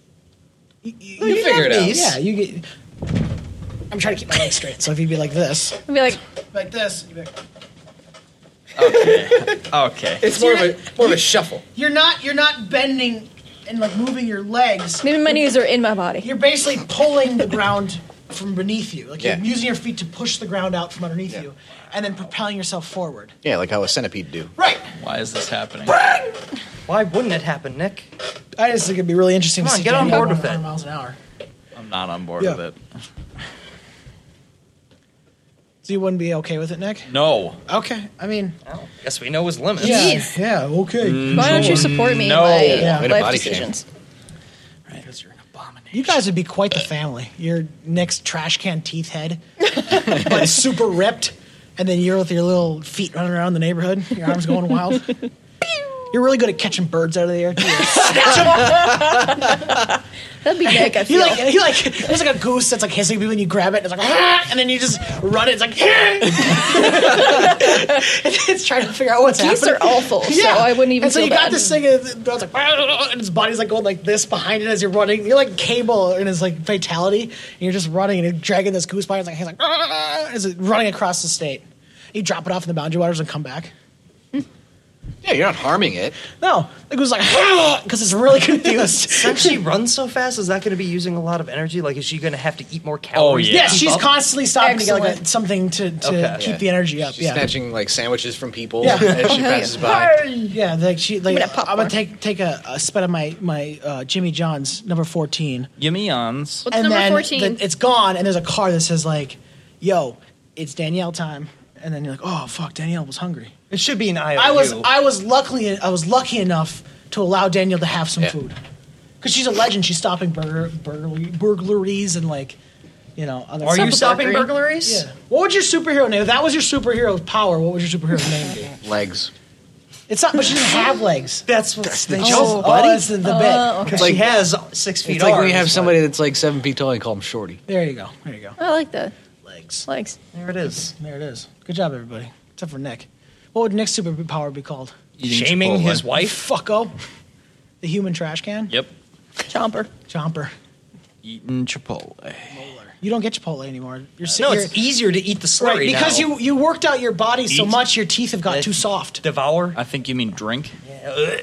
S3: You,
S1: you figure it out.
S3: Yeah, you get. I'm trying to keep my legs straight, so if you'd be like this,
S13: I'd be like,
S3: like this, you'd be like-
S8: Okay.
S1: It's more of a more of a shuffle.
S3: you're not you're not bending and like moving your legs.
S13: maybe my knees are in my body.
S3: You're basically pulling the ground from beneath you. Like
S1: Yeah.
S3: you're using your feet to push the ground out from underneath you and then propelling yourself forward.
S1: Yeah, like how a centipede do.
S3: Right.
S8: Why is this happening?
S12: Why wouldn't it happen, Nick?
S3: I just think it'd be really interesting
S12: Come
S3: to
S12: on,
S3: see
S12: get on
S3: Daniel
S12: board
S3: going
S12: with
S3: 100
S12: it.
S3: miles an hour.
S8: I'm not on board
S3: Yeah.
S8: with it.
S3: So you wouldn't be okay with it, Nick?
S8: No.
S3: Okay. I mean,
S12: Guess we know his limits.
S3: yeah, yeah,
S1: Mm.
S3: okay.
S13: Why don't you support me in my
S3: Yeah. Way to
S13: life
S3: body shame.
S13: decisions?
S3: You guys would be quite the family. You're Nick's trash can teeth head, but super ripped, and then you're with your little feet running around the neighborhood, your arms going wild. You're really good at catching birds out of the air too.
S13: That'd be Nick. I
S3: He
S13: feel.
S3: like he like there's like a goose that's like hissing at people and you grab it and it's like "Ah," and then you just run it. It's like it's trying to figure out what's
S13: Geese
S3: happening.
S13: are awful, so I wouldn't even
S3: And so
S13: feel
S3: you got
S13: bad.
S3: this thing and the dog's like "Ah," and his body's like going like this behind it as you're running. You're like cable in his like fatality and you're just running and you're dragging this goose by. It's like he's like "Ah," as it's running across the state. You drop it off in the boundary waters and come back.
S1: Yeah, you're not harming it.
S3: No, it was like because it's really confused.
S7: Since she runs so fast, is that going to be using a lot of energy? Like, is she going to have to eat more
S1: Oh,
S7: calories?
S1: yeah.
S7: to
S1: Yeah,
S7: keep
S3: She's
S7: up?
S3: constantly stopping to get like a,
S7: Excellent.
S3: something to, to
S7: Okay.
S3: keep the energy up.
S1: She's
S3: yeah.
S1: snatching like sandwiches from people
S3: Yeah.
S1: as she passes by.
S3: Yeah, like she like I'm gonna take take a, a spit of my my uh, Jimmy John's number fourteen.
S8: Yummy yawns.
S3: and then the- it's gone, and there's a car that says like, "Yo, it's Danielle time." And then you're like, "Oh fuck, Danielle was hungry."
S7: It should be an IOU.
S3: I was I was luckily I was lucky enough to allow Danielle to have some food because she's a legend. She's stopping burger burglary, burglaries and like, you know. Other
S7: Are you stopping burglaries?
S3: Yeah. What would your superhero name? If that was your superhero power, what would your superhero name be?
S1: Legs.
S3: It's not, but she doesn't have legs. That's what
S7: the joke, buddy.
S3: Oh, that's the, the
S7: Oh,
S3: bit.
S7: okay. It's like- She has six
S20: It's like when you have somebody that's like seven feet tall and you call him Shorty.
S3: There you go. There you go.
S13: I like that.
S3: Legs.
S13: Legs.
S7: There it is.
S3: There it is. Good job, everybody. Except for Nick. What would Nick's superpower be called?
S12: Eating Shaming Chipotle. his wife?
S3: Fucko. The human trash can?
S12: Yep.
S3: Chomper. Chomper.
S8: Mm,
S12: Eating Chipotle.
S3: You don't get Chipotle anymore. You're
S7: No,
S3: you're-
S7: it's easier to eat the slurry
S3: Right, because
S7: now.
S3: you you worked out your body so
S7: Eat.
S3: much, your teeth have got too soft.
S7: Devour.
S8: I think you mean drink.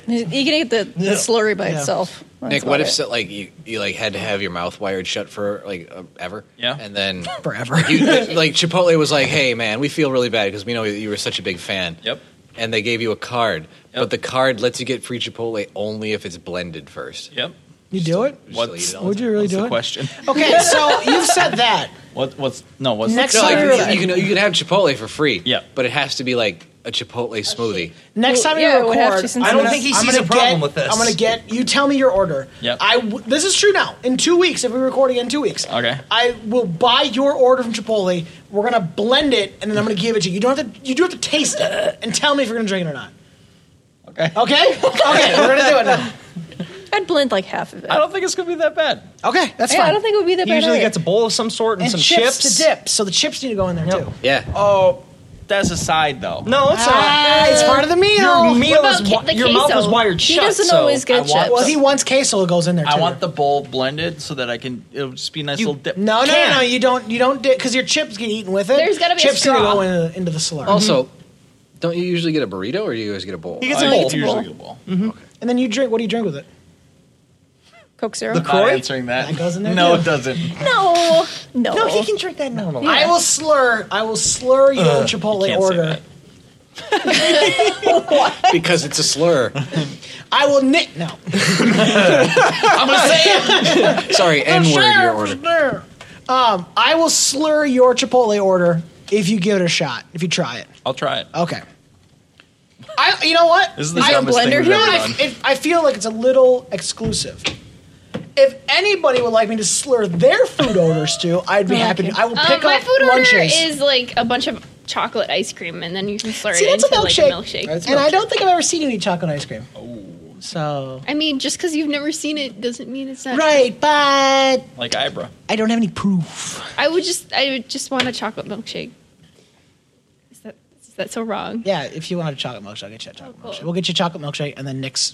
S13: You can eat the, the
S1: Yeah.
S13: slurry by
S1: Yeah.
S13: itself. That's
S1: Nick, what if
S13: about it.
S1: so, like you, you like had to have your mouth wired shut for like uh, ever? Yeah, and then
S3: forever.
S1: you, like Chipotle was like, "Hey, man, we feel really bad because we know you were such a big fan." Yep. And they gave you a card, but the card lets you get free Chipotle only if it's blended first.
S8: Yep.
S3: You do it?
S1: What's,
S3: Would you really do it?
S8: Question.
S3: Okay, so you've said that.
S8: What? What's no? What's
S3: Next
S1: no, like,
S3: time-
S1: you, you can you can have Chipotle for free. Yeah, but it has to be like a Chipotle smoothie.
S3: Next time
S13: yeah, it
S3: you
S13: would
S3: record,
S13: have to since
S3: I'm
S13: I'm
S3: gonna-
S13: not- think he
S3: I'm
S13: sees
S3: gonna
S13: a problem
S3: get-
S13: with this.
S3: I'm gonna get you. Tell me your order.
S8: Yep.
S3: I w- this is true now. In two weeks, if we record again, in two weeks.
S8: Okay.
S3: I will buy your order from Chipotle. We're gonna blend it, and then I'm gonna give it to you. You don't have to. You do have to taste it and tell me if you're gonna drink it or not.
S8: Okay.
S3: Okay. Okay. We're gonna do it now.
S13: I'd blend like half of it.
S8: I don't think it's gonna be that bad.
S3: Okay, that's
S13: Yeah,
S3: fine.
S13: I don't think it would be that
S7: He
S13: bad.
S7: usually
S13: either.
S7: gets a bowl of some sort and,
S3: And
S7: some
S3: chips,
S7: chips.
S3: to dip. So the chips need to go in there too.
S1: Yeah.
S8: Oh, that's a side though.
S7: No, it's
S3: Ah,
S7: not.
S3: it's part of the meal.
S7: Your
S3: What
S7: meal
S3: about
S7: is
S3: ca-
S7: wi-
S3: the
S7: your mouth is
S3: queso?
S7: wired
S3: He
S7: shut.
S3: doesn't
S7: so
S3: always get
S7: I want
S3: Well, if
S7: the-
S3: he wants queso, it goes in there. Too.
S8: I want the bowl blended so that I can. It'll just be a nice little dip.
S3: No, no, no, no, you don't, you don't, because your chips get eaten with it.
S6: There's gotta be a
S3: chips need to
S6: straw.
S3: go into, into the slurry.
S1: Also, don't you usually get a burrito or do you guys get a bowl?
S3: He gets a I bowl. usually get a Mhm. and then you drink. What do you drink with it?
S13: Coke Zero.
S8: I'm not answering that.
S3: That goes in there,
S8: No,
S3: too.
S8: it doesn't.
S13: No, no.
S3: No, he can drink that normal.
S13: no.
S3: I will slur. I will slur your
S1: Ugh,
S3: Chipotle
S1: you can't say
S3: order.
S1: because it's a slur.
S3: I will knit. No,
S1: I'm gonna say it. Sorry,
S3: The
S1: N-word, your
S3: sheriff
S1: order.
S3: is there. Um, I will slur your Chipotle order if you give it a shot. If you try it.
S8: I'll try it.
S3: Okay. I, you know what?
S8: This is the
S3: I
S8: dumbest thing we've
S3: You know
S8: ever
S3: what? I,
S8: done.
S3: it, I feel like it's a little exclusive. If anybody would like me to slur their food orders too, I'd be happy. To, I will pick
S6: um, my
S3: up
S6: food
S3: lunches.
S6: order is like a bunch of chocolate ice cream, and then you can slurry
S3: See,
S6: it
S3: that's
S6: into
S3: a milkshake,
S6: like a milkshake.
S3: and I don't think I've ever seen you eat chocolate ice cream. Oh, so
S6: I mean, just because you've never seen it doesn't mean it's not
S3: right, but
S8: Like Ibra.
S3: I don't have any proof.
S6: I would just, I would just want a chocolate milkshake. Is that is that so wrong?
S3: Yeah, if you want a chocolate milkshake, I'll get you a chocolate
S6: cool.
S3: milkshake. We'll get you a chocolate milkshake, and then Nick's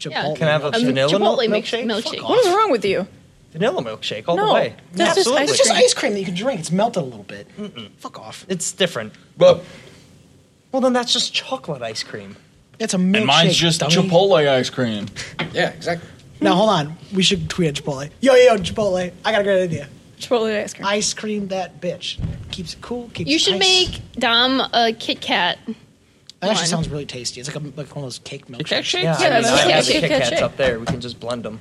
S3: Chipotle.
S6: Yeah. Can I have a vanilla Chipotle milk- milkshake? milkshake. What is
S13: wrong with you?
S7: Vanilla milkshake all
S3: No,
S7: the way.
S3: that's just
S7: Absolutely.
S3: ice It's just cream. ice cream that you can drink. It's melted a little bit. Fuck off.
S7: It's different. Well, then that's just chocolate ice cream.
S3: It's a milkshake.
S8: And mine's just
S3: dummy.
S8: Chipotle ice cream.
S1: Yeah, exactly.
S3: Now hold on, we should tweet at Chipotle. Yo yo Chipotle, I got a great idea.
S13: Chipotle ice cream.
S3: Ice cream that bitch keeps it cool. Keeps
S6: You should
S3: ice.
S6: make Dom a Kit Kat.
S3: That actually
S6: one.
S3: sounds really tasty. It's like, a, like one of those cake milkshakes.
S7: Yeah, I, mean, I have the Kit Kats up there. We can just blend them.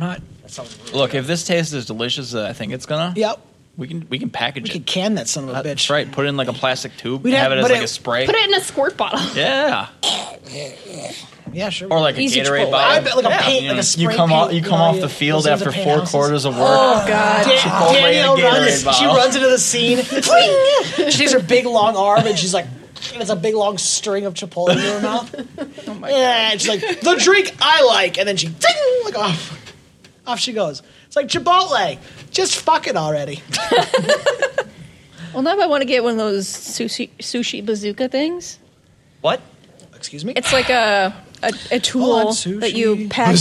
S3: Not.
S7: That sounds really
S8: Look, if this tastes as delicious as I think it's gonna,
S3: yep,
S8: we can we can package
S3: We
S8: it.
S3: could can that son of a bitch.
S8: That's right. Put it in like a plastic tube.
S3: We'd
S8: have,
S3: have-
S8: it as
S3: but
S8: like
S3: it-
S8: a spray.
S6: Put it in a squirt bottle.
S8: Yeah.
S3: Yeah, sure.
S8: Or like a Gatorade bottle.
S3: I bet like a
S8: Yeah.
S3: paint, like
S8: You
S3: a spray
S8: come off-
S3: paint,
S8: you come
S3: know,
S8: off the field
S3: those are the
S8: after
S3: paint
S8: four
S3: houses.
S8: quarters of work.
S3: Oh god,
S8: Dan- Chipotle in a
S3: Danielle runs.
S8: Gatorade
S3: She
S8: bottle.
S3: runs into the scene. Fling! she has her big long arm, and she's like, and it's a big long string of Chipotle in her mouth. Oh my yeah, and she's like the drink I like, and then she ding, like off, off she goes. It's like Chipotle, just fuck it already.
S13: Well, now I want to get one of those sushi sushi bazooka things.
S7: What?
S3: Excuse me.
S13: It's like a a, a tool
S3: Oh, on,
S13: that you pack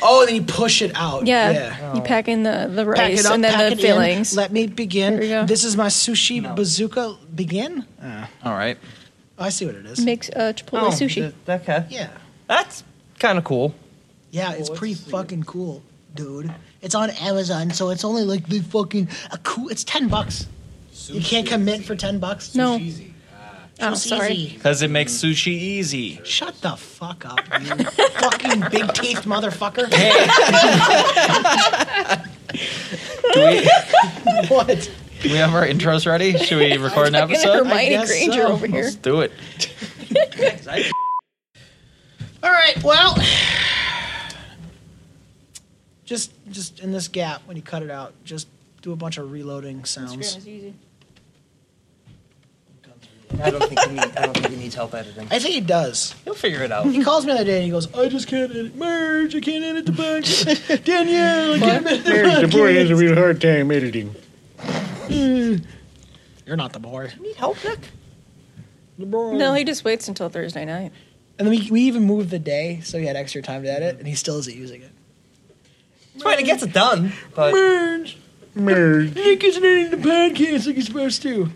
S3: Oh, and then you push it out.
S13: in. Yeah,
S3: yeah.
S13: you pack in the the rice
S3: Pack it up,
S13: and then
S3: pack
S13: the
S3: it in.
S13: fillings.
S3: Let me begin. This is my sushi bazooka. Begin.
S8: All right.
S3: I see what it is.
S13: Makes uh, Chipotle
S3: Oh,
S13: sushi.
S7: okay.
S3: Yeah.
S7: That's kind of cool.
S3: Yeah, it's pretty fucking cool, dude. It's on Amazon, so it's only like the fucking a cool. It's ten bucks. You can't commit for ten bucks. No.
S13: Oh, sorry.
S8: Because it makes sushi easy.
S3: Shut the fuck up, you fucking big teeth motherfucker.
S8: Do we,
S3: what?
S8: do we have our intros ready? Should we record an
S13: Fucking
S8: episode?
S13: Hermione I guess Granger so. over here.
S8: Let's do it.
S3: All right. Well, just just in this gap when you cut it out, just do a bunch of reloading sounds.
S7: I don't think he need, I don't think he needs help editing.
S3: I think he does.
S7: He'll figure it out.
S3: He calls me the other day and he goes, "I just can't edit merge. I can't edit the back. Danielle, I can't edit the back."
S14: has a real hard time editing.
S3: You're not the boy.
S7: Need help, Nick?
S13: No, he just waits until Thursday night.
S3: And then we, we even moved the day so he had extra time to edit, and he still isn't using it.
S7: It's fine. It gets it done. But
S3: merge,
S14: merge.
S3: Nick isn't in the podcast like he's supposed to.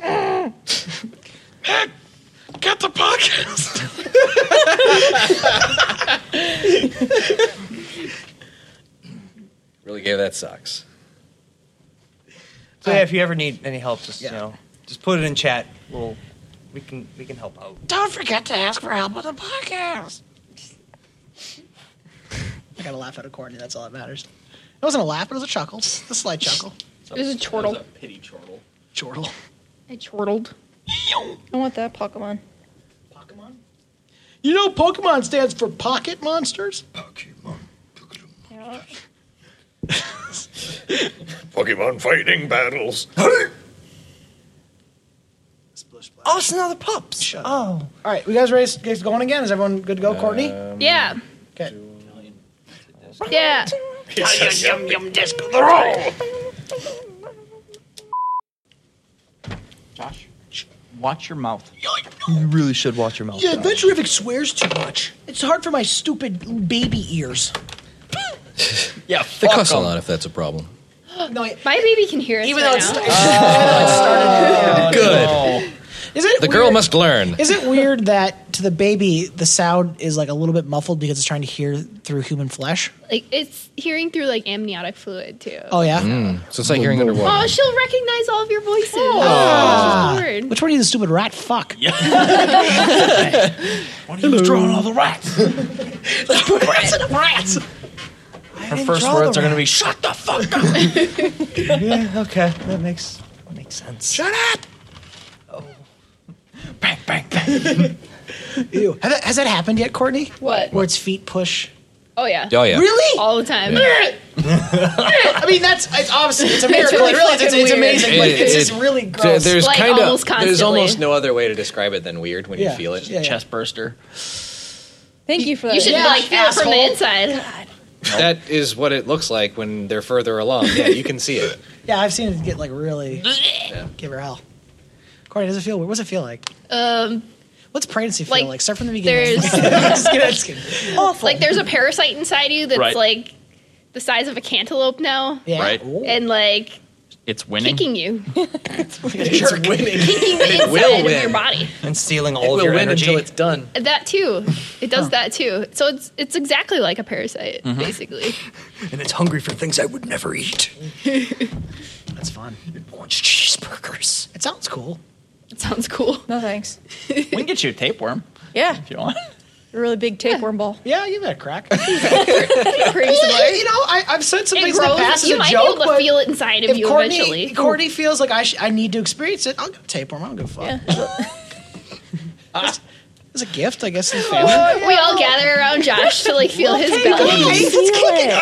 S14: Got the podcast.
S1: Really gave that sucks.
S7: So yeah, if you ever need any help, just you know, just put it in chat. We'll we can we can help out.
S14: Don't forget to ask for help with the podcast.
S3: I got to laugh out of Courtney. That's all that matters. It wasn't a laugh, but it was a chuckle. The slight chuckle.
S6: It was a chortle.
S1: a pity chortle.
S3: Chortle.
S6: I chortled.
S13: I want that Pokemon.
S3: You know, Pokemon stands for Pocket Monsters.
S13: Yeah.
S14: Pokemon fighting battles.
S7: Oh, it's another pups. Oh.
S3: All right, we guys ready to get going again? Is everyone good to go, Courtney?
S6: Yeah.
S3: Okay.
S6: Yeah.
S14: yum yum disc the roll.
S8: Josh, watch your mouth.
S7: You really should watch your mouth.
S3: Yeah, Venturific swears too much. It's hard for my stupid baby ears.
S1: Yeah, they cuss a lot if that's a problem.
S3: no,
S6: my baby can hear us.
S3: Even
S6: right
S3: though it's-
S6: now.
S1: Good.
S3: Is it
S1: the girl
S3: weird-
S1: must learn.
S3: Is it weird that to the baby the sound is like a little bit muffled because it's trying to hear through human flesh?
S6: like it's hearing through like amniotic fluid too.
S3: Oh yeah.
S1: So it's like hearing underwater.
S6: Oh, she'll recognize all of your voices.
S3: Ah.
S6: She's bored.
S3: Which one of you, stupid rat? Fuck. Yeah.
S14: One of you was drawing all the rats. Let's put rats in the rats.
S8: Her first words are going to be shut
S14: the fuck up.
S7: yeah. Okay. That makes that makes sense.
S14: Shut up.
S3: Ew. Has that, has that happened yet, Courtney?
S6: What?
S3: Where its feet push?
S6: Oh yeah.
S3: Oh, yeah. Really?
S6: All the time.
S3: I mean, that's it's obviously it's a
S6: It's
S3: miracle.
S6: really
S3: it really is. It's,
S6: fucking
S3: it's
S6: weird.
S3: amazing. like
S1: It-
S3: it's
S1: it-
S3: just really
S1: th-
S3: gross.
S1: There's
S6: Like,
S1: kind of
S6: almost
S1: there's
S6: constantly.
S1: almost no other way to describe it than weird when
S3: Yeah.
S1: you feel it.
S3: Yeah, yeah.
S1: Chest burster.
S13: Thank you for that.
S6: You should
S13: Yeah,
S6: like feel it from the
S13: asshole.
S6: inside.
S1: That is what it looks like when they're further along. Yeah, you can see it.
S3: yeah, I've seen it get like really give her hell. Courtney, does it feel? weird? What's it feel like?
S6: Um,
S3: What's pregnancy feel like?
S6: Like,
S3: Start from the beginning.
S6: there's-
S3: Just kidding, just kidding.
S6: like there's a parasite inside you that's
S8: Right.
S6: like the size of a cantaloupe now.
S8: Yeah. Right.
S6: And like
S8: It's winning.
S6: kicking you.
S7: It's winning.
S6: Kicking the
S7: It will
S6: inside of
S7: win.
S6: your body.
S7: And stealing all of
S20: will
S7: your
S20: win
S7: energy
S20: until it's
S7: done.
S6: That too. It does
S7: Huh.
S6: that too. So it's it's exactly like a parasite,
S7: Mhm.
S6: basically.
S20: And it's hungry for things I would never eat.
S3: That's fun.
S20: It wants cheeseburgers.
S3: It sounds cool.
S6: It sounds cool.
S13: No thanks.
S8: we can get you a tapeworm
S13: Yeah,
S8: if you want.
S13: a really big tapeworm ball.
S3: Yeah, give it a crack.
S6: Creeps
S3: Yeah,
S6: more.
S3: you know, I, I've said some
S6: It
S3: things in the
S6: grows.
S3: past as
S6: You
S3: a
S6: might be
S3: joke,
S6: able to
S3: but
S6: feel it inside of
S3: if
S6: you
S3: Courtney,
S6: eventually.
S3: if Courtney feels like I, sh- I need to experience it, I'll go tapeworm. I don't give a fuck. It's- it's a gift, I guess, to the family.
S6: We all gather around Josh to like feel his belly.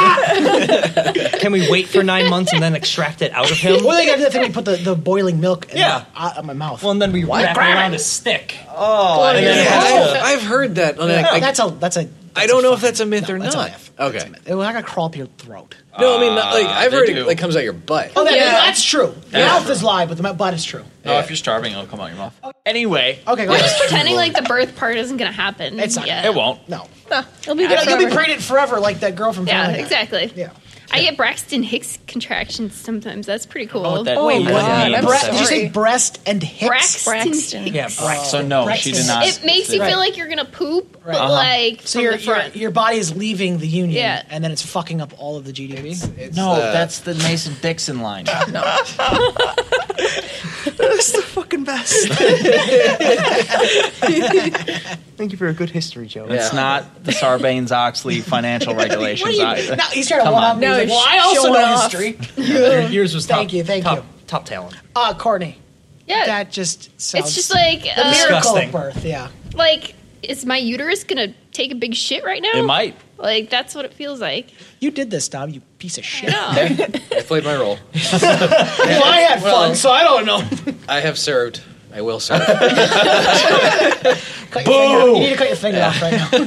S7: Can we wait for nine months and then extract it out of him?
S3: well, they got the thing we put the, the boiling milk in
S7: Yeah.
S3: my, uh, in my mouth.
S7: Well, and then we wrap it around a stick.
S20: Oh,
S7: I didn't know that.
S20: I've, I've heard that. and I-
S3: Yeah,
S20: I-
S3: that's a that's a.
S20: I don't know if that's a myth or
S3: that's a
S20: not.
S3: myth.
S20: Okay.
S3: It was not gonna crawl up your throat.
S1: No, I mean not- like
S8: Uh,
S14: Ah,
S1: I've
S8: they
S1: heard
S8: do.
S1: it like comes out your butt.
S3: Oh, that,
S8: Yeah.
S3: that's true.
S8: That's
S3: mouth
S8: true.
S3: is live, but the mou- butt is true.
S8: No, Oh, if you're starving, it'll come out your mouth. Anyway.
S3: Okay, go
S6: We're
S3: ahead.
S6: just pretending like the birth part isn't gonna happen. It's
S3: not
S6: yet.
S8: It won't.
S3: No.
S6: It'll
S3: You know, you'll be pregnant forever, like that girl from
S6: Yeah,
S3: Family Guy.
S6: exactly.
S3: Yeah.
S6: I get Braxton Hicks contractions sometimes. That's pretty cool.
S8: know what that Oh, means. what? Yeah, I'm
S3: Bre-
S8: sorry.
S3: did you say breast and hips?
S6: Braxton, Hicks.
S8: Yeah, Braxton. So no, she did not.
S6: It makes you
S3: Right.
S6: feel like you're gonna poop, but
S3: Uh-huh.
S6: like
S3: so
S6: from
S3: your,
S6: the front.
S3: your your body is leaving the union,
S6: Yeah.
S3: and then it's fucking up all of the GDP.
S8: No, that's the Mason Dixon line. no.
S20: That's the fucking best. Thank you for a good history, Joe.
S8: It's not the Sarbanes Oxley financial regulations either.
S3: No, he's trying to
S8: Come
S3: one
S8: on.
S3: up. me. He's like, well, I also know history.
S7: Yours was
S3: Thank you, thank you.
S7: top talent.
S3: Uh, Courtney.
S6: Yeah.
S3: That just sounds.
S6: It's just like,
S3: the
S6: uh,
S3: miracle
S7: Disgusting.
S3: of birth. Yeah.
S6: like is my uterus gonna take a big shit right now?
S3: It might.
S6: Like that's what it feels like.
S3: You did this, Tom. You piece of shit.
S1: I played my role.
S3: well, I had
S1: Well-
S3: fun, so I don't know.
S1: I have served. I will serve.
S3: Cut your finger- You need to cut your finger off right now.